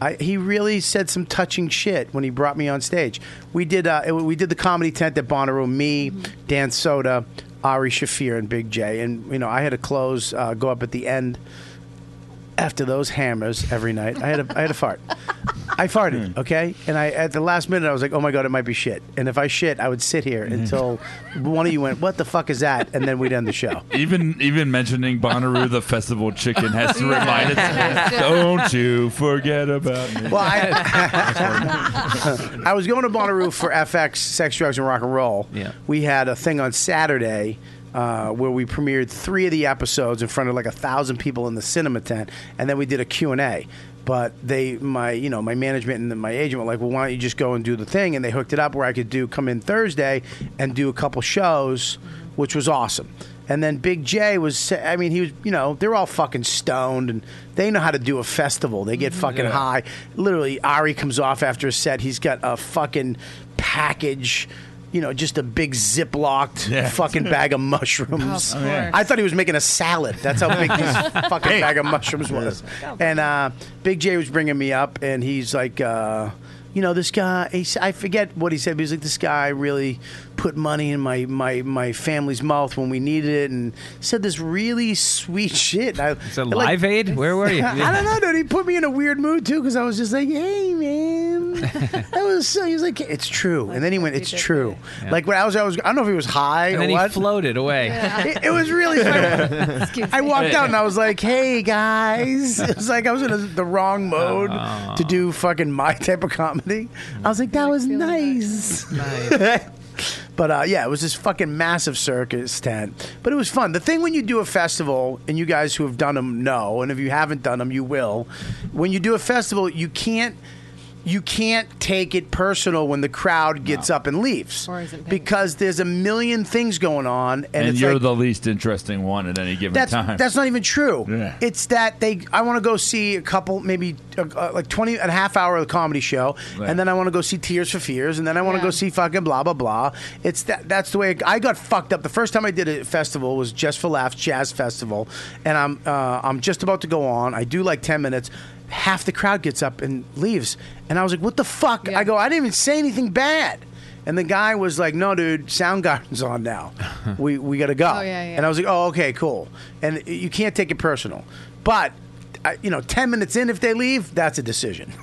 D: I, he really said some touching shit when he brought me on stage. We did uh, it- we did the comedy tent at Bonnaroo. Me, Dan Soda, Ari Shafir, and Big J. And you know, I had to close, uh, go up at the end after those hammers every night. I had a I had a fart. I farted, okay? And I at the last minute I was like, "Oh my god, it might be shit." And if I shit, I would sit here until one of you went, "What the fuck is that?" And then we'd end the show.
J: Even even mentioning Bonnaroo the festival chicken has to remind
D: Yeah.
J: us. Don't you forget about me.
D: Well, I, I was going to Bonnaroo for FX, Sex, Drugs, and Rock and Roll. Yeah. We had a thing on Saturday uh, where we premiered three of the episodes in front of like a thousand people in the cinema tent, and then we did a Q and A. But they, my, you know, my management and my agent were like, "Well, why don't you just go and do the thing?" And they hooked it up where I could do come in Thursday and do a couple shows, which was awesome. And then Big J was, sa- I mean, he was, you know, they're all fucking stoned and they know how to do a festival. They get fucking
O: Yeah.
D: high. Literally, Ari comes off after a set. He's got a fucking package, you know, just a big Ziploc
O: Yeah.
D: fucking bag of mushrooms.
O: Of Oh, yeah. course.
D: I thought he was making a salad. That's how big this fucking
O: Hey.
D: bag of mushrooms was. And uh, Big J was bringing me up and he's like, uh, you know, this guy, he, s- I forget what he said, but he's like, this guy really put money in my, my, my family's mouth when we needed it and said this really sweet shit. I,
H: Is it
D: and, like-
H: Live Aid? Where were you?
D: I don't know, dude. He put me in a weird mood too because I was just like, "Hey, man, that was." So, he was like, "It's true," and then he went, "It's true." Like when I was, I was, I don't know if he was high
H: And
D: or
H: then he
D: what.
H: floated away.
D: It, it was really. Funny. I walked out and I was like, "Hey guys," it was like I was in a, the wrong mode to do fucking my type of comedy. I was like, "That was nice." But uh, yeah, it was this fucking massive circus tent. But it was fun. The thing when you do a festival, and you guys who have done them know, and if you haven't done them, you will. When you do a festival, you can't you can't take it personal when the crowd gets up and leaves because there's a million things going on, and,
J: and
D: it's
J: you're
D: like,
J: the least interesting one at any given
D: that's
J: time.
D: that's not even true.
J: Yeah.
D: It's that they I want to go see a couple, maybe a, a, like 20 and a half hour of comedy show, and then I want to go see Tears for Fears, and then I want to go see fucking blah blah blah. It's that that's the way it, I got fucked up. The first time I did a festival was Just for Laughs Jazz Festival, and I'm uh, I'm just about to go on. I do like 10 minutes. Half the crowd gets up and leaves, and I was like, "What the fuck?" I go, "I didn't even say anything bad." And the guy was like, "No, dude, Soundgarden's on now. We we gotta go."
G: Oh, yeah, yeah.
D: And I was like, "Oh, okay, cool." And you can't take it personal, but I, you know, ten minutes in, if they leave, that's a decision.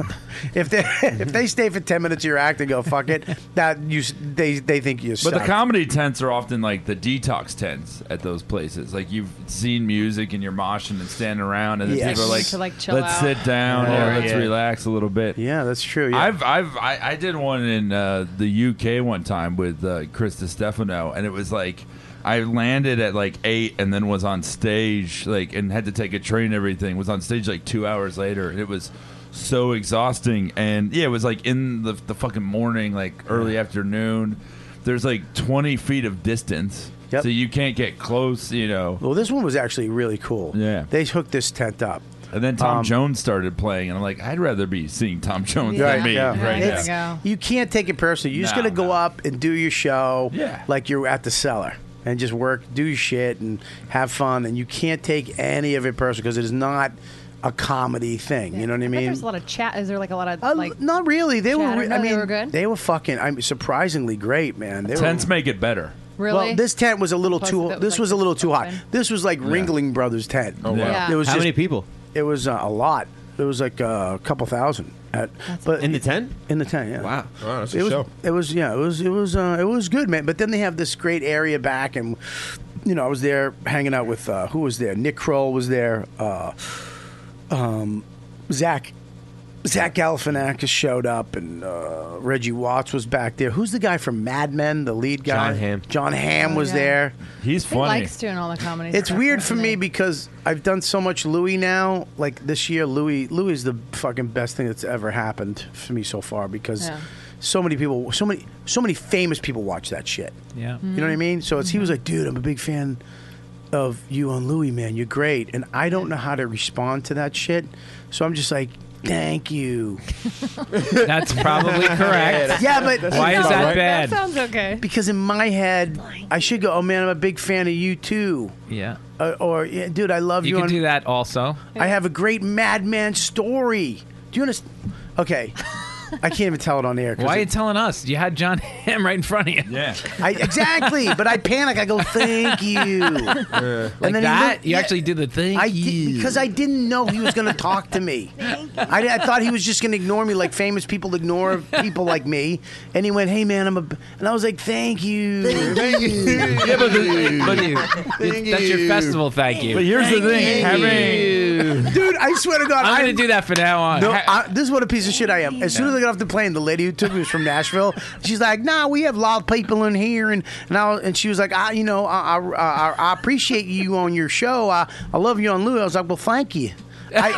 D: if they if they stay for ten minutes of your act and go fuck it, that you s- they they think you.
J: But
D: suck.
J: the comedy tents are often like the detox tents at those places. Like you've seen music and you're moshing and standing around, and then
D: Yes.
J: people are like,
D: To, like, chill
J: "Let's
D: out."
J: sit down
D: Yeah.
J: or let's
D: Yeah.
J: relax a little bit."
D: Yeah, that's true.
J: I've I've I, I did one in uh, the UK one time with uh, Chris Stefano, and it was like. I landed at like eight, and then was on stage like, and had to take a train. and Everything was on stage like two hours later, and it was so exhausting. And yeah, it was like in the the fucking morning, like early afternoon. There's like 20 feet of distance, so you can't get close. You know.
D: Well, this one was actually really cool.
J: Yeah,
D: they hooked this tent up.
J: And then Tom
D: Um,
J: Jones started playing, and I'm like, I'd rather be seeing Tom Jones than me right
D: It's-
J: now.
D: You can't take it personally. You're just
J: No,
D: gonna go up and do your show,
J: Yeah.
D: like you're at the cellar, and just work, do your shit, and have fun. And you can't take any of it personally because it is not a comedy thing. You know what I mean?
G: There's a lot of chat. Is there like a lot of like?
D: Not really. They were.
G: chatter?
D: re-
G: No,
D: I mean,
G: they were good.
D: They were fucking. I'm surprisingly great, man. They
J: Tents
D: were,
J: make it better.
G: Really?
D: Well, this tent was a little
G: Plus
D: too.
G: if it was,
D: This
G: like,
D: was a little too hot. This was like Ringling Brothers tent.
M: Oh, wow. Yeah.
D: It was
M: How
D: just-
M: many people?
D: It was uh, a lot. It was like uh, a couple thousand. At, but in the tent. In the tent. Yeah. Wow.
I: Wow, that's a
D: it was.
I: show.
D: It was. Yeah. It was. It was. Uh, it was good, man. But then they have this great area back, and you know, I was there hanging out with uh, who was there? Nick Kroll was there. Uh, um, Zach Zach Galifianakis showed up, and uh, Reggie Watts was back there. Who's the guy from Mad Men? The lead guy,
M: John Hamm.
D: John Hamm
G: Oh,
D: was
G: yeah.
D: there.
J: He's
G: He likes doing all the comedy.
D: It's
G: stuff,
D: weird
G: doesn't
D: for
G: he?
D: me because I've done so much Louis now. Like this year, Louis Louis is the fucking best thing that's ever happened for me so far because
G: Yeah.
D: so many people, so many, so many famous people watch that shit.
K: Yeah.
D: You know what I mean? So it's he was like, dude, I'm a big fan of you on Louis, man. You're great. And I don't know how to respond to that shit. So I'm just like, thank you.
H: That's probably correct.
D: yeah, but
H: why is that bad?
G: Sounds okay.
D: Because in my head, I should go, oh man, I'm a big fan of you too.
H: yeah.
D: Uh, or, yeah, dude, I love you.
H: You can
D: on-
H: do that also.
D: I have a great madman story. Do you understand? Okay. I can't even tell it on air. 'cause
H: Why are you
D: it-
H: telling us? You had John Hamm right in front of you. Yeah.
D: I, exactly, but I panic. I go, "Thank you,"
H: Like
D: he
H: that?
D: looked-
H: you
D: yeah.
H: actually did the thing?
D: I did, because I didn't know he was going to talk to me. I, I thought he was just going to ignore me like famous people ignore people like me. And he went, "Hey man, I'm a," b-" and I was like, "Thank you, thank you."
H: yeah, but, the, but the- that's your festival thank you.
J: But here's the thing, having-
D: dude, I swear to God,
H: I'm gonna
D: I'm-
H: do that for now on.
D: No,
H: Ha-
D: I, this is what a piece of shit I am. As soon as I got off the plane, the lady who took me was from Nashville. She's like, "Nah, we have a lot of people in here," and and, I, was- and she was like, "I, you know, I, I, I, I appreciate you on your show. I, I love you on Lou." I was like, "Well, thank you." I,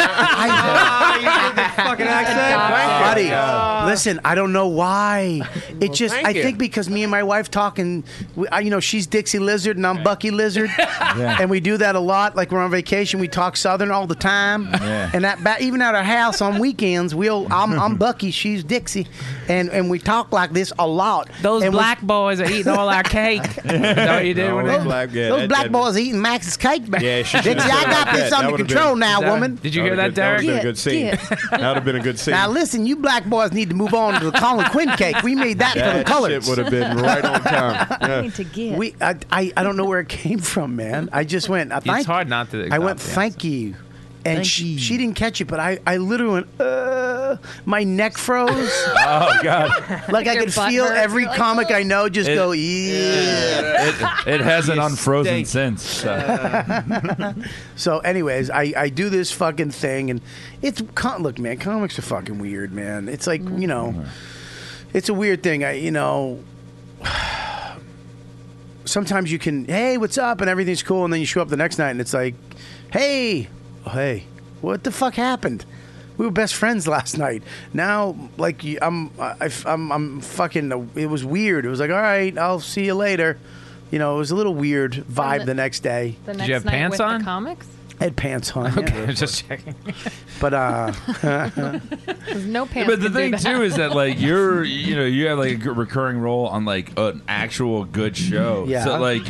D: I,
M: fucking accent.
D: buddy, listen, I don't know why. It just,
M: thank
D: I
M: you.
D: think because me and my wife talking, we, I, you know, she's Dixie Lizard and I'm Bucky Lizard, and we do that a lot. Like we're on vacation, we talk Southern all the time,
J: Yeah.
D: and that ba- even at our house on weekends, we'll I'm, I'm Bucky, she's Dixie, and and we talk like this a lot. Those
H: black boys are eating all our cake. Is that what you did
D: No,
H: when
D: those
H: they-
D: black- yeah, Those that- black that- boys eating Max's cake, man. Yeah, she should've Dixie, I said got that. this That under would've been- control now,
J: That-
D: woman.
J: Did you hear that,
I: That
J: Derek?
I: would have been a good scene. That would have been a good scene.
D: Now listen, you black boys need to move on to the Colin Quinn cake. We made that, for the
I: That
D: colors.
I: shit would have been right on time. Yeah.
D: to get. We, I, I, I don't know where it came from, man. I just went. I
H: It's
D: thank,
H: hard not to
D: I
H: acknowledge
D: went.
H: the
D: Thank you. And she, she didn't catch it, but I, I literally went. Uh, my neck froze.
J: Oh god.
D: like I
G: Your
D: could
G: butt
D: feel
G: hurts.
D: every
G: You're like, "Oh."
D: comic I know just
J: It-
D: go. Yeah.
J: It, it hasn't
D: You
J: unfrozen
D: stink.
J: since. so.
D: So, anyways, I, I do this fucking thing, and it's com- look, man, comics are fucking weird, man. It's like you know, it's a weird thing. I you know, sometimes you can hey, what's up, and everything's cool, and then you show up the next night, and it's like, hey, oh, hey, what the fuck happened? We were best friends last night. Now, like, you- I'm, I, am i I'm fucking. uh, It was weird. It was like, all right, I'll see you later. You know, it was a little weird vibe the next day.
G: The next night with The comics.
D: Ed pants on.
H: Okay,
D: yeah.
H: just checking.
D: But uh,
G: There's no pants.
J: but the
G: can do
J: thing
G: that.
J: too is that like you're you know you have like a g- recurring role on like an actual good show
D: Yeah.
J: so like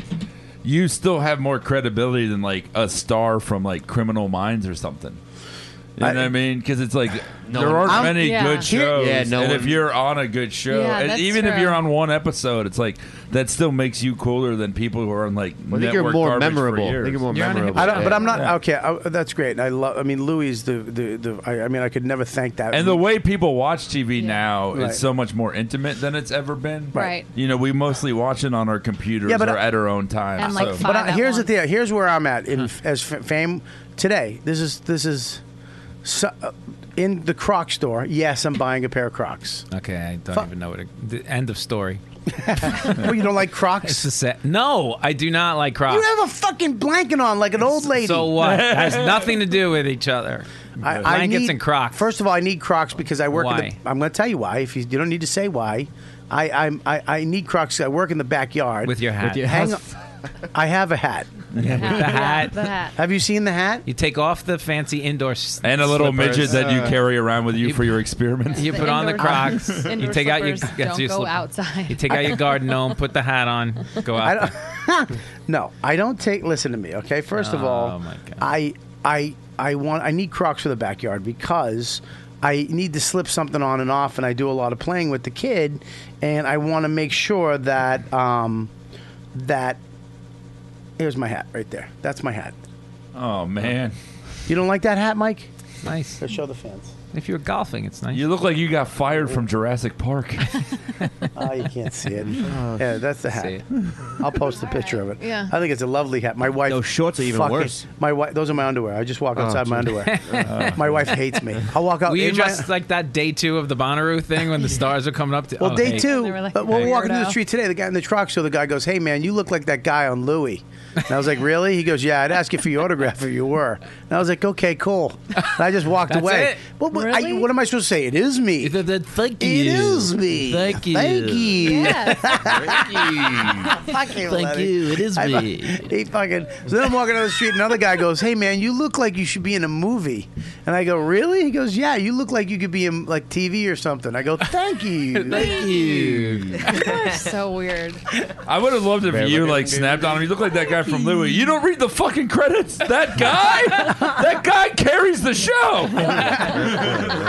J: you still have more credibility than like a star from like criminal minds or something you know what I mean? Because it's like there
I: one-
J: aren't
I: I'm-
J: many
I: Yeah.
J: good
I: Here-
J: shows,
I: Yeah, no
J: and
I: one-
J: if you're on a good show,
I: Yeah,
J: and
I: that's
J: even if
I: true.
J: you're on one episode, it's like that still makes you cooler than people who are on like.
I: I think you're
J: network
I: more
J: garbage for
I: memorable. I
J: years.
I: think you're more You're on a memorable.
D: I don't, but I'm not
J: Yeah.
D: okay. I, that's great. I love. I mean, Louis is the the, the I, I mean, I could never thank that.
J: And the way people watch TV now
D: Mm. Right.
J: is so much more intimate than it's ever been.
D: Right.
J: You know, we mostly watch it on our computers
D: Yeah, but
J: or
D: I-
J: at our own time. so.
D: but I, here's the thing. Here's where I'm at in
H: Uh-huh.
D: as f- fame today. This is this is so, uh, in the Croc store. Yes, I'm buying a pair of Crocs.
H: Okay, I don't
D: Fuck.
H: even know what. It, the end of story.
D: oh, you don't like Crocs?
H: It's a set. No, I do not like Crocs.
D: You have a fucking blanket on like an old lady.
H: So what? It has nothing to do with each other.
D: I, I
H: Blankets
D: need,
H: and Crocs.
D: First of all, I need Crocs because I work. In
H: Why?
D: the, I'm going to tell you why. If you, you don't need to say why, I I'm, I I need Crocs. I work in the backyard
H: With your hat. With your
D: Hang
H: hat.
D: on. I have a hat.
H: Yeah, with the hat.
G: The hat.
D: Have you seen the hat?
H: You take off the fancy indoor s-
J: and a little
H: slippers.
J: midget that you carry around with Uh, you, for your experiments.
H: You put on the Crocs. you take out your
G: slippers
H: get
G: don't
H: your
G: go
H: slipper.
G: outside.
H: You take out your garden gnome, put the hat on, go out.
D: I don't, no, I don't take. Listen to me, okay. First of all,
H: Oh, my
D: I I I want I need Crocs for the backyard because I need to slip something on and off, and I do a lot of playing with the kid, and I want to make sure that um that here's my hat right there. That's my hat.
J: Oh man,
D: You don't like that hat, Mike?
H: Nice.
D: Let's show the fans.
H: If you're golfing, it's nice.
J: You look like you got fired from Jurassic Park.
D: Oh, you can't see it. yeah, that's the
J: See
D: hat.
J: it.
D: I'll post a picture of it.
G: Yeah.
D: I think it's a lovely hat. My wife. Those shorts
M: are even worse.
D: My wife. Those are my underwear. I just walk
M: Oh,
D: outside my
M: geez.
D: underwear. my wife hates me. I'll walk out.
H: Were you
D: Oh, in my-
H: just like that day two of the Bonnaroo thing when the stars are coming up? To,
D: well,
H: oh,
D: day
H: hey.
D: two. but we're
H: Hey.
D: walking through the
H: Weirdo.
D: street today. The guy in the truck. So the guy goes, "Hey, man, you look like that guy on Louis." And I was like, "Really?" He goes, "Yeah, I'd ask you for your autograph if you were." And I was like, "Okay, cool." And I just walked
F: That's
D: away.
F: it?
D: But what, I, what am I supposed to say? It is me. Thank It
F: you.
D: is me.
F: Thank you.
D: Thank you.
F: Yes.
D: Fuck you.
F: Thank
D: Lenny.
F: you. It is
D: I
F: me.
D: fu- he fucking. So then I'm walking down the street. Another guy goes, "Hey man, you look like you should be in a movie." And I go, "Really?" He goes, "Yeah, you look like you could be in like TV or something." I go, "Thank you."
J: Thank you.
G: That's so weird.
J: I would have loved if you like snapped on him. You look like that guy from Louis. You don't read the fucking credits. That guy. that guy carries the show.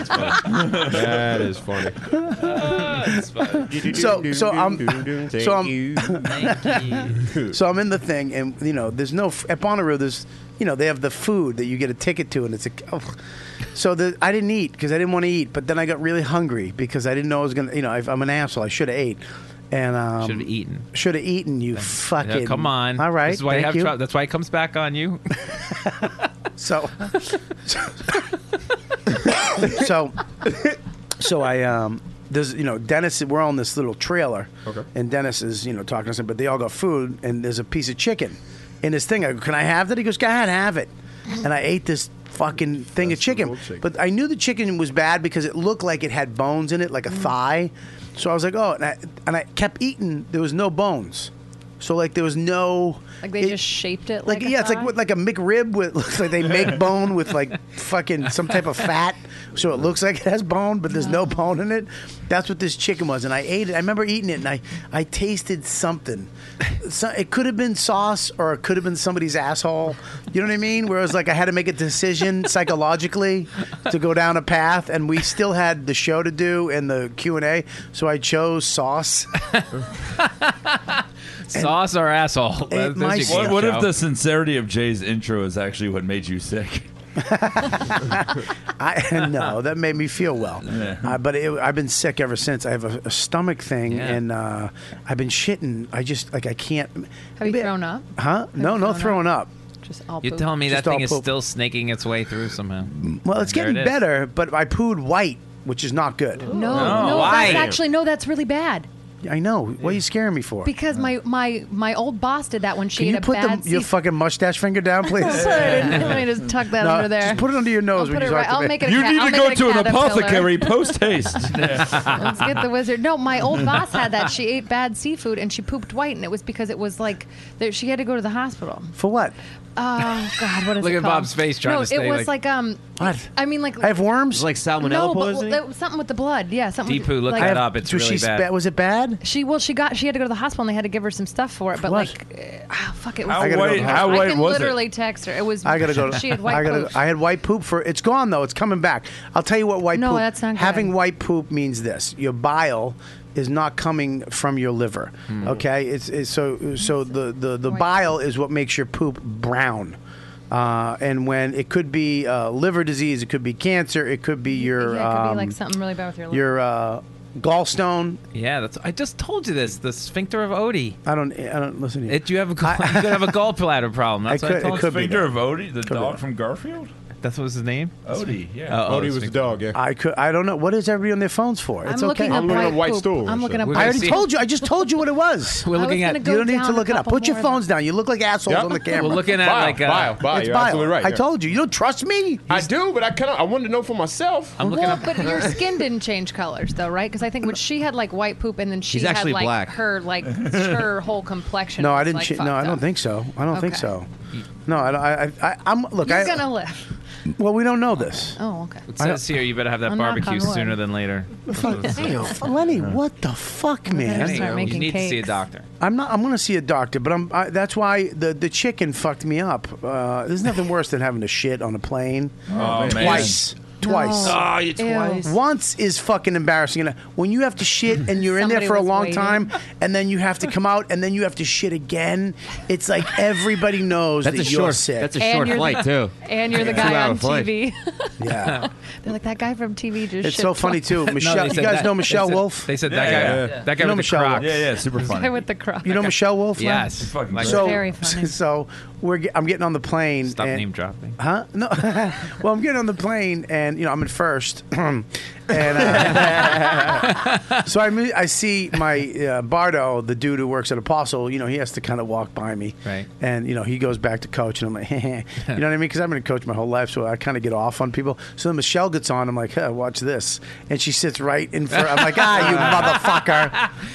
I: that is funny.
D: so so I'm so I'm so I'm in the thing, and you know, there's no at Bonnaroo. There's you know they have the food that you get a ticket to, and it's a. Oh. So the, I didn't eat because I didn't want to eat, but then I got really hungry because I didn't know I was gonna. You know, if I'm an asshole, I should have ate. And um,
H: Should've eaten.
D: Should have eaten. You fucking.
H: Yeah, come on.
D: All right.
H: This is why you
D: thank
H: have
D: you.
H: trouble. That's why it comes back on you.
D: So, so, so I um, there's you know Dennis. We're on this little trailer, okay. and Dennis is you know talking to us, but they all got food, and there's a piece of chicken in this thing. I go, can I have that? He goes, go ahead, have it. And I ate this fucking thing of chicken. but I knew the chicken was bad because it looked like it had bones in it,
G: Mm.
D: like a thigh. So I was like, oh, and I and I kept eating. There was no bones. So like there was no
G: Like they
D: it-
G: just shaped it
D: like,
G: like,
D: yeah,
G: a
D: it's like
G: thigh?
D: what- like a McRib with looks like they make bone with like fucking some type of fat, so it looks like it has bone, but there's no bone in it. That's what this chicken was, and I ate it. I remember eating it, and I I tasted something. So it could have been sauce, or it could have been somebody's asshole. You know what I mean? Whereas like I had to make a decision psychologically to go down a path, and we still had the show to do and the Q and A, so I chose sauce.
H: Sauce or asshole. That's-
D: my
H: that's your
J: What, what
H: game
J: if
H: show.
J: the sincerity of Jay's intro is actually what made you sick?
D: I no, that made me feel well.
J: Yeah.
D: Uh, but it, I've been sick ever since. I have a, a stomach thing,
G: Yeah.
D: and uh, I've been shitting. I just like I can't.
G: Have you thrown up?
D: Huh? no,
G: you
D: no
G: thrown
D: throwing up.
G: Just all
H: You're
G: poop?
H: telling me
D: Just
H: that
D: all
H: thing is
D: poop.
H: still snaking its way through somehow.
D: Well, it's
H: There
D: getting
H: it is.
D: better, but I pooed white, which is not good.
G: No,
H: No.
G: no,
H: Why?
G: that's actually no, that's really bad.
D: I know. What are you scaring me for?
G: Because my my my old boss did that when she
D: Can
G: ate
D: you
G: a
D: put
G: bad
D: the, your
G: sea-
D: fucking mustache finger down, please?
G: Sorry, Let me just tuck that
D: No,
G: under there.
D: Just put it under your nose
G: I'll
D: when
G: put
D: you
G: it
D: talk
G: right- I'll
D: me.
G: make it a You cat- need I'll to make go it a to an caterpillar. apothecary
J: post haste.
G: Let's get the
H: Ah.
G: wizard. No, my old boss had that. She ate bad seafood and she pooped white, and it was because it was like that she had to go to the hospital
D: For what?
G: Oh God, what is
H: Look
G: it
H: at
G: called?
H: Bob's face trying
G: no,
H: to stay,
G: it was
H: like-
G: like, um.
D: What?
G: I mean, like
D: I have worms.
L: Like salmonella
G: no, but it was something with the blood. Yeah, something. with-
H: Deepu, look
G: like,
H: that up. It's
D: was
H: really
D: she
H: bad.
D: spa- was it bad?
G: She well, she got she had to go to the hospital and they had to give her some stuff for it. But like, uh, ah, fuck it. Was
D: How I gotta go to white- the how
G: I
D: white
G: can
D: was it?
G: literally text her. It was.
D: I gotta go.
G: She had white
D: I gotta.
G: poop.
D: I had white poop for. It's gone though. It's coming back. I'll tell you what white
G: No,
D: poop.
G: that's not good.
D: Having white poop means this: your bile is not coming from your liver. Okay, it's, it's so so the the the bile is what makes your poop brown. Uh, and when it could be uh, liver disease, it could be cancer, it could be your
G: yeah, it could be
D: um,
G: like something really bad with your.
D: your uh, gallstone.
H: Yeah, that's. I just told you this. The sphincter of Odie.
D: I don't. I don't listen to you.
H: It, you have a gall- you could have a gallbladder problem. That's
J: I
H: what I
J: could-
H: told
J: it
H: you.
J: could be Sphincter that. of Odie, the Could be dog that. from Garfield.
H: That's what was his name.
J: Odie, yeah.
H: Oh, oh,
J: Odie was
H: sphincter.
I: dog. Yeah.
D: I could. I don't know. What is everybody on their phones for?
G: I'm
D: It's okay.
G: looking up white poop. I'm looking up.
D: I already told you. I just told you what it was.
G: We're I was looking at- gonna go
D: You don't need to
G: down a
D: look it up.
G: couple
D: Put your
G: more.
D: phones down. You look like assholes
I: Yep.
D: on the camera.
I: We're looking at Bio, like, uh, bio, bio.
D: It's
I: You're absolutely right,
D: I
I: yeah.
D: told you. You don't trust me.
I: I do, but I kind of I wanted to know for myself.
G: well, but your skin didn't change colors though, right? Because I think when she had like white poop, and then she
D: He's
G: had
D: actually
G: like
D: black.
G: her like her whole complexion.
D: No, I
G: was,
D: didn't.
G: Like,
D: che-
G: fucked
D: no, I don't
G: up.
D: think so. I don't think
G: Okay.
D: so. No, I, I, I- I, I'm look.
G: You're
D: I,
G: gonna live.
D: well, we don't know this.
G: Oh, okay.
H: It says here you better have that
G: I'll knock on
H: barbecue
G: wood.
H: sooner than later.
D: Damn, Lenny, what the fuck, man?
H: Anyway, you need to see a doctor.
D: I'm not. I'm going to see a doctor, but I'm. I, that's why the the chicken fucked me up. Uh, there's nothing worse than having to shit on a plane
J: Oh, man.
D: twice. Twice.
J: No. Oh, you twice. Ew.
D: Once is fucking embarrassing. And When you have to shit and you're in there
J: Somebody
D: for a
J: was
D: long
J: waiting.
D: time, and then you have to come out, and then you have to shit again. It's like everybody knows
M: That's
D: that
M: a
D: you're
M: short-
D: sick.
M: that's a And short you're the- flight, too.
G: And you're the
D: Yeah.
G: guy
D: Two-hour
G: on
D: flight.
G: TV.
D: Yeah.
G: They're like that guy from TV just.
D: It's
G: shit
D: so funny
G: twice."
D: too, Michelle.
H: they
D: you
H: said
D: guys
H: that-
D: know
H: they
D: Michelle
H: said-
D: Wolf?
H: they said that Yeah, guy- yeah, yeah. that guy
D: You know
H: with the
D: Michelle
H: Crocs.
D: Wolf?
H: Yeah, yeah, super
G: Guy with the croc.
D: You know Michelle Wolf? Len?
H: Yes. It's fucking great.
D: so,
G: Very funny.
D: So we're ge- I'm getting on the plane. Stop
H: name dropping.
D: Huh? No. well, I'm getting on the plane, and you know I'm in first, and uh, so I meet- I see my uh, Bardo, the dude who works at Apostle. You know he has to kind of walk by me,
H: Right.
D: And you know he goes back to coach, and I'm like, you know what I mean? Because I've been a coach my whole life, so I kind of get off on people. So then Michelle gets on, I'm like, huh, watch this, and she sits right in front. I'm like, ah, you motherfucker,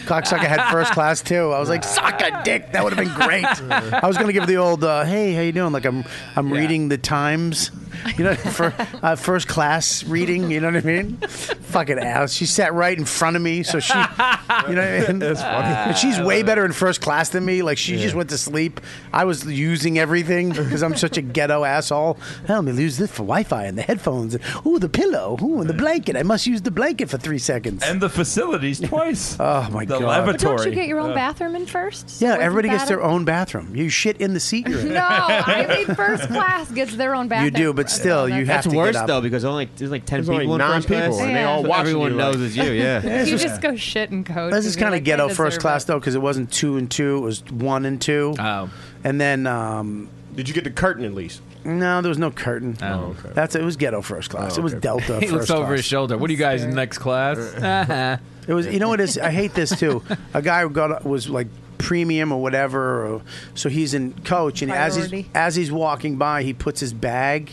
D: cocksucker had first class too. I was like, suck a dick. That would have been great. I was gonna give the old uh, hey, how you doing? Like I'm I'm reading the Times, you know, for uh, first class reading. You know what I mean? Fucking ass. She sat right in front of me, so she, you know, what I mean?
F: That's funny.
D: And she's
F: I
D: way
F: love
D: better in first class than me. Like she
F: Yeah.
D: just went to sleep. I was using everything because I'm such a ghetto asshole. Hell, let me use this for Wi-Fi and the headphones. Ooh, the pillow. Ooh, and the blanket. I must use the blanket for three seconds.
J: And the facilities twice.
D: oh my
J: the
D: god.
G: But don't you get your own
D: Uh,
G: bathroom in first?
D: Yeah,
G: Wasn't
D: everybody gets
G: that
D: their
G: a-
D: own bathroom. You shit in the seat you're in.
G: No, I mean first class gets their own bathroom.
D: do, but still, you have
M: That's
D: to get
M: worse
D: up.
M: though because only there's like ten
D: There's
M: people,
D: only
M: in
D: nine
M: first class.
D: people, and they all
M: So
D: watching
M: Everyone
D: you,
M: knows
D: like-
M: it's you. Yeah.
D: Yeah.
G: You
D: It's
G: just go shit and coach.
D: This is
G: and be
D: kind of
G: like, they
D: ghetto first
G: deserve
D: class
G: it.
D: though, because it wasn't two and two; it was one and two. Oh, and then um,
I: did you get the curtain at least?
D: No, there was no curtain. Oh, okay. That's it. Was ghetto first class. It was Delta.
H: he
D: first
H: looks
D: class.
H: over his shoulder. What are you guys in next class?
D: It was. You know what it is? I hate this too. A guy who got was like premium or whatever. Or, so he's in coach, and as he's
G: Priority.
D: as he's walking by, he puts his bag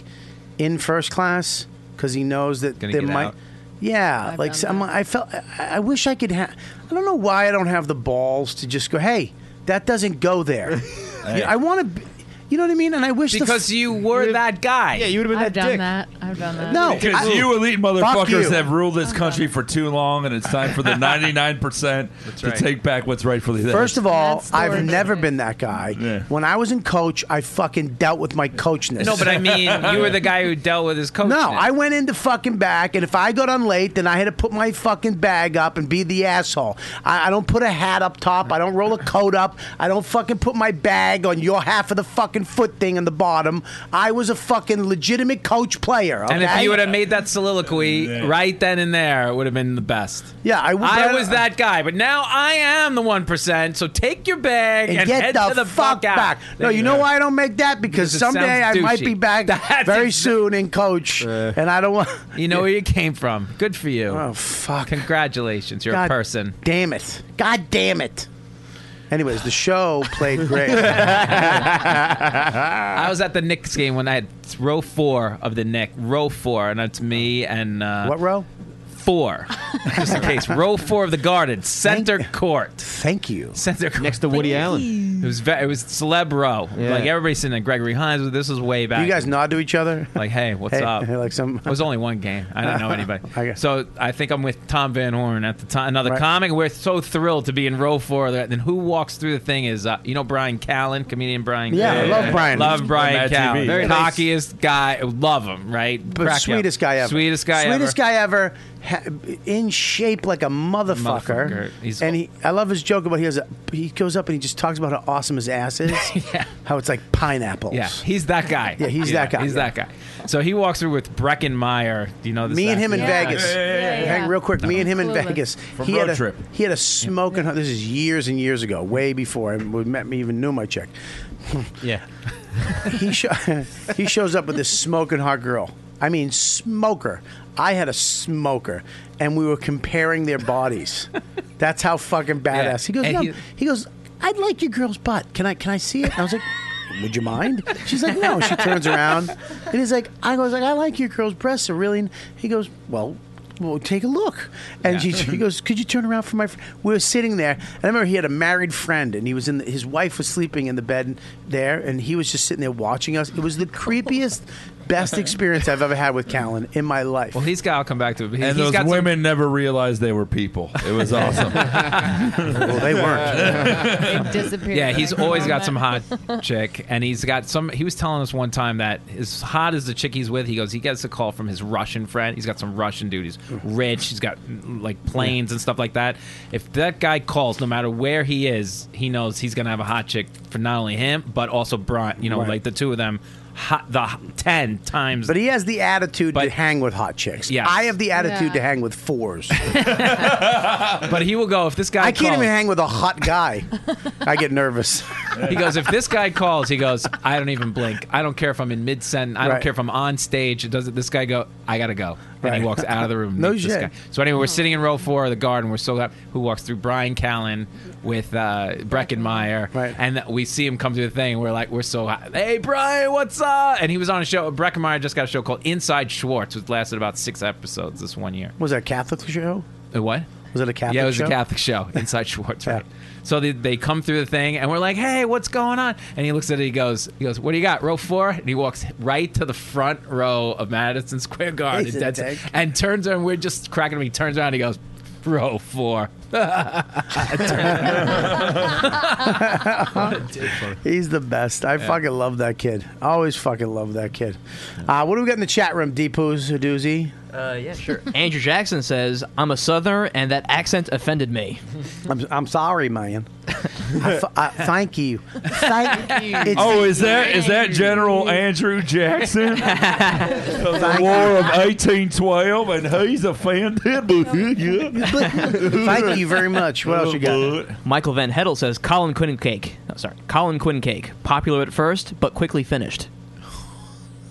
D: in first class because he knows that
H: Gonna
D: there
H: get
D: might.
H: out.
D: Yeah, like so I'm, I felt. I, I wish I could have. I don't know why I don't have the balls to just go. Hey, that doesn't go there.
H: Hey.
D: I want to. You know what I mean? And I wish the f-
H: because you were that guy. Yeah,
M: you would
G: I've done that. I've done that.
D: No,
J: Because
D: I-
J: you elite
D: Fuck
J: motherfuckers
D: you.
J: have ruled
G: Oh,
J: this country for too long, and it's time for the 99% to
D: right.
J: take back what's rightfully theirs.
D: First of all, I've never been that guy. When I was in coach, I fucking dealt with my coachness.
H: No, but I mean, you were the guy who dealt with his coach.
D: No, I went into fucking back, and if I got on late, then I had to put my fucking bag up and be the asshole. I, I don't put a hat up top. I don't roll a coat up. I don't fucking put my bag on your half of the fucking foot thing in the bottom. I was a fucking legitimate coach player. Okay?
H: And if you would have made that soliloquy right then and there, it would have been the best.
D: yeah, I, w-
H: I
D: but-
H: was that guy, but now I am the one percent. So take your bag
D: And
H: and,
D: get
H: head
D: the
H: to the fuck, out.
D: back. No, you know why I don't make that because,
H: Because it
D: someday I
H: sounds
D: might
H: douchey. Uh.
D: be back very soon in coach, and I don't want.
H: You know where you came from. Good for you. Oh
D: fuck!
H: Congratulations, you're
D: God
H: a person.
D: Damn it! God damn it! Anyways, the show played great.
H: I was at the Knicks game when I had row four of the Knick, row four, and it's me and uh,
D: what row?
H: four, just in case. Row four of the Garden, center court.
D: Thank you.
H: Center court. next to Woody Allen. It was ve- it was celeb row.
D: Yeah.
H: Like everybody's sitting there. Gregory Hines. This was way back.
D: You guys nod to each other.
H: Like, hey, what's
D: Hey,
H: up?
D: like some.
H: It was only one game. I didn't know anybody. so I think I'm with Tom Van Horn at the time. Another comic. We're so thrilled to be in row four. of that. Then who walks through the thing is uh, you know Brian Callen, comedian Brian.
D: Yeah, I
H: Callen.
D: love Brian.
H: Love Brian
D: On Mad TV.
H: Callen.
D: Very nice.
H: cockiest guy. Love him. Right.
D: But
H: Crack me up.
D: sweetest guy ever.
H: Sweetest guy ever.
D: Sweetest guy ever. Ha- in shape like a motherfucker.
H: Motherfucker. He's-
D: and he, I love his joke about he has a, he goes up and he just talks about how awesome his ass is. yeah. How it's like pineapples.
H: Yeah, he's that guy.
D: Yeah, he's that guy,
H: He's
D: yeah.
H: that guy. So he walks through with Breckenmeyer. Do you know this?
D: me and
H: that-
D: him in Vegas. Hang real quick. Me and him in
H: Clueless.
D: Vegas.
H: From
D: he
H: Road
D: had a,
H: Trip.
D: He had a smoking. This is years and years ago, way before I we met me even knew my check.
H: Yeah.
D: he sho- he shows up with this smoking hot girl. I mean, smoker. I had a smoker, and we were comparing their bodies. That's how fucking badass. He goes.
F: And
D: "No."
F: he-
D: he goes. I'd like your girl's butt. Can I? Can I see it? And I was like. Would you mind? She's like, no. She turns around and he's like, I was like, I like your girl's breasts are really. He goes, well, well, take a look. And
F: Yeah.
D: she, he goes, could you turn around for my? Fr-? We were sitting there, and I remember he had a married friend, and he was in the, his wife was sleeping in the bed there, and he was just sitting there watching us. It was the creepiest, best experience I've ever had with Callan in my life.
H: Well, he's got. I'll come back to it. but he-
J: and
H: he's
J: those
H: got some-
J: women never realized they were people. It was awesome.
D: well, they
G: They disappeared.
H: Yeah, he's
G: Like,
H: always
G: on
H: got
G: that.
H: some hot chick, and he's got some. He was telling us one time that as hot as the chick he's with, he goes, he gets a call from his Russian friend. He's got some Russian dude. He's rich. He's got mm, like planes and stuff like that. If that guy calls, no matter where he is, he knows he's gonna have a hot chick for not only him but also Brian. You know,
D: Right.
H: like the two of them, hot the h- ten times.
D: But he has the attitude to hang with hot chicks.
H: Yes.
D: I have the attitude
H: Yeah.
D: to hang with fours.
H: but he will go if this guy.
D: I can't
H: calls-
D: even hang with a hot guy. I get nervous.
H: He goes, if this guy calls, he goes, I don't even blink. I don't care if I'm in mid sentence. I
D: Right.
H: don't care if I'm on stage. It doesn't. This guy go, I gotta go, and
D: Right.
H: he walks out of the room.
D: No
H: meets this
D: shit.
H: guy. So anyway, we're sitting in row four of the garden. We're so happy. Who walks through? Brian Callen with uh, Breckenmeyer, right. and we see him come through the thing. And we're like, we're so high. hey Brian, what's up? And he was on a show. Breckenmeyer just got a show called Inside Schwartz, which lasted about six episodes this one year.
D: Was that a Catholic show?
H: A what?
D: Was it a Catholic
H: yeah, it was
D: show?
H: a Catholic show inside Schwartz, right? So they, they come through the thing, and we're like, "Hey, what's going on?" And he looks at it. He goes, "He goes, what do you got? Row four? And he walks right to the front row of Madison Square Garden,
F: He's a
H: and,
F: dick.
H: that's- and turns around. We're just cracking him. He turns around. And he goes, "Row four.
D: He's the best. I
F: Yeah.
D: fucking love that kid. I always fucking love that kid. Uh, what do we got in the chat room, Deepoos, Hadoozy?
N: Uh, yeah, sure. Andrew Jackson says, I'm a southerner and that accent offended me.
D: I'm, I'm sorry, man. I f- I- thank you. Thank you.
J: oh, is that is that General Andrew Jackson of the
D: Thank
J: War
D: you.
J: of eighteen twelve? And he's offended.
D: Thank you very much. What else you
N: Oh,
J: Oh,
D: got?
N: Michael Van Heddle says, Colin Quinn cake. No, sorry. Colin Quinn cake. Popular at first, but quickly finished.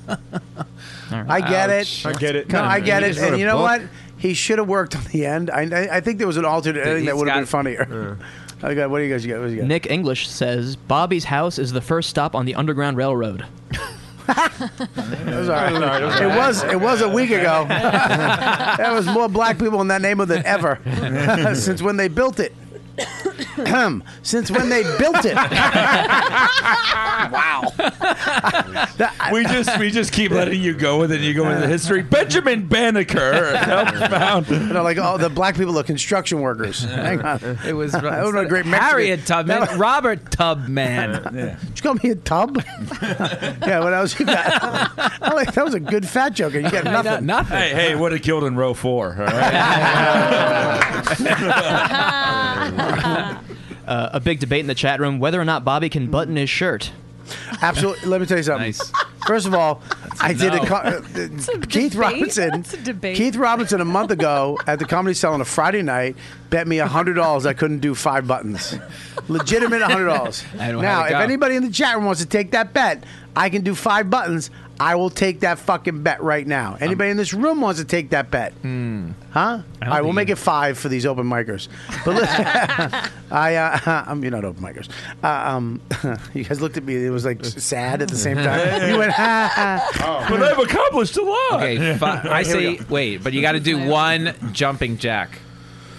D: I get
N: Ouch.
D: it.
N: I get it.
D: No, I get
N: He
D: it.
N: just wrote
D: And
N: a
D: you know what?
N: book.
D: He should have worked on the end. I, I, I think there was an alternate ending that
N: he's
D: would have
N: got
D: been
N: it.
D: funnier. I got, what do you guys got? What do you got?
N: Nick English says, Bobby's house is the first stop on the Underground Railroad.
D: It was all right. It was it was a week ago. there was more black people in that neighborhood than ever since when they built it. Ahem. since when they built it. wow.
J: we just we just keep letting you go with it. You go into history. Benjamin Banneker helped found.
D: No, like oh, the black people are construction workers. Hang on.
H: It was
D: That would have been a great Mexican.
H: Harriet Tubman, Robert Tubman.
D: Did you call me a tub? yeah, what else you got? I like, that was a good fat joke, and you got nothing.
J: Hey, hey, would have killed in row four. All right.
N: Uh, a big debate in the chat room whether or not Bobby can button his shirt.
D: Absolutely. Let me tell you something. First of all, I did
N: no.
D: a, co- uh, Keith
G: debate.
D: Robinson.
G: That's a debate.
D: Keith Robinson a month ago at the Comedy Cell on a Friday night bet me hundred dollars I couldn't do five buttons. Legitimate hundred dollars.
F: I know how
D: Now,
F: to
D: if
F: go.
D: anybody in the chat room wants to take that bet, I can do five buttons. I will take that fucking bet right
F: Um,
D: now. Anybody in this room wants to take that bet?
F: hmm.
D: Huh? All right, we'll make it five for these open micers. But listen, I, uh, um, you're not open micers. Uh, um, you guys looked at me. It was like sad at the same time. You went, "Ah, ha, ha.
J: But I've accomplished a lot.
H: Okay, fi-
D: All
H: I
D: right, here we
H: say
D: go.
H: wait, but you got to do one jumping jack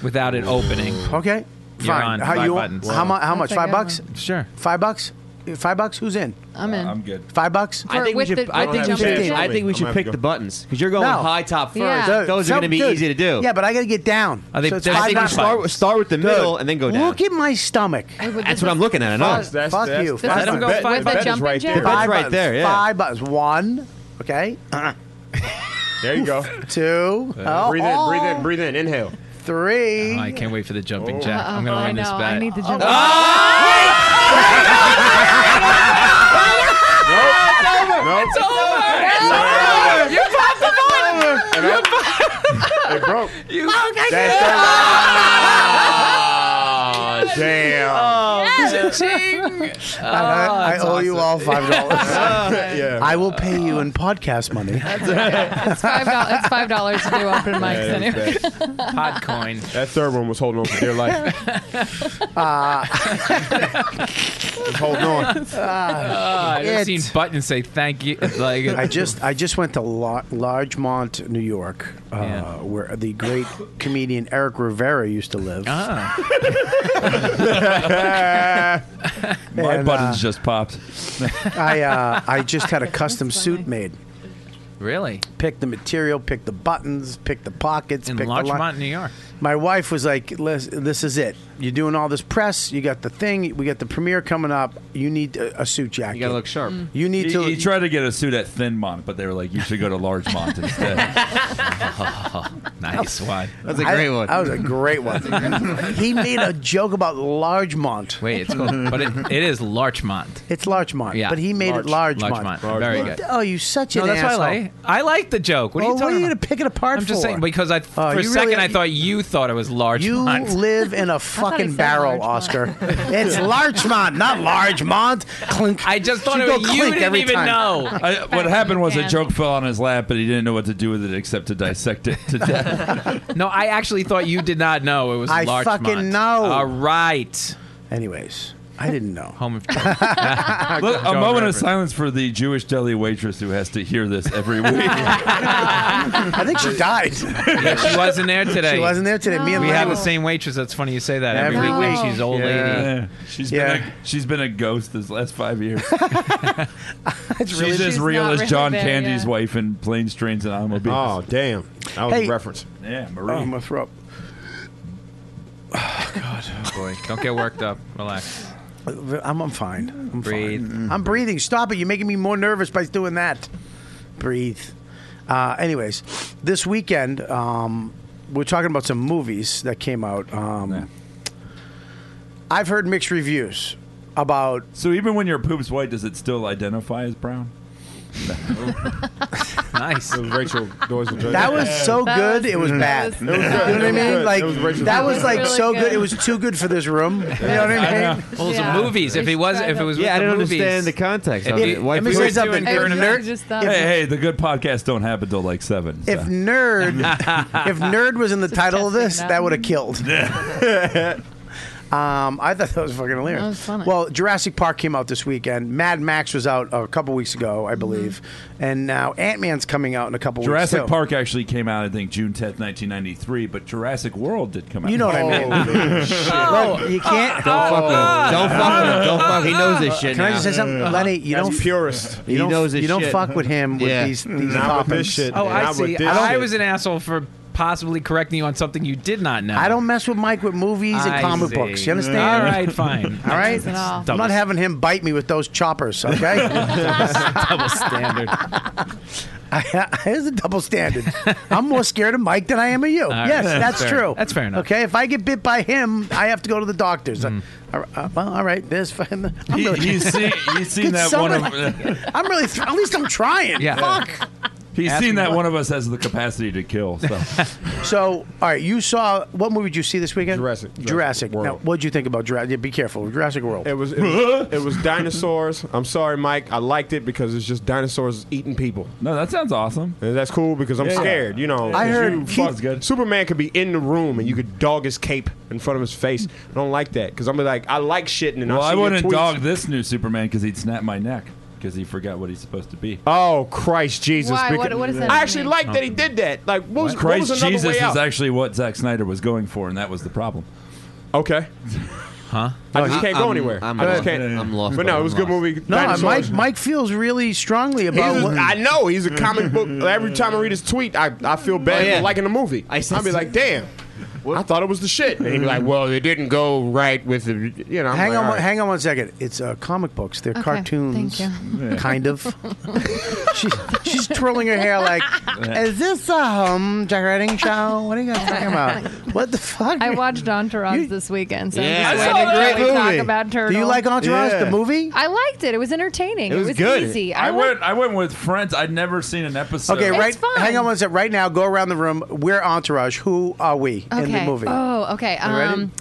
H: without it opening.
D: Okay,
H: You're
D: fine.
H: on
D: how
H: five
D: you?
H: buttons.
D: How, mu- how much?
G: That's a
D: Five
G: good
D: bucks?
H: Sure.
D: Five bucks? Five bucks? Who's in?
G: I'm in. I'm
J: good.
D: Five bucks?
M: I think we should. I think we should. I think we should pick the buttons because you're going
D: No.
M: high top first.
D: Yeah. Dude,
M: Those are
D: some-
M: going to be
D: dude,
M: easy to do.
D: Yeah, but I got to get down.
M: Are they-
D: so it's
M: I
D: five
M: think you
D: bucks.
M: start with- start with the middle and then go down.
D: Look at my stomach.
M: That's what I'm looking at. I know.
D: Fuck, fuck you.
M: That's,
D: Five bucks.
M: That's
D: Five
M: right
D: bucks.
M: there. Yeah. Uh-uh.
D: Five bucks. One. Okay.
I: There you go.
D: Two. Oh,
I: breathe in, breathe
D: oh.
I: in, breathe in. Inhale.
D: Three.
H: I can't wait for the jumping
I: Oh.
H: jack. I'm gonna
I: Uh-oh, I
H: win this
I: know.
H: bet.
I: I need
G: the
H: jump.
I: Nope.
F: You popped the button.
I: And I- it broke.
F: You
I: That's the- Oh, damn.
D: I- I, I owe you all five dollars.
I: Yeah.
D: I will pay you in podcast money.
G: It's five dollars. It's five dollars to do open mics
I: Yeah,
G: anyway.
I: that's
H: Podcoin.
I: That third one was holding on for dear life.
D: Uh,
I: Was holding on.
H: Uh, I've never
D: It-
H: seen Button say thank you. Like
D: I just I just went to La- Largemont, New York, uh, where the great comedian Eric Rivera used to live.
H: Ah,
J: My
D: And,
J: buttons
D: uh,
J: just popped.
D: I uh, I just had a custom suit made.
H: Really?
D: Pick the material, pick the buttons, pick the pockets.
H: in
D: pick the
H: Larchmont,
D: line.
H: New York.
D: My wife was like, "Lis- "This is it. You're doing all this press. You got the thing. We got the premiere coming up. You need a, a suit jacket. You gotta look
M: sharp.
I: Mm.
D: You need
J: He,
D: to.
J: he tried to get a suit at Thinmont, but they were like, "You should go to Largemont instead."
H: Oh, nice one.
D: I- That was a great one. he made a joke about Largemont.
H: Wait, it's cool. but it, it is Larchmont.
D: It's Larchmont.
H: Yeah.
D: But he made it Largemont.
H: Very good.
D: Oh, you such
H: No,
D: an
H: that's
D: asshole.
H: why I like. I like the joke. What are you
D: Well,
H: talking
D: what are you
H: about?
D: going to pick it apart
H: I'm
D: for? Oh,
H: just saying because I for a
D: you
H: second
D: really-
H: I thought you thought it was large.
D: You
H: mine.
D: live in a fucking barrel, Oscar. it's Larchmont, not Largemont. Clink.
H: I just
J: Should
H: thought it
J: go
H: was you
J: clink
H: didn't
J: every
H: even
J: time.
H: know.
J: I, what happened was a joke fell on his lap, but he didn't know what to do with it except to dissect it to death.
H: No, I actually thought you did not know it was
D: I
H: Larchmont.
D: fucking know.
H: All right.
D: Anyways, I didn't know.
H: Home of
J: Look,
H: Joe
J: a moment of
H: reference.
J: silence for the Jewish deli waitress who has to hear this every week.
D: I think she died.
H: Yeah, she wasn't there today.
D: She wasn't there today. Me and
H: we have
D: Lenny-
H: the same waitress. That's funny you say that. Every,
D: Every
H: weekend
D: week.
H: she's old lady.
J: Yeah. She's been a, she's been a ghost this last five years. she's
D: really-
J: as
D: She's
J: real
D: not
J: as
D: really
J: John
D: there,
J: Candy's
D: yeah.
J: wife in Planes, Trains, and Automobiles.
I: Oh, damn. That
D: was a Hey.
I: reference.
J: Yeah, Marie.
D: Oh, I'm gonna throw up.
H: Boy, don't get worked up. Relax.
D: I'm, I'm fine. Mm. I'm
H: Breathe.
D: fine. I'm breathing. Stop it. You're making me more nervous by doing that. Breathe. Uh, anyways, this weekend, um, we're talking about some movies that came out. Um, I've heard mixed reviews about.
J: So even when your poop's white, does it still identify as brown?
H: nice.
I: Rachel Dorsey.
D: That was so
I: That
D: good,
I: was-
D: it was
I: that
D: bad.
I: was-
D: you know
I: that
D: what I
I: was
D: mean?
I: good.
D: Like
I: That was Rachel
D: that
I: Dorsey.
D: was like
I: Really
D: so good.
I: good.
D: It was too good for this room. You know what I mean?
H: Well, it was the movies. If it was, if it was,
M: Yeah,
H: with
M: I
H: the
M: don't
H: movies,
M: understand the context.
H: If
M: of
H: we-
M: it. Why
H: if we
M: people-
H: were doing
D: If
H: Burning
D: nerd-
H: Man-
G: Just
J: Hey,
G: that.
J: hey, the good podcasts don't happen till like seven.
D: If
J: so.
D: nerd, if nerd was in the title of this, that would have killed. um, I thought that was fucking hilarious.
G: That was funny.
D: Well, Jurassic Park came out this weekend. Mad Max was out a couple weeks ago, I believe, and now Ant Man's coming out in a couple
J: Jurassic
D: weeks. too.
J: Park actually came out, I think, June 10th, 1993, but Jurassic World did come out.
D: You know
M: Oh.
D: what I mean? Lenny, you can't. Oh.
J: Don't fuck with him.
M: Don't fuck with him. Don't fuck. He knows this shit.
D: Can I
M: now. Uh-huh.
D: just say something, Lenny? You
I: That's
D: don't
I: purist.
D: You
M: He
D: don't,
M: knows his
D: you don't
M: shit.
D: fuck with him with
M: Yeah.
D: these these
I: Not with this
D: toppings.
I: shit.
H: Oh, I
I: Not with
H: see.
I: this
H: I
I: shit.
H: was an asshole for possibly correcting you on something you did not know.
D: I don't mess with Mike with movies and
H: I
D: comic
H: see.
D: books. You understand?
H: All right, fine.
D: All right.
G: at all.
D: I'm not having him bite me with those choppers. Okay.
H: double standard.
D: I, here's a double standard. I'm more scared of Mike than I am of you.
H: right,
D: yes,
H: that's
D: that's,
H: fair.
D: true.
H: That's fair enough.
D: Okay, if I get bit by him, I have to go to the doctors.
H: Mm-hmm.
D: All right, uh, well, all right. There's. fine. I'm
J: You,
D: really,
J: you see, you seen
D: Could
J: that one of
D: someone- I'm really. At least I'm trying.
H: Yeah.
D: Fuck.
J: He's
D: Ask
J: seen
D: me
J: that
D: what-
J: one of us has the capacity to kill. So
D: So, all right, you saw what movie did you see this weekend? Jurassic. Jurassic.
I: World.
D: Now, what did you think about Jurassic? Yeah, be careful, Jurassic World.
I: It was it was, it was dinosaurs. I'm sorry, Mike. I liked it because it's just dinosaurs eating people.
J: No, that sounds awesome.
I: that's cool because I'm
J: Yeah.
I: scared. You know,
J: I heard
I: you
J: Keith-
I: fuck- Superman could be in the room and you could dog his cape in front of his face. I don't like that because I'm like I like shit and then
J: well,
I: I'll see
J: I
I: your
J: wouldn't
I: tweets.
J: dog this new Superman because he'd snap my neck because he forgot what he's supposed to be.
I: Oh Christ Jesus!
J: Why?
I: because-
J: What- what does that
I: I actually
J: mean?
I: like that he did that. Like what was, what was
J: Christ
I: another
J: Jesus
I: way out?
J: is actually what Zack Snyder was going for, and that was the problem.
I: Okay.
J: Huh?
I: I just can't go anywhere. I just can't. But no, it was a good movie.
D: No,
I: Dinosaurs.
D: Mike. Mike feels really strongly
I: He's
D: about.
I: a-
D: what-
I: I know he's a comic book. Every time I read his tweet, I, I feel bad
D: Oh, yeah.
I: for liking the movie. I will be like, damn, I thought it was the shit. And he'd be like, well, it didn't go right with the, you know. I'm
D: hang
I: like,
D: on,
I: all
D: one-
I: right.
D: hang on one second. It's uh, comic books. They're
I: Okay, thank
D: cartoons,
I: you. Yeah.
D: kind of. she, she's twirling her hair like, "Is this a home decorating show? What are you guys talking about? What the fuck?"
G: I watched Entourage this weekend. So
D: Yeah.
G: I'm
D: I
G: just
D: saw
G: waiting
D: that.
G: to
D: Great
G: really
D: movie.
G: talk about
D: Do you
G: Turtles.
D: like Entourage, the Yeah. movie?
G: I liked it. It was entertaining. It was, easy.
J: I,
G: I,
J: went. I went with friends. I'd never seen an episode.
D: okay, right. Hang on one second. Right now, go around the room. We're Entourage. Who are we
G: okay.
D: in the movie?
G: Oh, okay.
D: You ready?
G: Um,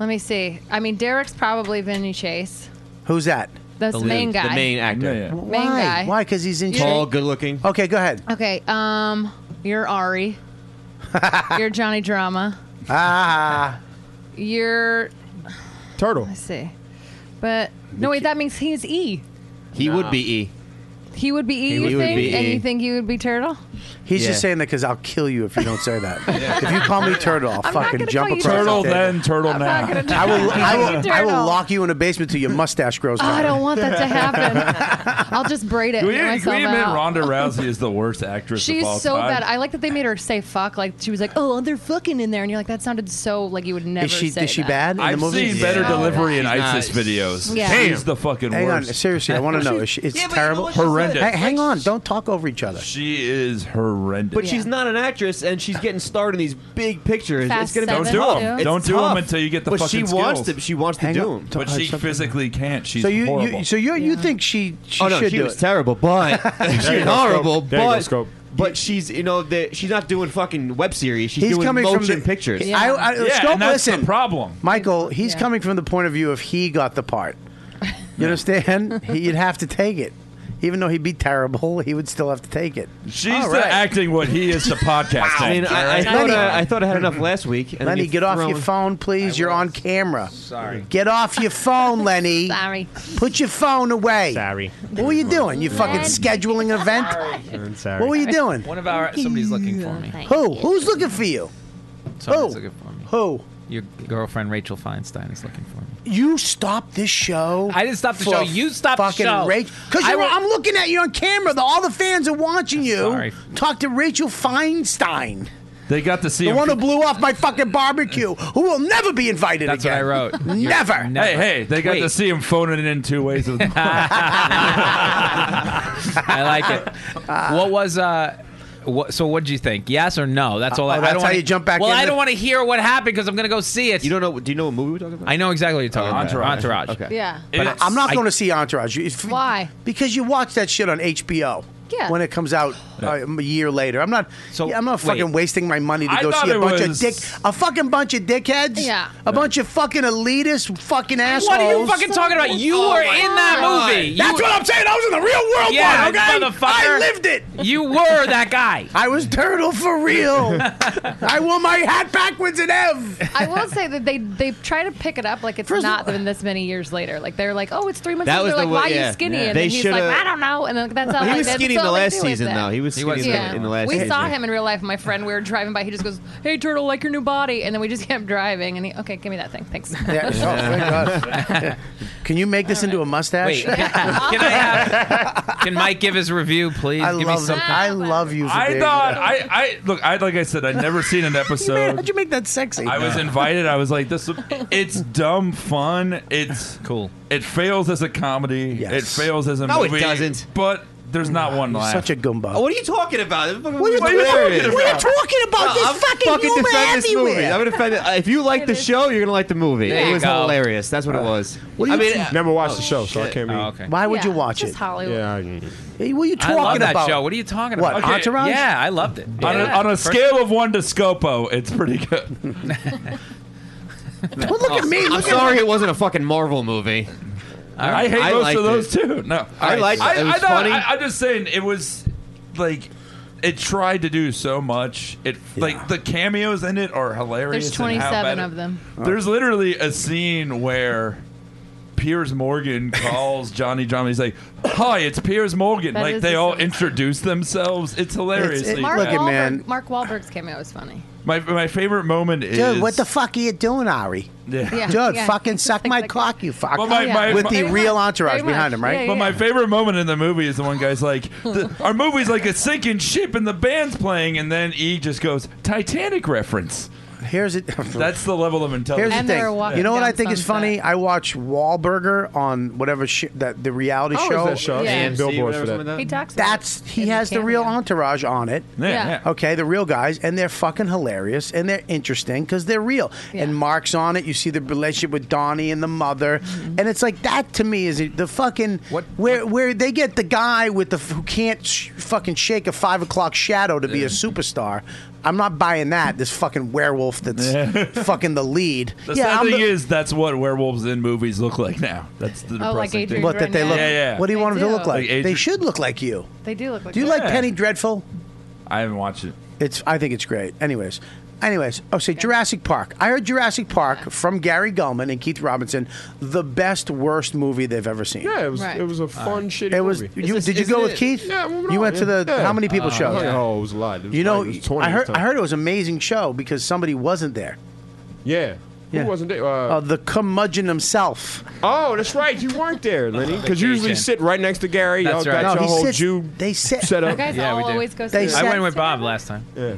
G: let me see. I mean, Derek's probably Vinny Chase.
D: Who's that?
G: That's the The main lead, the guy. main
M: actor.
D: Why?
G: Main guy.
D: Why? Because he's in
G: Tall,
D: good looking. Okay, go ahead.
G: Okay. Um, you're Ari. you're Johnny Drama.
D: Ah,
G: You're.
I: Turtle.
G: Let's see. But no, wait. That means he's E.
M: He would be E.
G: He would be E.
D: He
G: you
D: would
G: think?
D: be
G: And
D: E.
G: you think you would be Turtle?
D: he's
M: Yeah.
D: just saying that because I'll kill you if you don't say that. If you call me turtle, I'll fucking jump
G: call you
D: across the
G: Turtle. Turtle
D: table.
G: then, turtle I'm not now. gonna
D: Oh, I will.
G: call
D: I
G: you
D: will. I will
G: turtle.
D: lock you in a basement till your mustache grows.
G: Oh,
D: back.
G: I don't want that to happen. I'll just braid it. and
J: Can we,
G: get
J: can we
G: myself
J: admit
G: out.
J: Ronda Rousey is the worst actress of all
G: She's so
J: time?
G: bad. I like that they made her say fuck. Like she was like, "Oh, they're fucking in there," and you're like, "That sounded so like you would never." say that.
J: I've seen better
G: Yeah.
J: delivery in
G: She's not-
J: ISIS videos.
G: Yeah.
J: She's the fucking
D: Hang
J: worst.
D: on, seriously, I want to know. Is she- It's
J: Yeah, but you know
D: terrible,
J: what she said. Horrendous.
D: Hey, hang on, don't talk over each other.
J: She is horrendous.
M: But she's not an actress, and she's getting starred in these big pictures.
J: Fast
M: it's gonna
J: Seven,
M: be
J: Don't do
M: tough.
J: 'em.
M: It's
J: Don't do 'em
M: tough.
J: until you get the
M: but
J: fucking
M: she wants
J: skills.
M: to. She wants to
J: Hang
M: do
J: on.
M: them.
J: But she physically can't. She's
D: so you,
J: horrible.
D: you so you you think she she
M: oh no,
D: should
M: she
D: do
M: was
D: it?
M: terrible, but she's
D: There you go,
M: horrible,
D: Scope. There you go,
M: but.
D: Scope.
M: but she's, you know, the, she's not doing fucking web series. She's
D: He's
M: doing
D: coming
M: motion
D: from the
M: pictures.
D: I, I, Scope, listen,
J: problem.
D: Michael, he's coming from the point of view of he got the part. You understand? He- You'd have to take it, even though he'd be terrible. He would still have to take it.
J: She's
D: All
J: the
D: right.
J: acting what he is to podcasting.
M: I mean, I, I, thought, uh,
D: Lenny.
M: I, I thought I had enough last week. And
D: Lenny,
M: then
D: get off
M: thrown-
D: your phone, please. You're on camera.
M: Sorry.
D: Get off your phone, Lenny.
G: Sorry.
D: Put your phone away. Sorry. What were you doing? You fucking
H: Lenny.
D: scheduling an event?
H: Sorry.
D: What were you doing?
H: One of our somebody's looking for me.
D: Who? Who's looking for you?
H: Somebody's
D: Who?
H: looking for me.
D: Who?
H: Your girlfriend Rachel Feinstein is looking for me.
D: You stopped this show. I didn't stop
H: the show. You stopped the
D: fucking
H: show.
D: Because
H: I
D: you're,
H: wa-
D: I'm looking at you on camera. The, all the fans are watching you.
J: Sorry.
D: Talk to Rachel Feinstein,
J: they got to see
D: the
J: him.
D: one who blew off my fucking barbecue, who will never be invited
J: That's what
D: again.
J: I wrote.
D: never.
J: Hey, hey, they got to see him phoning it in two ways.
H: I like it.
D: Ah.
H: what was uh? What, so what did you think? Yes or no? That's all.
D: Uh,
H: I,
D: oh,
H: I
D: that's
H: don't
D: how
H: wanna,
D: you jump back
H: Well,
D: in
H: I
D: the-
H: don't want to hear what happened because I'm gonna go see it. You
M: don't know? Do you know what movie we're talking about?
H: I know exactly what you're talking
M: Okay.
H: about. Entourage.
M: Okay.
G: Yeah.
D: But I'm not going to see Entourage. If-
G: Why?
D: Because you watch that shit on HBO.
G: Yeah.
D: When it comes out uh, a year later, I'm not. So I'm not fucking
H: wait.
D: wasting my money to
H: I
D: go
H: thought
D: see a
H: it
D: bunch of
H: was-
D: dick, a fucking bunch of dickheads.
G: Yeah.
D: A bunch of fucking elitist fucking assholes.
H: What are you fucking talking about? You
D: Oh
H: were in
D: my
H: that
D: God.
H: movie. You-
D: That's what I'm saying. I was in the real world.
H: Yeah,
D: one, okay.
H: motherfucker.
D: I lived it.
H: You were that guy.
D: I was turtle for real. I wore my hat backwards and ev.
G: I will say that they they try to pick it up like it's not been this many years later. Like they're like, "Oh, it's three months."
M: That
G: later.
M: was
G: They're
M: the
G: like, "Why
M: one-
G: are
M: yeah.
G: you skinny?"
M: Yeah.
G: And
M: They
G: then he's
M: shoulda-
G: like, "I don't know." And then that's all.
M: He
G: like,
M: was
G: that's
M: skinny in
G: all
M: the
G: they
M: last
G: do with
M: season,
G: it.
M: though. He was He was skinny in the- skinny. in the last
G: we
M: season.
G: saw him in real life. My friend, we were driving by. He just goes, "Hey, turtle, like your new body." And then we just kept driving. And he, okay, give me that thing. Thanks.
D: Yeah, oh, thank God. Can you make this into a mustache?
H: Wait. can I have? Can Mike give his review, please?
D: I
H: give
D: love that.
H: me something.
D: I love you. For
J: I
D: being
J: thought
D: that.
J: I, I look. I like I said, I'd never seen an episode.
D: How'd you make that sexy?
J: I was invited. I was like, "This, it's dumb fun. It's cool. It fails as a comedy. It fails as a
M: No, it
J: movie.
M: doesn't.
J: But There's not one
D: You're
J: laugh.
D: such a gumbo.
M: What are you talking about? What
J: are you talking about? What are you
M: talking
J: about? There's
M: I'm
J: fucking humor
M: defend this movie.
J: everywhere.
M: I'm gonna defend it. Uh, If you like the show, you're gonna like the movie.
I: There
M: it
I: you
M: was
I: go.
M: hilarious. That's what it was.
I: what do
M: I
I: you
M: mean,
I: think?
M: uh,
I: Never watched
M: oh,
I: the show, so I
M: shit.
I: can't be-
M: Oh, okay.
D: Why would
M: Yeah,
D: you watch
G: just
D: it?
G: Hollywood.
I: Yeah.
D: Hey, what are you
H: I
D: talking
H: love that
D: about?
H: show. What are you talking
D: What,
H: about? Okay,
D: Entourage?
H: Yeah, I loved it.
J: On,
H: Yeah.
J: a, on a
H: First-
J: scale of one to Scopo, it's pretty good.
D: Well, look at me.
M: I'm
D: look at-
M: sorry it wasn't a fucking Marvel movie.
J: I hate most
M: liked
J: of those
M: it.
J: too. No,
M: I liked it. It was
J: know-
M: funny.
J: I, am just saying it was like it tried to do so much. It like the cameos in it are hilarious.
G: There's
J: and how
G: 27
J: bad it-
G: of them.
J: There's literally a scene where. Piers Morgan calls Johnny Drama. He's like, "Hi, it's Piers Morgan."
G: That
J: like
G: is
J: they
G: the
J: all introduce themselves. It's hilariously.
G: Mark
J: bad.
G: Wahlberg, Mark Wahlberg's cameo was funny.
J: My my favorite moment is
D: Dude, what the fuck are you doing, Ari?
G: Yeah,
D: Dude,
G: yeah.
D: fucking suck my cock, you fuck.
J: But my- my-
D: With the
J: my-
D: real entourage
G: Very much.
D: behind him, right?
J: But my favorite moment in the movie is the one guy's like, the, "Our movie's like a sinking ship, and the band's playing," and then E just goes Titanic reference.
D: Here's it.
J: That's the level of intelligence.
D: Here's the thing. You know what I think is funny? I watch Wahlberger on whatever sh- that the reality
I: Oh, is
D: show.
I: that show? I've seen AMC, billboards whatever, for that. something like
G: He talks.
D: That's he has the real entourage on it.
G: Yeah, Yeah.
D: Okay, the real guys, and they're fucking hilarious and they're interesting because they're real. And Mark's on it. You see the relationship with Donnie and the mother, and it's like that to me is it- the fucking where where they get the guy with the f- who can't sh- fucking shake a five o'clock shadow to be a superstar. I'm not buying that. This fucking werewolf that's fucking the lead.
J: The
D: yeah,
J: sad
D: I'm
J: thing
D: the-
J: is that's what werewolves in movies look like now. That's the
G: Oh, like
J: depressing thing.
G: Adrian What, that they Grenier. look-
J: Yeah, yeah.
D: What do you want them to look like?
J: Adrian-
D: they should look like you.
G: They do look like.
D: Do you
G: that.
D: like Penny Dreadful?
J: I haven't watched it.
D: It's. I think it's great. Anyways, anyways. Oh, say Jurassic Park. I heard Jurassic Park from Gary Gulman and Keith Robinson, the best worst movie they've ever seen.
I: Yeah, it was it was a fun shitty
D: It was.
I: movie.
D: You, did you go with Keith?
I: Yeah, moving
D: you
I: on,
D: went to
I: yeah.
D: the
I: Yeah.
D: how many people show?
I: Oh, it was a lot. It was
D: You know,
I: like- it was 20
D: I heard.
I: this time.
D: I heard it was an amazing show because somebody wasn't there.
I: Yeah. Who wasn't there?
D: Uh, the curmudgeon himself.
I: Oh, that's right. You weren't there, Lenny. Because you usually
H: Vacation.
I: sit right next to Gary.
H: That's
I: Y'all
H: right.
I: Got
H: No,
I: your
H: he
I: whole
H: sits-
I: Jew
D: they sit.
I: set
G: You
I: up.
G: guys
H: Yeah, we
G: all
H: did.
G: always go.
D: They
G: through
H: I
D: said-
H: went with Bob last time.
I: Yeah.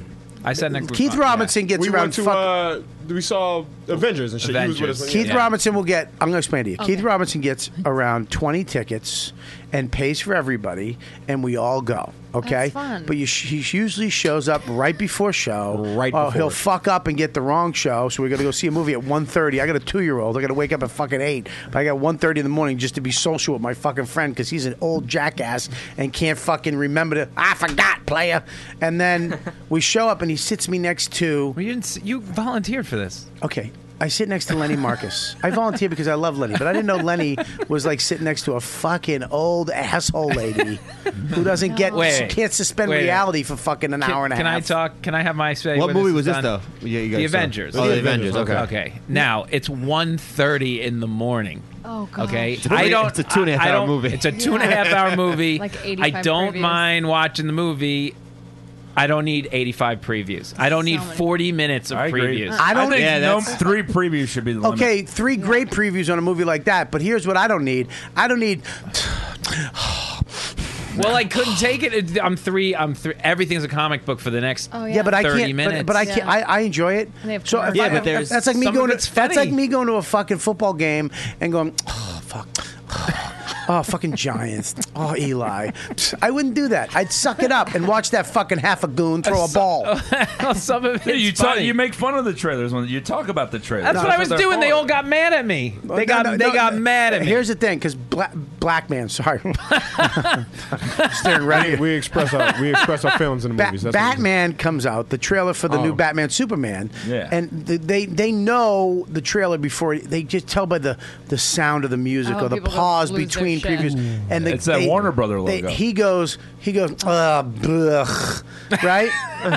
H: I sat next to
D: Keith
H: Bob. Yeah.
D: Robinson gets
I: we
D: around.
I: went to
D: fuck-
I: uh, we saw Avengers and shit. He was with us.
D: Keith
I: yeah.
D: Robinson will get. I'm going to explain to you. Keith Robinson gets around 20 tickets and pays for everybody, and we all go. Okay,
G: That's fun.
D: but you sh- he usually shows up right before show. Right. Oh,
I: before.
D: he'll fuck up and get the wrong show, so we got to go see a movie at 1:30. I got a two year old. I got to wake up at fucking eight. But I got 1:30 in the morning just to be social with my fucking friend because he's an old jackass and can't fucking remember to. I forgot, player. And then we show up, and he sits me next to.
H: Well, you didn't. s- You volunteered for this.
D: Okay. I sit next to Lenny Marcus. I volunteer because I love Lenny, but I didn't know Lenny was like sitting next to a fucking old asshole lady who doesn't get
H: Wait.
D: can't suspend
H: Wait.
D: reality for fucking an hour and a
H: can
D: half.
H: I talk? Can I have my say?
M: What
H: when
M: movie
H: is
M: was this,
H: done?
M: though? Yeah, you guys
H: the
M: saw it.
H: Avengers.
M: Oh, The Avengers, okay.
H: Okay. Now it's 1.30 in the morning.
G: Oh, gosh.
H: Okay.
M: It's a three- it's a two and a half
H: I- I
M: hour
H: don't-
M: movie.
H: It's a two and a
G: Yeah.
H: half hour movie.
G: Like 85
H: I don't
G: previews.
H: mind watching the movie. I don't need 85 previews. I don't need 40 minutes of
J: I agree.
H: previews.
D: I don't-
J: think
D: Yeah,
J: no,
D: that's-
J: three previews should be the limit.
D: Okay, three great previews on a movie like that, but here's what I don't need. I don't need
H: Well, I couldn't take it. it. I'm three. I'm three. Everything's a comic book for the next.
G: Oh,
D: yeah, but I
H: 30
D: can't.
H: Minutes.
D: But, but I can't. I, I enjoy it.
G: And they have
D: So if
G: commercials.
D: I-
G: Yeah, but
H: there's-
D: that's like me
H: some of
D: going.
H: it's
D: To, that's like
H: funny.
D: me going to a fucking football game and going, oh fuck, oh fucking Giants, oh Eli. I wouldn't do that. I'd suck it up and watch that fucking half a goon throw a ball.
H: some of
J: Yeah,
H: it's
J: you talk,
H: funny.
J: you make fun of the trailers when you talk about the trailers.
H: That's what I was
J: they're
H: doing. They
J: for.
H: all got mad at me. They got
D: No, no,
H: they
D: no,
H: got mad at me.
D: Here's the thing, because black black man, sorry, staring right. at
I: We, we express our we express our feelings in the
D: Ba-
I: movies. That's what we do.
D: Batman comes out, the trailer for the new Batman Superman.
I: Yeah.
D: And th- they they know the trailer before it- they just tell by the, the sound of the music
G: Oh,
D: or the
G: people
D: pause
G: lose their
D: between
G: shit.
D: previews.
I: Mm.
D: And the,
J: It's that Warner Brother
D: they-
J: logo.
D: he goes he goes uh blech, right?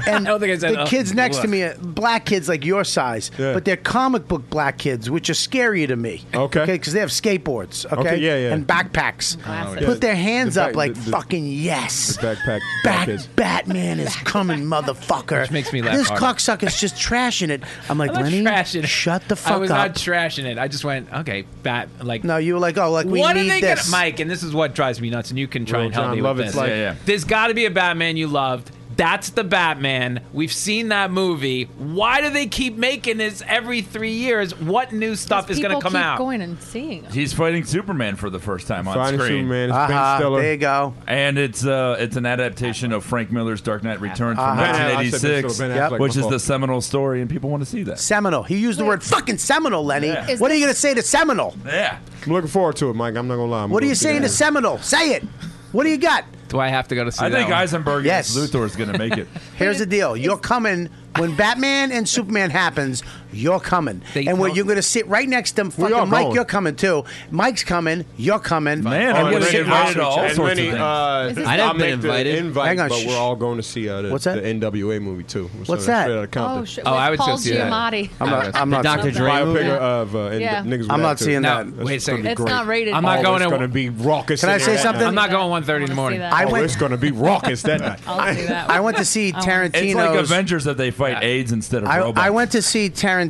D: And
H: I don't think I said,
D: the
H: "Ugh,
D: kids next to
H: blech."
D: me, uh, black kids like your size, but they're comic book black kids, which are scary to me.
I: Okay.
D: because they have skateboards. Okay,
I: Okay, yeah, yeah.
D: and backpacks.
G: Glasses.
D: Put their hands
I: The
D: up
I: back-
D: like
I: the- the-
D: fucking yes.
I: The backpack
D: Bat-
I: kids.
D: Batman is coming, motherfucker.
H: Which makes me laugh
D: This
H: harder.
D: cocksucker's just trashing it. I'm like,
H: I'm not
D: Lenny,
H: trashing it.
D: shut the fuck
H: I was
D: up.
H: not trashing it. I just went okay. Bat like
D: no, you were like, oh, like we
H: what
D: need
H: are they
D: this.
H: gonna, Mike? And this is what drives me nuts. And you can try
I: Real
H: and help
I: John
H: me
I: Lovett's
H: with this.
I: like- Yeah, yeah.
H: There's got to be a Batman you loved. That's the Batman. We've seen that movie. Why do they keep making this every three years? What new stuff is going to come
G: People keep
H: out?
G: going and seeing. 'em.
J: He's fighting Superman for the first time on
I: Fighting
J: screen.
I: Superman. It's Ben Aha, Stiller. there you
D: Ah, go.
J: And it's uh, it's an adaptation of Frank Miller's Dark Knight Returns from
D: Aha. Ben Affleck. Ah, I
J: 1986,
D: said Ben Stiller, Ben Affleck
J: which is
D: before.
J: the seminal story, and people want to see this.
D: Seminole. He used the word fucking Seminole, Lenny.
J: Yeah. Is
D: What are you going to say to Seminole?
J: Yeah.
I: I'm looking forward to it, Mike. I'm not gonna lie. I'm
D: What are
I: gonna
D: you
I: see
D: saying
I: that.
D: to Seminole? Say it. What do you got?
H: Do I have to go to see
J: I
H: that
J: think
H: one?
J: Eisenberg
D: Yes.
J: against Luthor is going to make it.
D: Here's the deal. You're coming when Batman and Superman happens. You're coming, and where you're going to sit right next to
I: are
D: fucking Mike.
I: going.
D: You're coming too. Mike's coming. You're coming.
J: Man, I'm
D: we're
J: gonna
D: gonna
J: get
D: sit next
J: invited to all
D: each other.
I: And many, uh,
D: Is this-
I: I'll make the invite,
D: Hang on,
I: but
D: shh,
I: we're all going to see uh, the,
D: What's
I: the NWA movie too. We're
D: What's
I: starting
D: that?
I: straight outta Compton.
G: Oh, shit, Oh, with I would Paul still see that. Giamatti. I'm not- I'm not-
I: Dr. Dre
G: Biopic
I: movie?
G: of,
I: of
G: uh, and Yeah. niggas
I: niggas.
D: with attitude.
H: Now,
D: That's
H: wait a second.
G: It's not rated.
H: I'm not
G: Oh,
H: going
I: it's
H: to.
I: gonna be raucous Oh,
D: Can I in say there. something?
H: I'm not going 1:30 in the morning.
D: that. I went-
I: it's going to be raucous that night.
D: I, I went to see Tarantino's.
J: It's like Avengers that they fight AIDS instead of
D: I,
J: robots.
D: I went to see Tarantino's.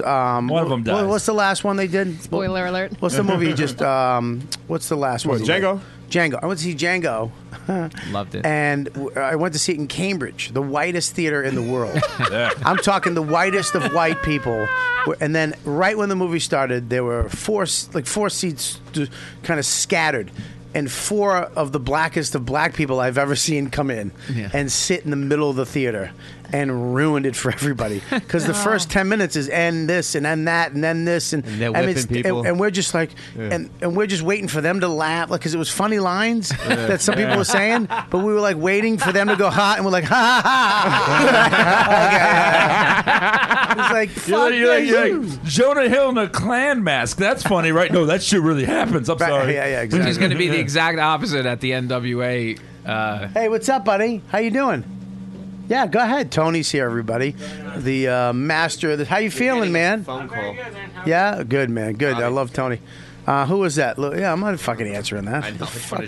D: Um, one of them
J: dies.
D: What's the last one they did? Spoiler
G: alert.
D: What's the movie? you Just um, what's the last
I: What,
D: one? he did?
I: Django?
D: Django. I went to see Django.
H: Loved it.
D: And w- I went to see it in Cambridge, the whitest theater in the world.
J: Yeah.
D: I'm talking the whitest of white people. And then right when the movie started, there were four like four seats kind of scattered. And four of the blackest of black people I've ever seen come in
N: Yeah.
D: and sit in the middle of the theater and ruined it for everybody. Because the first 10 minutes is and this and then that and then this. And,
M: they're
D: I mean,
M: whipping
D: it's-
M: people.
D: and- and we're just like, and, and we're just waiting for them to laugh because it was funny lines
M: Yeah.
D: that some people
M: Yeah.
D: were saying, but we were like waiting for them to go ha, and we're like ha ha ha. it's like
J: You're
D: fuck
J: like, you're like- you're
D: you.
J: like, Jonah Hill in a clan mask. That's funny, right? No, that shit really happens. I'm sorry.
D: yeah, yeah,
H: Which is going to be the exact opposite at the NWA. Uh,
D: Hey, what's up, buddy? How you doing? Yeah, go ahead. Tony's here, everybody. The uh, master. Of the, how you feeling, man?
M: Phone call.
D: Yeah, good man, good. I love Tony. Uh, who was that? Look, yeah, I'm not fucking answering that.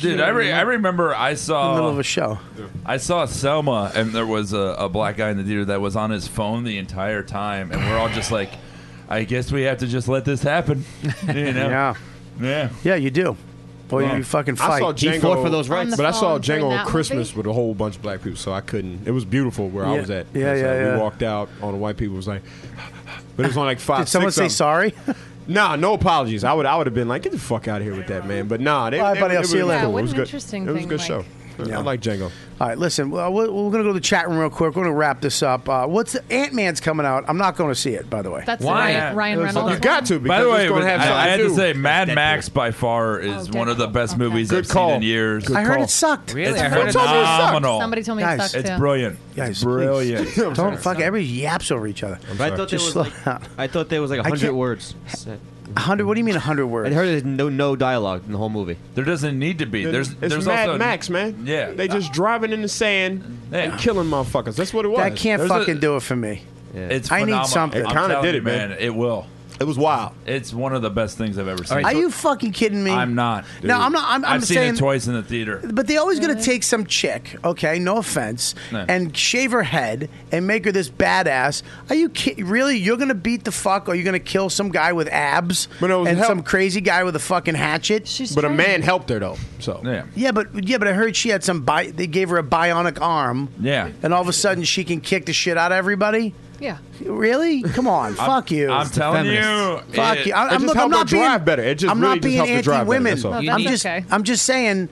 J: Dude, I, re- I remember I
D: In
J: saw
D: the middle of a show.
J: I saw Selma, and there was a, a black guy in the theater that was on his phone the entire time, and we're all just like, I guess we have to just let this happen. You know?
D: Yeah.
J: Yeah.
D: Yeah, you do. Boy, you fucking fight.
I: I saw Django, but I saw Django on
D: movie?
I: Christmas with a whole bunch of black people, so I couldn't. It was beautiful where I
D: Yeah.
I: was at.
D: Yeah,
I: And so
D: yeah, yeah.
I: We walked out on the white people was like, but it was only like five.
D: Did someone
I: six
D: say
I: of them.
D: sorry?
I: Nah, no apologies. I would, I would have been like, get the fuck out of here with that man. But nah, they,
D: All right,
I: they-
D: buddy,
I: it
D: I'll
I: was
D: see you later.
I: cool.
D: What
I: it was
D: an
I: good.
D: interesting
I: It was a
D: thing,
I: good
D: like-
I: show.
D: Yeah.
I: I like Django.
D: All right, listen, well, we're, we're going to go to the chat room real quick. We're going to wrap this up. Uh, what's Ant Man's coming out? I'm not going to see it, by the way.
G: That's the Why? Ryan- Ryan Reynolds
I: You got to.
J: By
I: Because
J: the way,
I: it's gonna
J: with-
I: have
J: I, I had to
I: something
J: say,
I: do.
J: Mad Max by far is
G: Oh,
J: one of the best movies
I: Good
J: I've
I: call.
J: seen in years.
I: Good I heard call. it
D: sucked.
J: Really? It's
D: I heard it sucked.
J: phenomenal.
G: Somebody told me it sucked,
J: It's
G: too.
J: brilliant.
D: Guys,
J: it's brilliant.
D: please. Don't fuck. Everybody yaps over each other.
M: But I thought there
D: Just
M: was
D: slow
M: like,
D: down.
M: I thought there was like
D: I
M: hundred
D: can't-
M: words. said.
D: hundred? What do you mean hundred words?
M: I heard there's no no dialogue in the whole movie.
J: There doesn't need to be.
M: There's-
I: it's
M: there's
I: Mad
M: also-
I: Max, man.
J: Yeah.
I: They just driving in the sand and killing motherfuckers. That's what it was.
D: That can't
I: There's a-
D: fucking do it for me.
J: It's
D: I need
J: phenomenal.
D: something.
J: I'm
I: kinda
J: telling
I: did
J: you,
I: it, man.
J: It will.
I: It was wild.
J: It's one of the best things I've ever seen.
D: Are you fucking kidding me?
J: I'm not.
D: No, I'm not- I'm- I'm
J: have seen
D: saying-
J: it twice in the theater.
D: But they always going to take some chick, okay, no offense,
J: Mm-hmm. No.
D: and shave her head and make her this badass. Are you kidding? Really? You're going to beat the fuck or you're going to kill some guy with abs and some crazy guy with a fucking hatchet?
I: But a man helped her though. So
J: yeah.
D: Yeah, but yeah, but I heard she had some bi- they gave her a bionic arm.
J: Yeah.
D: And all of a sudden she can kick the shit out of everybody?
G: Yeah.
D: Really? Come on, fuck you.
J: I'm telling you,
D: Fuck
J: it-
D: you. I,
I: It
D: am
I: just
D: look,
I: helped
D: I'm
I: her
D: not being,
I: drive better. It just
D: I'm
I: really
D: not
I: just
D: being
I: helped her drive better,
D: anti-women.
I: that's all. No,
D: I'm
I: that's
D: just, I'm just saying.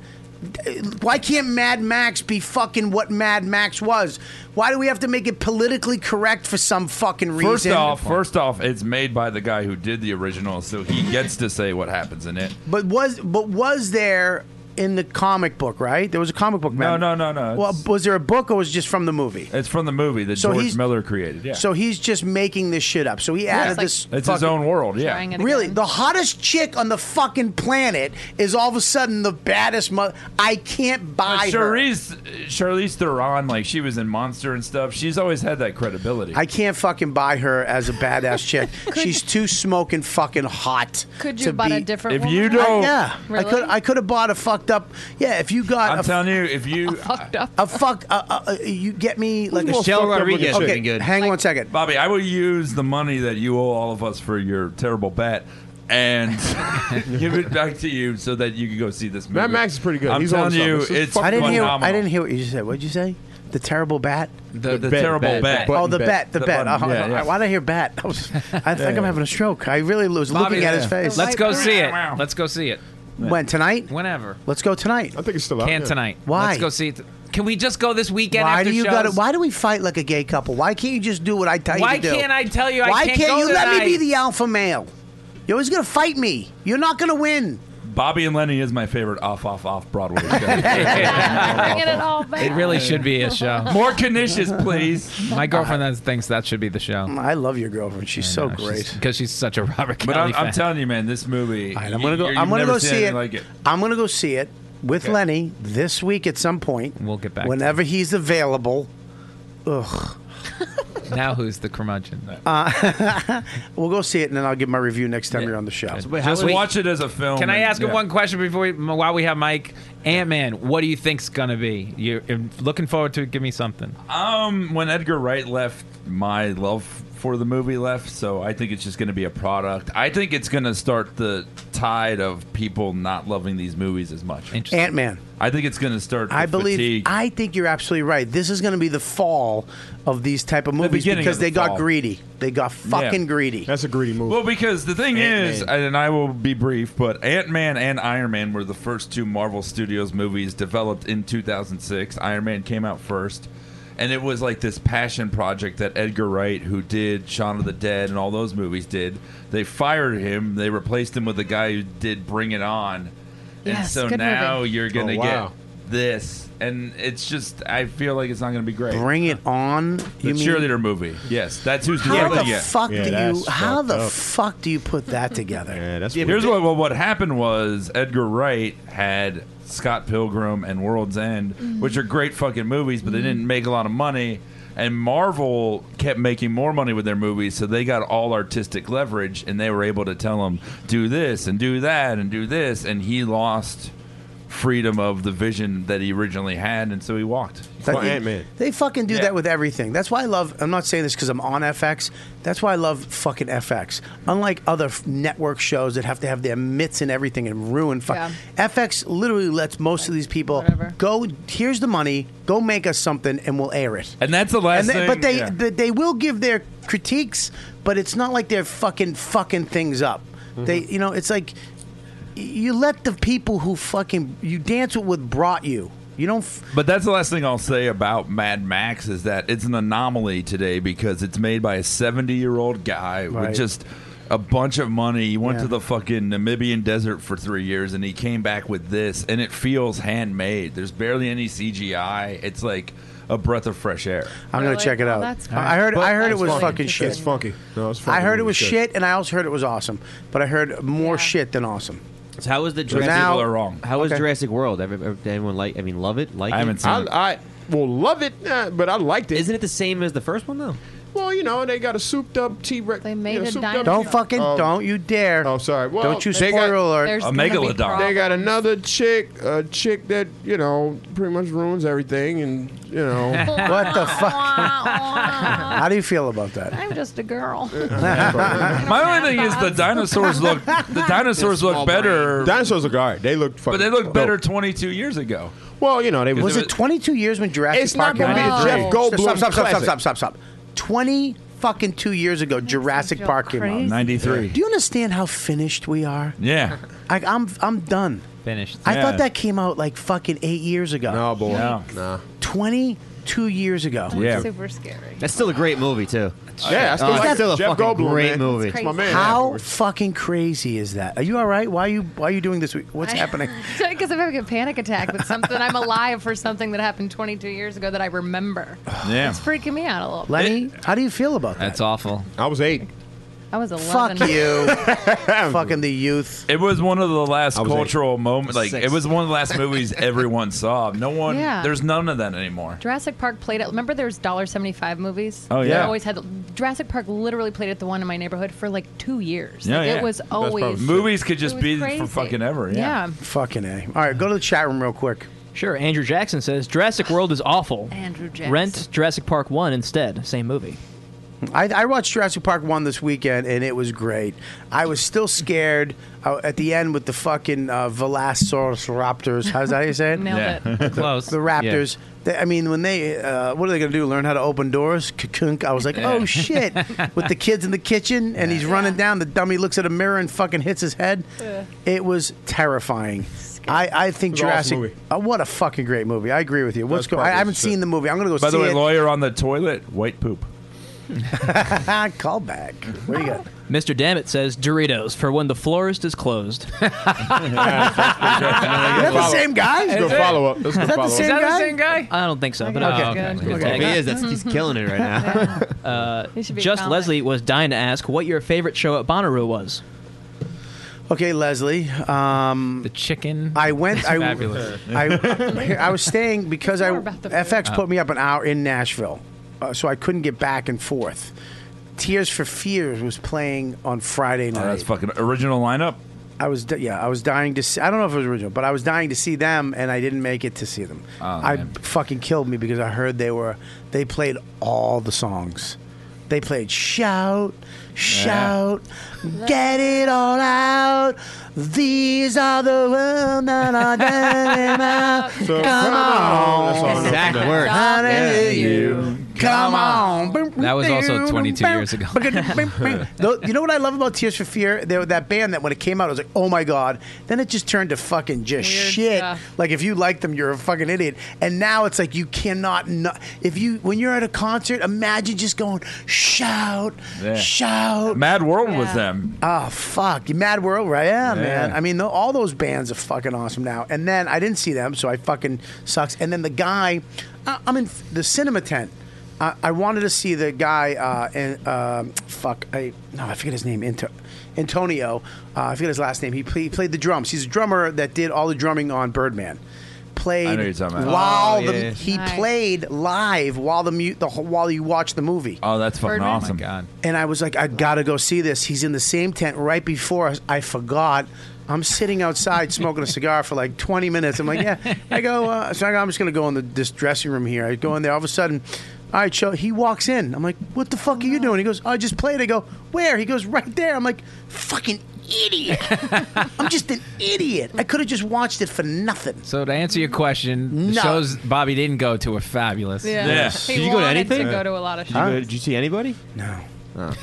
D: Why can't Mad Max be fucking what Mad Max was? Why do we have to make it politically correct for some fucking reason?
J: First off, first off, it's made by the guy who did the original, so he gets to say what happens in it.
D: but was but was there in the comic book? Right, there was a comic book.
J: No,
D: Mad-
J: no, no, no.
D: Well, was there a book or was it just from the movie?
J: It's from the movie that
D: So
J: George
D: he's-
J: Miller created. Yeah.
D: So he's just making this shit up. So he
J: Yeah.
D: added
J: It's like-
D: this.
J: It's his
D: fucking-
J: own world, yeah. Trying it
D: Really, the hottest chick on the fucking planet is all of a sudden the baddest mother. I can't buy her.
J: Charlize, Charlize Theron, like she was in Monster and stuff. She's always had that credibility.
D: I can't fucking buy her as a badass chick. She's too smoking fucking hot.
G: Could you
D: to
G: bought
D: be,
G: a different
J: If you
G: woman?
J: don't-
D: yeah, I could.
G: Really?
D: I could have bought a fucked up. Yeah, if you got.
J: I'm
D: a,
J: telling you, if you fucked
G: up,
D: a fuck. Uh, uh, you get me like a
J: Michelle Rodriguez would've
D: Okay,
J: been good.
D: hang one second.
J: Bobby, I will use the money that you owe all of us for your terrible bet and give it back to you so that you can go see this movie.
I: Mad Max is pretty good.
J: I'm
I: He's on
J: telling you,
I: something. This is
J: it's
D: I didn't hear.
J: phenomenal.
D: I didn't hear what you said. What'd you say? The terrible bat.
J: The- the bet, terrible bet, bet. bet.
D: Oh, the
J: Button
D: bet.
J: bet.
D: The,
J: The
D: bet.
J: button,
D: Oh,
J: yeah,
D: I
J: yeah.
D: want to hear bat. I, was, I think I'm having a stroke. I really was looking at his face.
H: uh, Let's go see it. Let's go see it.
D: When tonight?
H: Whenever.
D: Let's go tonight. I
I: think it's still
H: Can tonight.
D: Why?
H: Let's go see it. Can we just go this weekend
D: Why
H: after
D: do you
H: shows?
D: gotta, Why do we fight like a gay couple? Why can't you just do what I tell
H: Why
D: you to do?
H: can't I tell you I
D: Why
H: can't
D: can't
H: go
D: you let me
H: tonight?
D: be the alpha male? You're always gonna fight me. You're not gonna win.
J: Bobby and Lenny is my favorite off, off, off Broadway
G: Bringing it all back.
H: It really should be a show.
J: More Canisius, please.
H: My girlfriend that thinks that should be the show.
D: I love your girlfriend. She's so great.
H: because she's, such a Robert
J: But
H: Kelly
J: I'm,
H: fan.
J: I'm telling you, man, this movie.
D: I'm gonna go.
J: you-
D: I'm
J: you've
D: gonna
J: never
D: go
J: seen
D: see it.
J: anything Like it.
D: I'm gonna go see it with
J: Okay.
D: Lenny this week at some point. We'll
H: get back to
D: whenever he's available. Ugh.
H: now who's the curmudgeon?
D: Uh, we'll go see it and then I'll give my review next time you're on the show.
J: Just watch it as a film.
H: Can I
J: and-
H: ask him
J: yeah.
H: one question before we, while we have Mike? Ant Man, what do you think's gonna be? You're um, looking forward to it. Give me something.
J: Um, when Edgar Wright left, my love for the movie left. So I think it's just going to be a product. I think it's going to start the tide of people not loving these movies as much.
D: Ant Man.
J: I think it's going to start.
D: I
J: the
D: believe.
J: fatigue.
D: I think you're absolutely right. This is going to be the fall of these type of movies
J: beginning
D: because
J: of the
D: they got
J: fall.
D: greedy. They got fucking greedy.
I: That's a greedy movie.
J: Well, because the thing
D: Ant-Man.
J: is, and I will be brief, but Ant Man and Iron Man were the first two Marvel Studios movies developed in 2006. Iron Man came out first. And it was like this passion project that Edgar Wright, who did Shaun of the Dead and all those movies, did. They fired him. They replaced him with the guy who did Bring It On. and
F: Yes,
J: so
F: good
J: now
F: movie.
J: you're going to
D: Oh, wow.
J: get this. And it's just, I feel like it's not going to be great.
D: Bring it on.
J: The
D: You mean-
J: cheerleader movie. Yes, that's who's
D: How
J: directing
D: the
J: it.
D: fuck do you? How the fuck do you put that together?
J: Here's what, what what happened was Edgar Wright had Scott Pilgrim and World's End,
D: Mm-hmm.
F: Mhm.
J: which are great fucking movies, but they didn't make a lot of money. And Marvel kept making more money with their movies, so they got all artistic leverage, and they were able to tell him do this and do that and do this, and he lost freedom of the vision that he originally had, and so he walked.
D: That- They fucking do that with everything. That's why I love. I'm not saying this because I'm on FX. That's why I love fucking FX. Unlike other f- network shows that have to have their mitts and everything and ruin. Fu- FX literally lets most of these people go. Here's the money. Go make us something, and we'll air it.
J: And that's the last
D: And they-
J: thing.
D: but they
J: yeah.
D: but they will give their critiques, but it's not like they're fucking fucking things up. They you know it's like y- you let the people who fucking you dance with what brought you. You don't. F-
J: But that's the last thing I'll say about Mad Max is that it's an anomaly today because it's made by a 70 year old guy
F: Right.
J: with just a bunch of money. He went
F: Yeah.
J: to the fucking Namibian desert for three years and he came back with this, and it feels handmade. There's barely any CGI. It's like a breath of fresh air.
D: I'm gonna Really? check it Well, out. that's I- I heard- I heard it was fucking shit.
I: It's funky. No, it's funky.
D: I heard it
I: movie
D: was shit, and I also heard it was awesome. But I heard more shit than awesome.
M: So how was the
D: So
M: Jurassic?
D: now- People are wrong.
M: How was
D: Okay.
M: Jurassic World? Every- every- Did anyone like? I mean, love it? Like?
I: I haven't seen I- it. I well love it, but I liked it.
M: Isn't it the same as the first one though?
I: Well, you know, they got a souped up T Rex. They made
D: a dinosaur. Don't fucking- don't you dare.
I: Oh, Um, sorry. Well,
D: Don't you
I: they
D: spoiler
I: got-
D: alert. There's A gonna be megalodon. problems.
I: They got another chick, a chick that, you know, pretty much ruins everything and, you know.
D: what the fuck? How do you feel about that?
G: I'm just a girl.
J: My only thing is the dinosaurs look the dinosaurs look better,
I: Dinosaurs look all right. They look
J: but
I: fucking
J: they look
I: dope.
J: better 22 years ago.
I: Well, you know, they
D: was it 22 years when Jurassic
I: It's
D: Park
I: not gonna
D: came
I: be
D: out?
I: a Jeff Goldblum
D: Stop, stop, stop, stop,
I: classic.
D: stop, stop, stop. 20 fucking two years ago, Jurassic Park came out.
J: crazy. 93.
D: Do you understand how finished we are?
J: Yeah.
D: I, I'm I'm done.
H: Finished.
D: I thought that came out like fucking eight years ago.
I: No, boy.
M: No.
I: Nah.
D: 22 years ago.
G: Super scary.
M: That's still a great movie too.
D: Yeah, I still
M: Oh,
D: like
M: that's still a
I: Jeff
M: fucking
I: Goldblum,
M: great
I: man.
M: movie.
I: It's my man.
D: How fucking crazy is that? Are you all right? Why are you Why are you doing this? week? What's
G: I-
D: happening?
G: Because I'm having a panic attack with something. I'm alive for something that happened 22 years ago that I remember.
J: Yeah.
G: It's freaking me out a little. bit.
D: Lenny, how do you feel about that?
H: That's awful.
I: I was eight.
G: I was 11.
D: Fuck you, fucking the youth.
J: It was one of the last
I: was eight.
J: cultural moments. Like
I: Six.
J: it was one of the last movies everyone saw. No one.
G: Yeah.
J: There's none of that anymore.
G: Jurassic Park played at. Remember, there's dollar seventy five movies.
J: Oh,
G: They
J: yeah.
G: always had Jurassic Park. Literally played at the one in my neighborhood for like two years.
J: Yeah,
G: Like,
J: yeah.
G: It was
J: That's probably
G: always
J: true. Movies could
G: it
J: just
G: was
J: be
G: crazy. Yeah.
D: Fucking A. All right, go to the chat room real quick.
N: Sure. Andrew Jackson says Jurassic World is awful.
G: Andrew Jackson.
N: Rent Jurassic Park 1 instead. Same movie.
D: I, I watched Jurassic Park 1 this weekend and it was great. I was still scared uh, at the end with the fucking uh, Velociraptors. How's that how you say it?
F: Nailed Yeah.
D: The,
F: it. Close.
D: The Raptors. They, I mean, when they, uh, what are they going to do? Learn how to open doors? Kakunk. I was like,
F: Yeah.
D: oh shit, with the kids in the kitchen, and he's running down. The dummy looks at a mirror and fucking hits his head.
F: Yeah.
D: It was terrifying. I, I think
J: It was an
D: Jurassic.
J: awesome movie.
D: uh, what a fucking great movie! I agree with you. What's going? I haven't seen the movie. I'm gonna go
J: By
D: see
J: the way,
D: it.
J: lawyer on the toilet, white poop.
D: Ah, Call back. What do you got?
N: Mr. Dammit says Doritos for when the florist is closed. is
F: that the same guy? Let's go follow up. Let's go Is that the follow up. same guy?
N: I don't think so. But
F: Okay.
N: uh,
F: Okay.
N: it's a good
F: Okay.
N: tag.
F: If he is, that's- he's killing it right now.
N: Uh,
F: He should be
N: just
F: found
N: Leslie was dying to ask what your favorite show at Bonnaroo was.
D: Okay, Leslie. Um, the
N: chicken.
D: I went. I,
N: Fabulous.
D: I, I was staying because I FX
N: Oh.
D: put me up an hour in Nashville, uh, so I couldn't get back and forth. Tears for Fears was playing on Friday
F: Oh,
D: night.
J: Oh, that's fucking original lineup.
D: I was di- yeah, I was dying to see. I don't know if it was original, but I was dying to see them, and I didn't make it to see them.
F: Oh,
D: I fucking killed me because I heard they were they played all the songs. They played shout, shout, get it all out. These are the world that are dead out.
F: So
D: come
F: come
D: on,
I: Oh,
F: on. That's all I'm Exact doing. words.
D: Hallelujah.
F: Yeah.
D: Come on.
H: That was also 22 years ago.
D: Though, you know what I love about Tears for Fear? They were that band that when it came out, I was like, oh my God. Then it just turned to fucking just shit. Like, if you like them, you're a fucking idiot. And now it's like, you cannot not. If you, when you're at a concert, imagine just going, shout,
J: Yeah.
D: shout.
J: Mad World was them.
D: Oh fuck, you Mad World, right? Yeah,
J: Yeah.
D: man. I mean, tho- all those bands are fucking awesome now. And then I didn't see them, so I fucking sucks. And then the guy, I, I'm in f- the cinema tent. I, I wanted to see the guy, uh, and um fuck, I no, I forget his name. Anto- Antonio, uh, I forget his last name. He, play, he played the drums. He's a drummer that did all the drumming on Birdman. Played
J: I know who you're talking about.
D: while
J: Oh,
D: the,
J: yeah.
D: he played live while the mute the whole- while you watch the movie.
J: Oh, that's fucking
D: Birdman?
J: awesome.
D: And I was like, I gotta go see this. He's in the same tent right before us. I forgot. I'm sitting outside smoking a cigar for like 20 minutes. I'm like, yeah. I go, uh, so I go, I'm just gonna go in the, this dressing room here. I go in there. All of a sudden, all right, show. He walks in. I'm like, what the fuck are you doing? He goes, I just played. I go, where? He goes, right there. I'm like, fucking idiot. I'm just an idiot. I could have just watched it for nothing.
H: So to answer your question, the
D: No.
H: shows Bobby didn't go to were fabulous.
G: Yeah. Yeah. He Did you go to wanted to anything? go to a lot of Did you shows. go- did
H: you see anybody?
D: No.
N: Oh.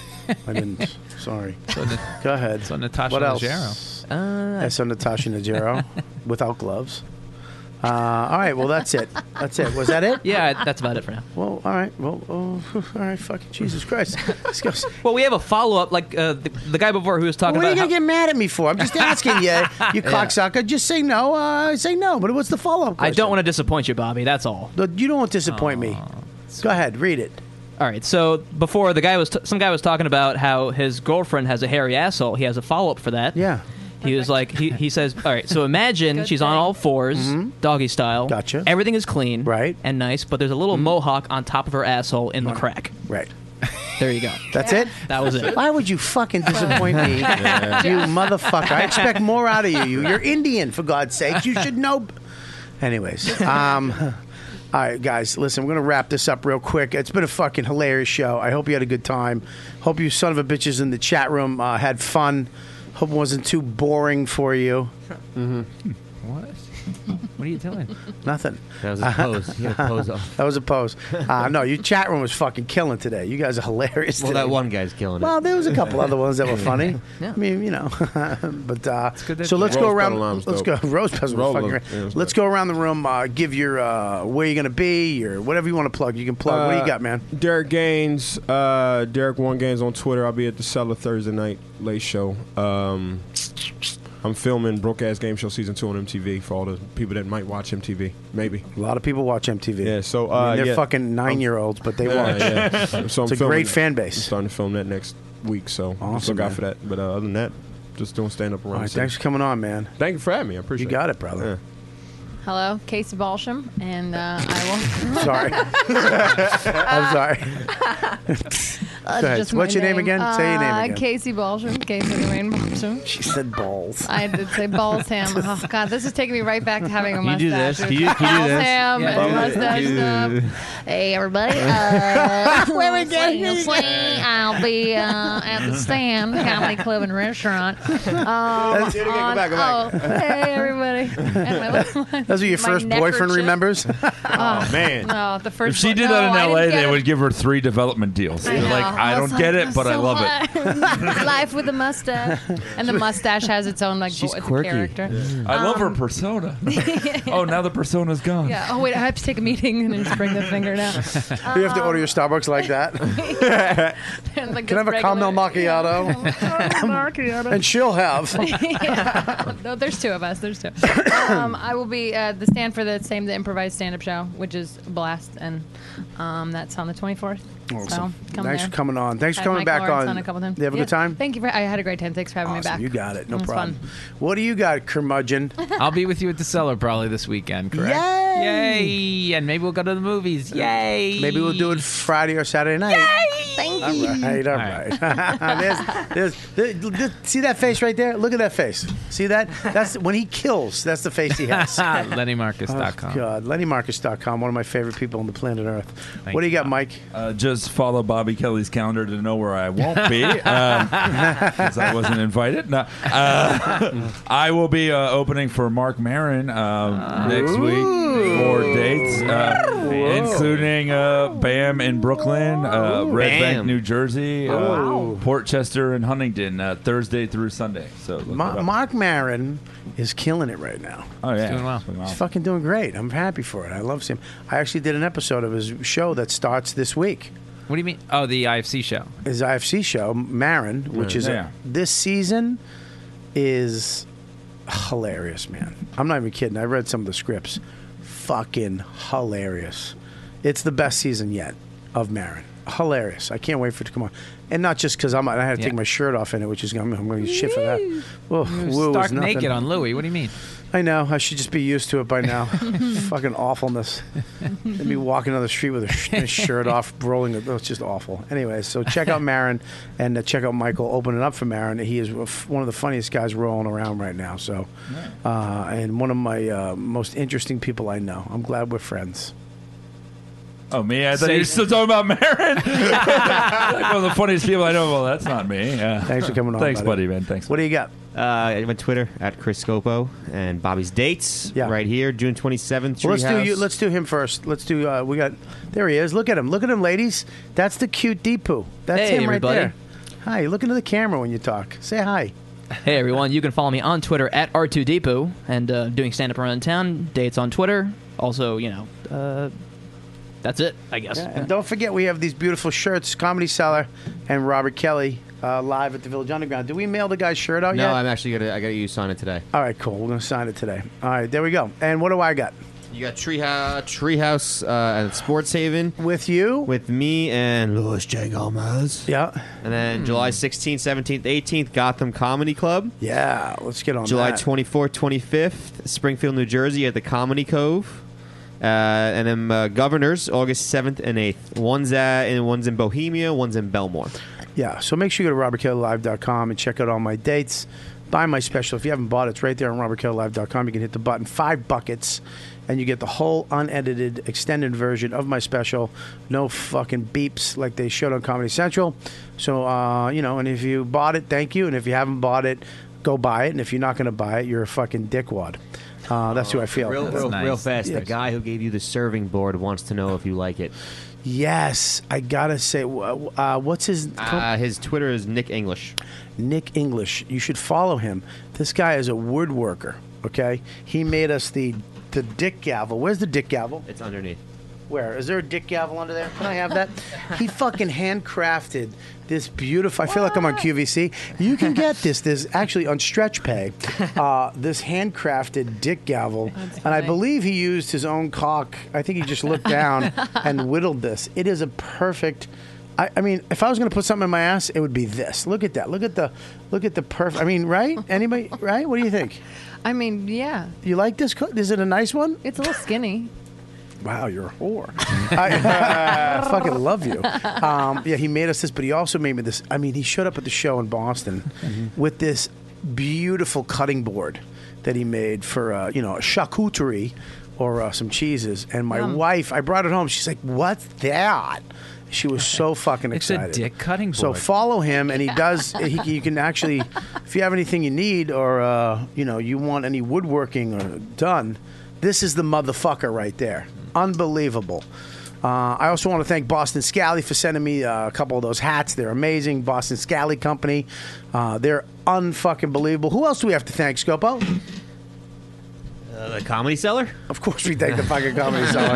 D: I didn't. Sorry.
H: So Na-
D: Go ahead.
H: so Natasha
D: what else? Uh,
H: Leggero.
D: I saw Natasha Najero without gloves. Uh, all right. Well, that's it. That's it. Was that it?
N: Yeah, that's about it for now.
D: Well, all right. Well, oh, all right. Fucking Jesus Christ. Let's go.
N: Well, we have a follow up. Like uh, the, the guy before who was talking
D: what are you
N: about.
D: gonna get mad at me for? I'm just asking you, you
N: Yeah.
D: cocksucker. Just say no. Uh, say no. But what's the follow-up?
N: I don't want to disappoint you, Bobby. That's all.
D: You don't disappoint me. Go ahead, read it.
N: All right. So before the guy was, t- some guy was talking about how his girlfriend has a hairy asshole. He has a follow up for that.
D: Yeah.
N: He was like, he, he says, all right. So imagine she's on all 4s doggy style. Mm-hmm. Gotcha. Everything is clean, right, Mm-hmm. and nice, but there's a little mohawk on top of her asshole in the crack.
D: Right.
N: There you go.
D: That's it.
N: That was it.
D: Why would you fucking disappoint me, you motherfucker? I expect more out of you. You're Indian, for God's sake. You should know. Anyways, um, all right, guys, listen, we're going to wrap this up real quick. It's been a fucking hilarious show. I hope you had a good time. Hope you son of a bitches in the chat room uh, had fun. Hope it wasn't too boring for you. Mm-hmm.
H: What? What are you doing?
D: Nothing.
M: That was a pose. He had a pose off.
D: that was a pose. Uh, no, your chat room was fucking killing today. You guys are hilarious.
M: Well,
D: today.
M: that one guy's killing it.
D: Well, there was a couple other ones that were funny. I mean, you know, but uh,
M: that
D: so let's
M: Rose
D: go
M: Petal Lime's
D: around. Let's go.
M: dope.
D: Rose Petal fucking
M: Rose Petal,
D: great.
M: yeah, it was
D: Let's go around the room. Uh, give your uh, where you're gonna be, your whatever you want to plug. You can plug.
M: Uh,
D: what do you got, man?
I: uh, Derek Gaines, uh, Derek One Gaines on Twitter. I'll be at the Cellar Thursday night late show. Um, I'm filming Broke Ass Game Show season two on MTV for all the people that might watch MTV. Maybe
D: a lot of people watch MTV.
I: Yeah, so uh,
D: I mean, they're
I: yeah.
D: fucking nine year olds, but they
I: Yeah,
D: watch.
I: yeah. So I'm
D: it's a
I: filming
D: great
I: that.
D: fan base.
I: I'm starting to film that next week, so
D: Awesome,
I: awesome, look out
D: man.
I: for that. But uh, other than that, just doing stand up around.
D: All right,
I: the city.
D: thanks for coming on, man.
I: Thank you for having me. I appreciate.
D: You got it, brother.
G: Hello, Casey Balsham, and uh, I will.
D: Sorry. I'm sorry.
G: That's
D: Go ahead.
G: just
D: What's
G: my
D: your name again? Say your name
G: Uh,
D: again.
G: Casey Balsham. Casey Lorraine Balsham.
D: She said balls.
G: I did say balls ham. Oh God, this is taking me right back to having a
D: Can you
G: mustache.
D: do this? Can you- can you do
G: balls
D: this?
G: ham
D: Yeah,
G: and
D: do it.
G: mustache
D: Do
G: stuff. Hey everybody, uh, where we going? I'll be uh, at the stand comedy club and restaurant. Um,
D: That's- Go
G: on-
D: back, go back.
G: Oh, hey everybody.
D: That's what your
G: My
D: first boyfriend
G: neckerchief.
D: remembers.
G: Oh,
J: man.
G: No, the
J: If
G: first.
J: she
G: one-
J: did
G: no,
J: that in
G: I didn't
J: L.A.,
G: get
J: they
G: it.
J: would give her three development deals.
G: I
J: They're
G: know.
J: like, I don't
G: was
J: get
G: like,
J: it, but I
G: "So
J: love it.
G: what? Life with a mustache, and the mustache has its own like voice character.
J: I love her
G: Um,
J: persona. oh, now the persona's gone.
G: Yeah. Oh wait, I have to take a meeting and then just bring the finger down.
D: you have to order your Starbucks like that.
G: And, like,
D: Can I have
G: this
D: a caramel
G: regular-
D: macchiato? and she'll have.
G: Yeah. No, there's two of us. There's two. Um, I will be at the stand for the same the improvised stand up show, which is a blast, and um, that's on the 24th.
D: Awesome.
G: So come
D: Thanks
G: there.
D: for coming on. Thanks for
G: Had
D: coming
G: Mike
D: back
G: Lawrence
D: on.
G: a couple times.
D: You have a
G: Yeah.
D: good time?
G: Thank you. For, I had a great time. Thanks for having me
D: Awesome.
G: back.
D: You got it. No
G: was
D: problem. What do you got, curmudgeon?
H: I'll be with you at the cellar probably this weekend, correct? Yay! Yay! And maybe we'll go to the movies. Yay!
D: Maybe we'll do it Friday or Saturday night.
G: Thank
D: All right, all
H: All
D: right.
H: right.
D: there's, there's, there- there- see that face right there? Look at that face. See that? That's when he kills. That's the face he has.
H: LennyMarcus.com.
D: Oh, God, LennyMarcus.com, one of my favorite people on the planet Earth. what do you got, Mike?
J: Uh, just follow Bobby Kelly's calendar to know where I won't be because I wasn't invited. No, uh, I will be uh, opening for Mark Marin uh, next week for dates, uh, including uh, Bam in Brooklyn, uh, Red
D: Bam.
J: Bank, New Jersey, uh,
D: Oh.
J: Port Chester, and Huntington uh, Thursday through Sunday. So look it
D: Ma-
J: up.
D: Mark Marin is killing it right now.
J: Oh, yeah. He's doing well. He's doing well.
D: He's
H: Um,
D: fucking doing great. I'm happy for it. I love him. I actually did an episode of his show that starts this week.
H: What do you mean? Oh, the IFC show.
D: His IFC show, Marin, which
H: Yeah.
D: is
H: Yeah.
D: this season is hilarious, man. I'm not even kidding. I read some of the scripts. Fucking hilarious. It's the best season yet of Marin. Hilarious. I can't wait for it to come on. And not just because I'm I had to take
H: Yeah.
D: my shirt off in it, which is I'm, I'm going to get shit for that. Oh, woo is
H: Stark
D: nothing.
H: naked on Louis. What do you mean?
D: I know. I should just be used to it by now. Fucking awfulness. They'd be walking down the street with a sh- a shirt off, rolling. It. It's just awful. Anyway, so check out Marin and uh, check out Michael opening up for Marin. He is f- one of the funniest guys rolling around right now. So, uh, and one of my uh, most interesting people I know. I'm glad we're friends.
J: Oh, me? I thought
D: Say-
J: you were still talking about Marin. like one of the funniest people I know. Well, that's not me. Yeah.
D: Thanks for coming on,
J: Thanks,
D: buddy.
J: buddy, man. Thanks.
D: What do you got?
M: Uh, my Twitter at Chris Scopo and Bobby's dates yeah. right here, June 27th.
D: Well, let's do
M: Treehouse.
D: you, let's do him first. Let's do. Uh, we got there. He is. Look at him. Look at him, ladies. That's the cute Deepu. That's
N: Hey,
D: him right
N: everybody.
D: there. Hi. Look into the camera when you talk. Say hi.
N: Hey everyone, you can follow me on Twitter at R2Depu and uh, doing stand up around town, dates on Twitter. Also, you know, uh, that's it, I guess.
D: Yeah, and don't forget, we have these beautiful shirts, Comedy Cellar and Robert Kelly uh, live at the Village Underground. Did we mail the guy's shirt out
M: no,
D: yet?
M: I'm actually gonna I got you sign it today.
D: All right, cool. We're going to sign it today. All right, there we go. And what do I got?
M: You got Treehouse, Treehouse uh, at Sports Haven
D: with you,
M: with me, and Louis J. Gomez.
D: Yeah.
M: And then
D: Hmm.
M: July 16th, 17th, 18th, Gotham Comedy Club.
D: Yeah, let's get on.
M: July
D: that.
M: 24th, 25th, Springfield, New Jersey, at the Comedy Cove. Uh, and then uh, Governors, August 7th and 8th. One's at and one's in Bohemia, one's in Belmore.
D: Yeah, so make sure you go to robertkellylive.com and check out all my dates. Buy my special. If you haven't bought it, it's right there on robertkellylive.com. You can hit the button, five buckets, and you get the whole unedited, extended version of my special. No fucking beeps like they showed on Comedy Central. So, uh, you know, and if you bought it, thank you. And if you haven't bought it, go buy it. And if you're not going to buy it, you're a fucking dickwad. Uh, that's who I feel.
M: Real, real, real fast. The
D: Yes.
M: guy who gave you the serving board wants to know if you like it.
D: Yes, I gotta say, wh- uh, what's his?
M: Uh, his Twitter is Nick English.
D: Nick English. You should follow him. This guy is a woodworker. Okay, he made us the the dick gavel. Where's the dick gavel?
M: It's underneath.
D: Where is there a dick gavel under there? Can I have that? he fucking handcrafted this beautiful. I feel like I'm on QVC. You can get this. This actually on Stretch Pay. Uh, this handcrafted dick gavel, and I believe he used his own cock. I think he just looked down and whittled this. It is a perfect. I, I mean, if I was going to put something in my ass, it would be this. Look at that. Look at the. Look at the perfect. I mean, right? Anybody? Right? What do you think?
G: I mean, yeah.
D: You like this? co- Is it a nice one?
G: It's a little skinny.
D: wow, you're a whore. I fucking love you. Um, yeah, he made us this, but he also made me this. I mean, he showed up at the show in Boston
H: Mm-hmm.
D: with this beautiful cutting board that he made for, uh, you know, charcuterie or uh, some cheeses. And my
H: Yum.
D: wife, I brought it home. She's like, what's that? She was so fucking
H: It's a
D: excited.
H: dick cutting
D: So
H: board.
D: follow him, and he does. He, you can actually, if you have anything you need, or uh, you know, you want any woodworking or done, this is the motherfucker right there. Unbelievable. Uh, I also want to thank Boston Scally for sending me uh, a couple of those hats. They're amazing. Boston Scally Company. Uh, they're unfucking believable. Who else do we have to thank, Scopo?
M: Uh, the comedy seller?
D: Of course, we thank the fucking comedy seller.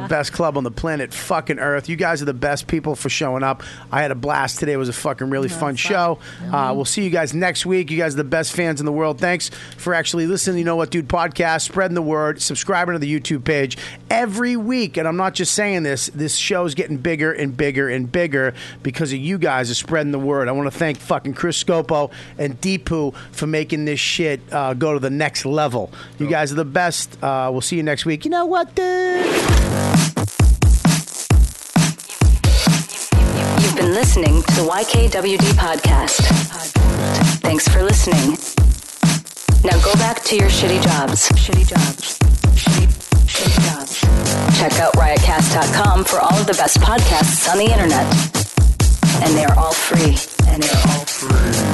D: the best club on the planet, fucking Earth. You guys are the best people for showing up. I had a blast today. It was a fucking really fun show. Uh, we'll see you guys next week. You guys are the best fans in the world. Thanks for actually listening. to You know what, dude? Podcast, spreading the word, subscribing to the YouTube page every week. And I'm not just saying this. This show's getting bigger and bigger and bigger because of you guys are spreading the word. I want to thank fucking Chris Scopo and Deepu for making this shit uh, go to the next level. You guys are the best. Uh, we'll see you next week. You know what, dude?
O: You've been listening to the YKWD podcast. Thanks for listening. Now go back to your shitty jobs. Shitty jobs. Shitty, shitty jobs. Check out riotcast.com for all of the best podcasts on the internet. And they are all free. And they're all free.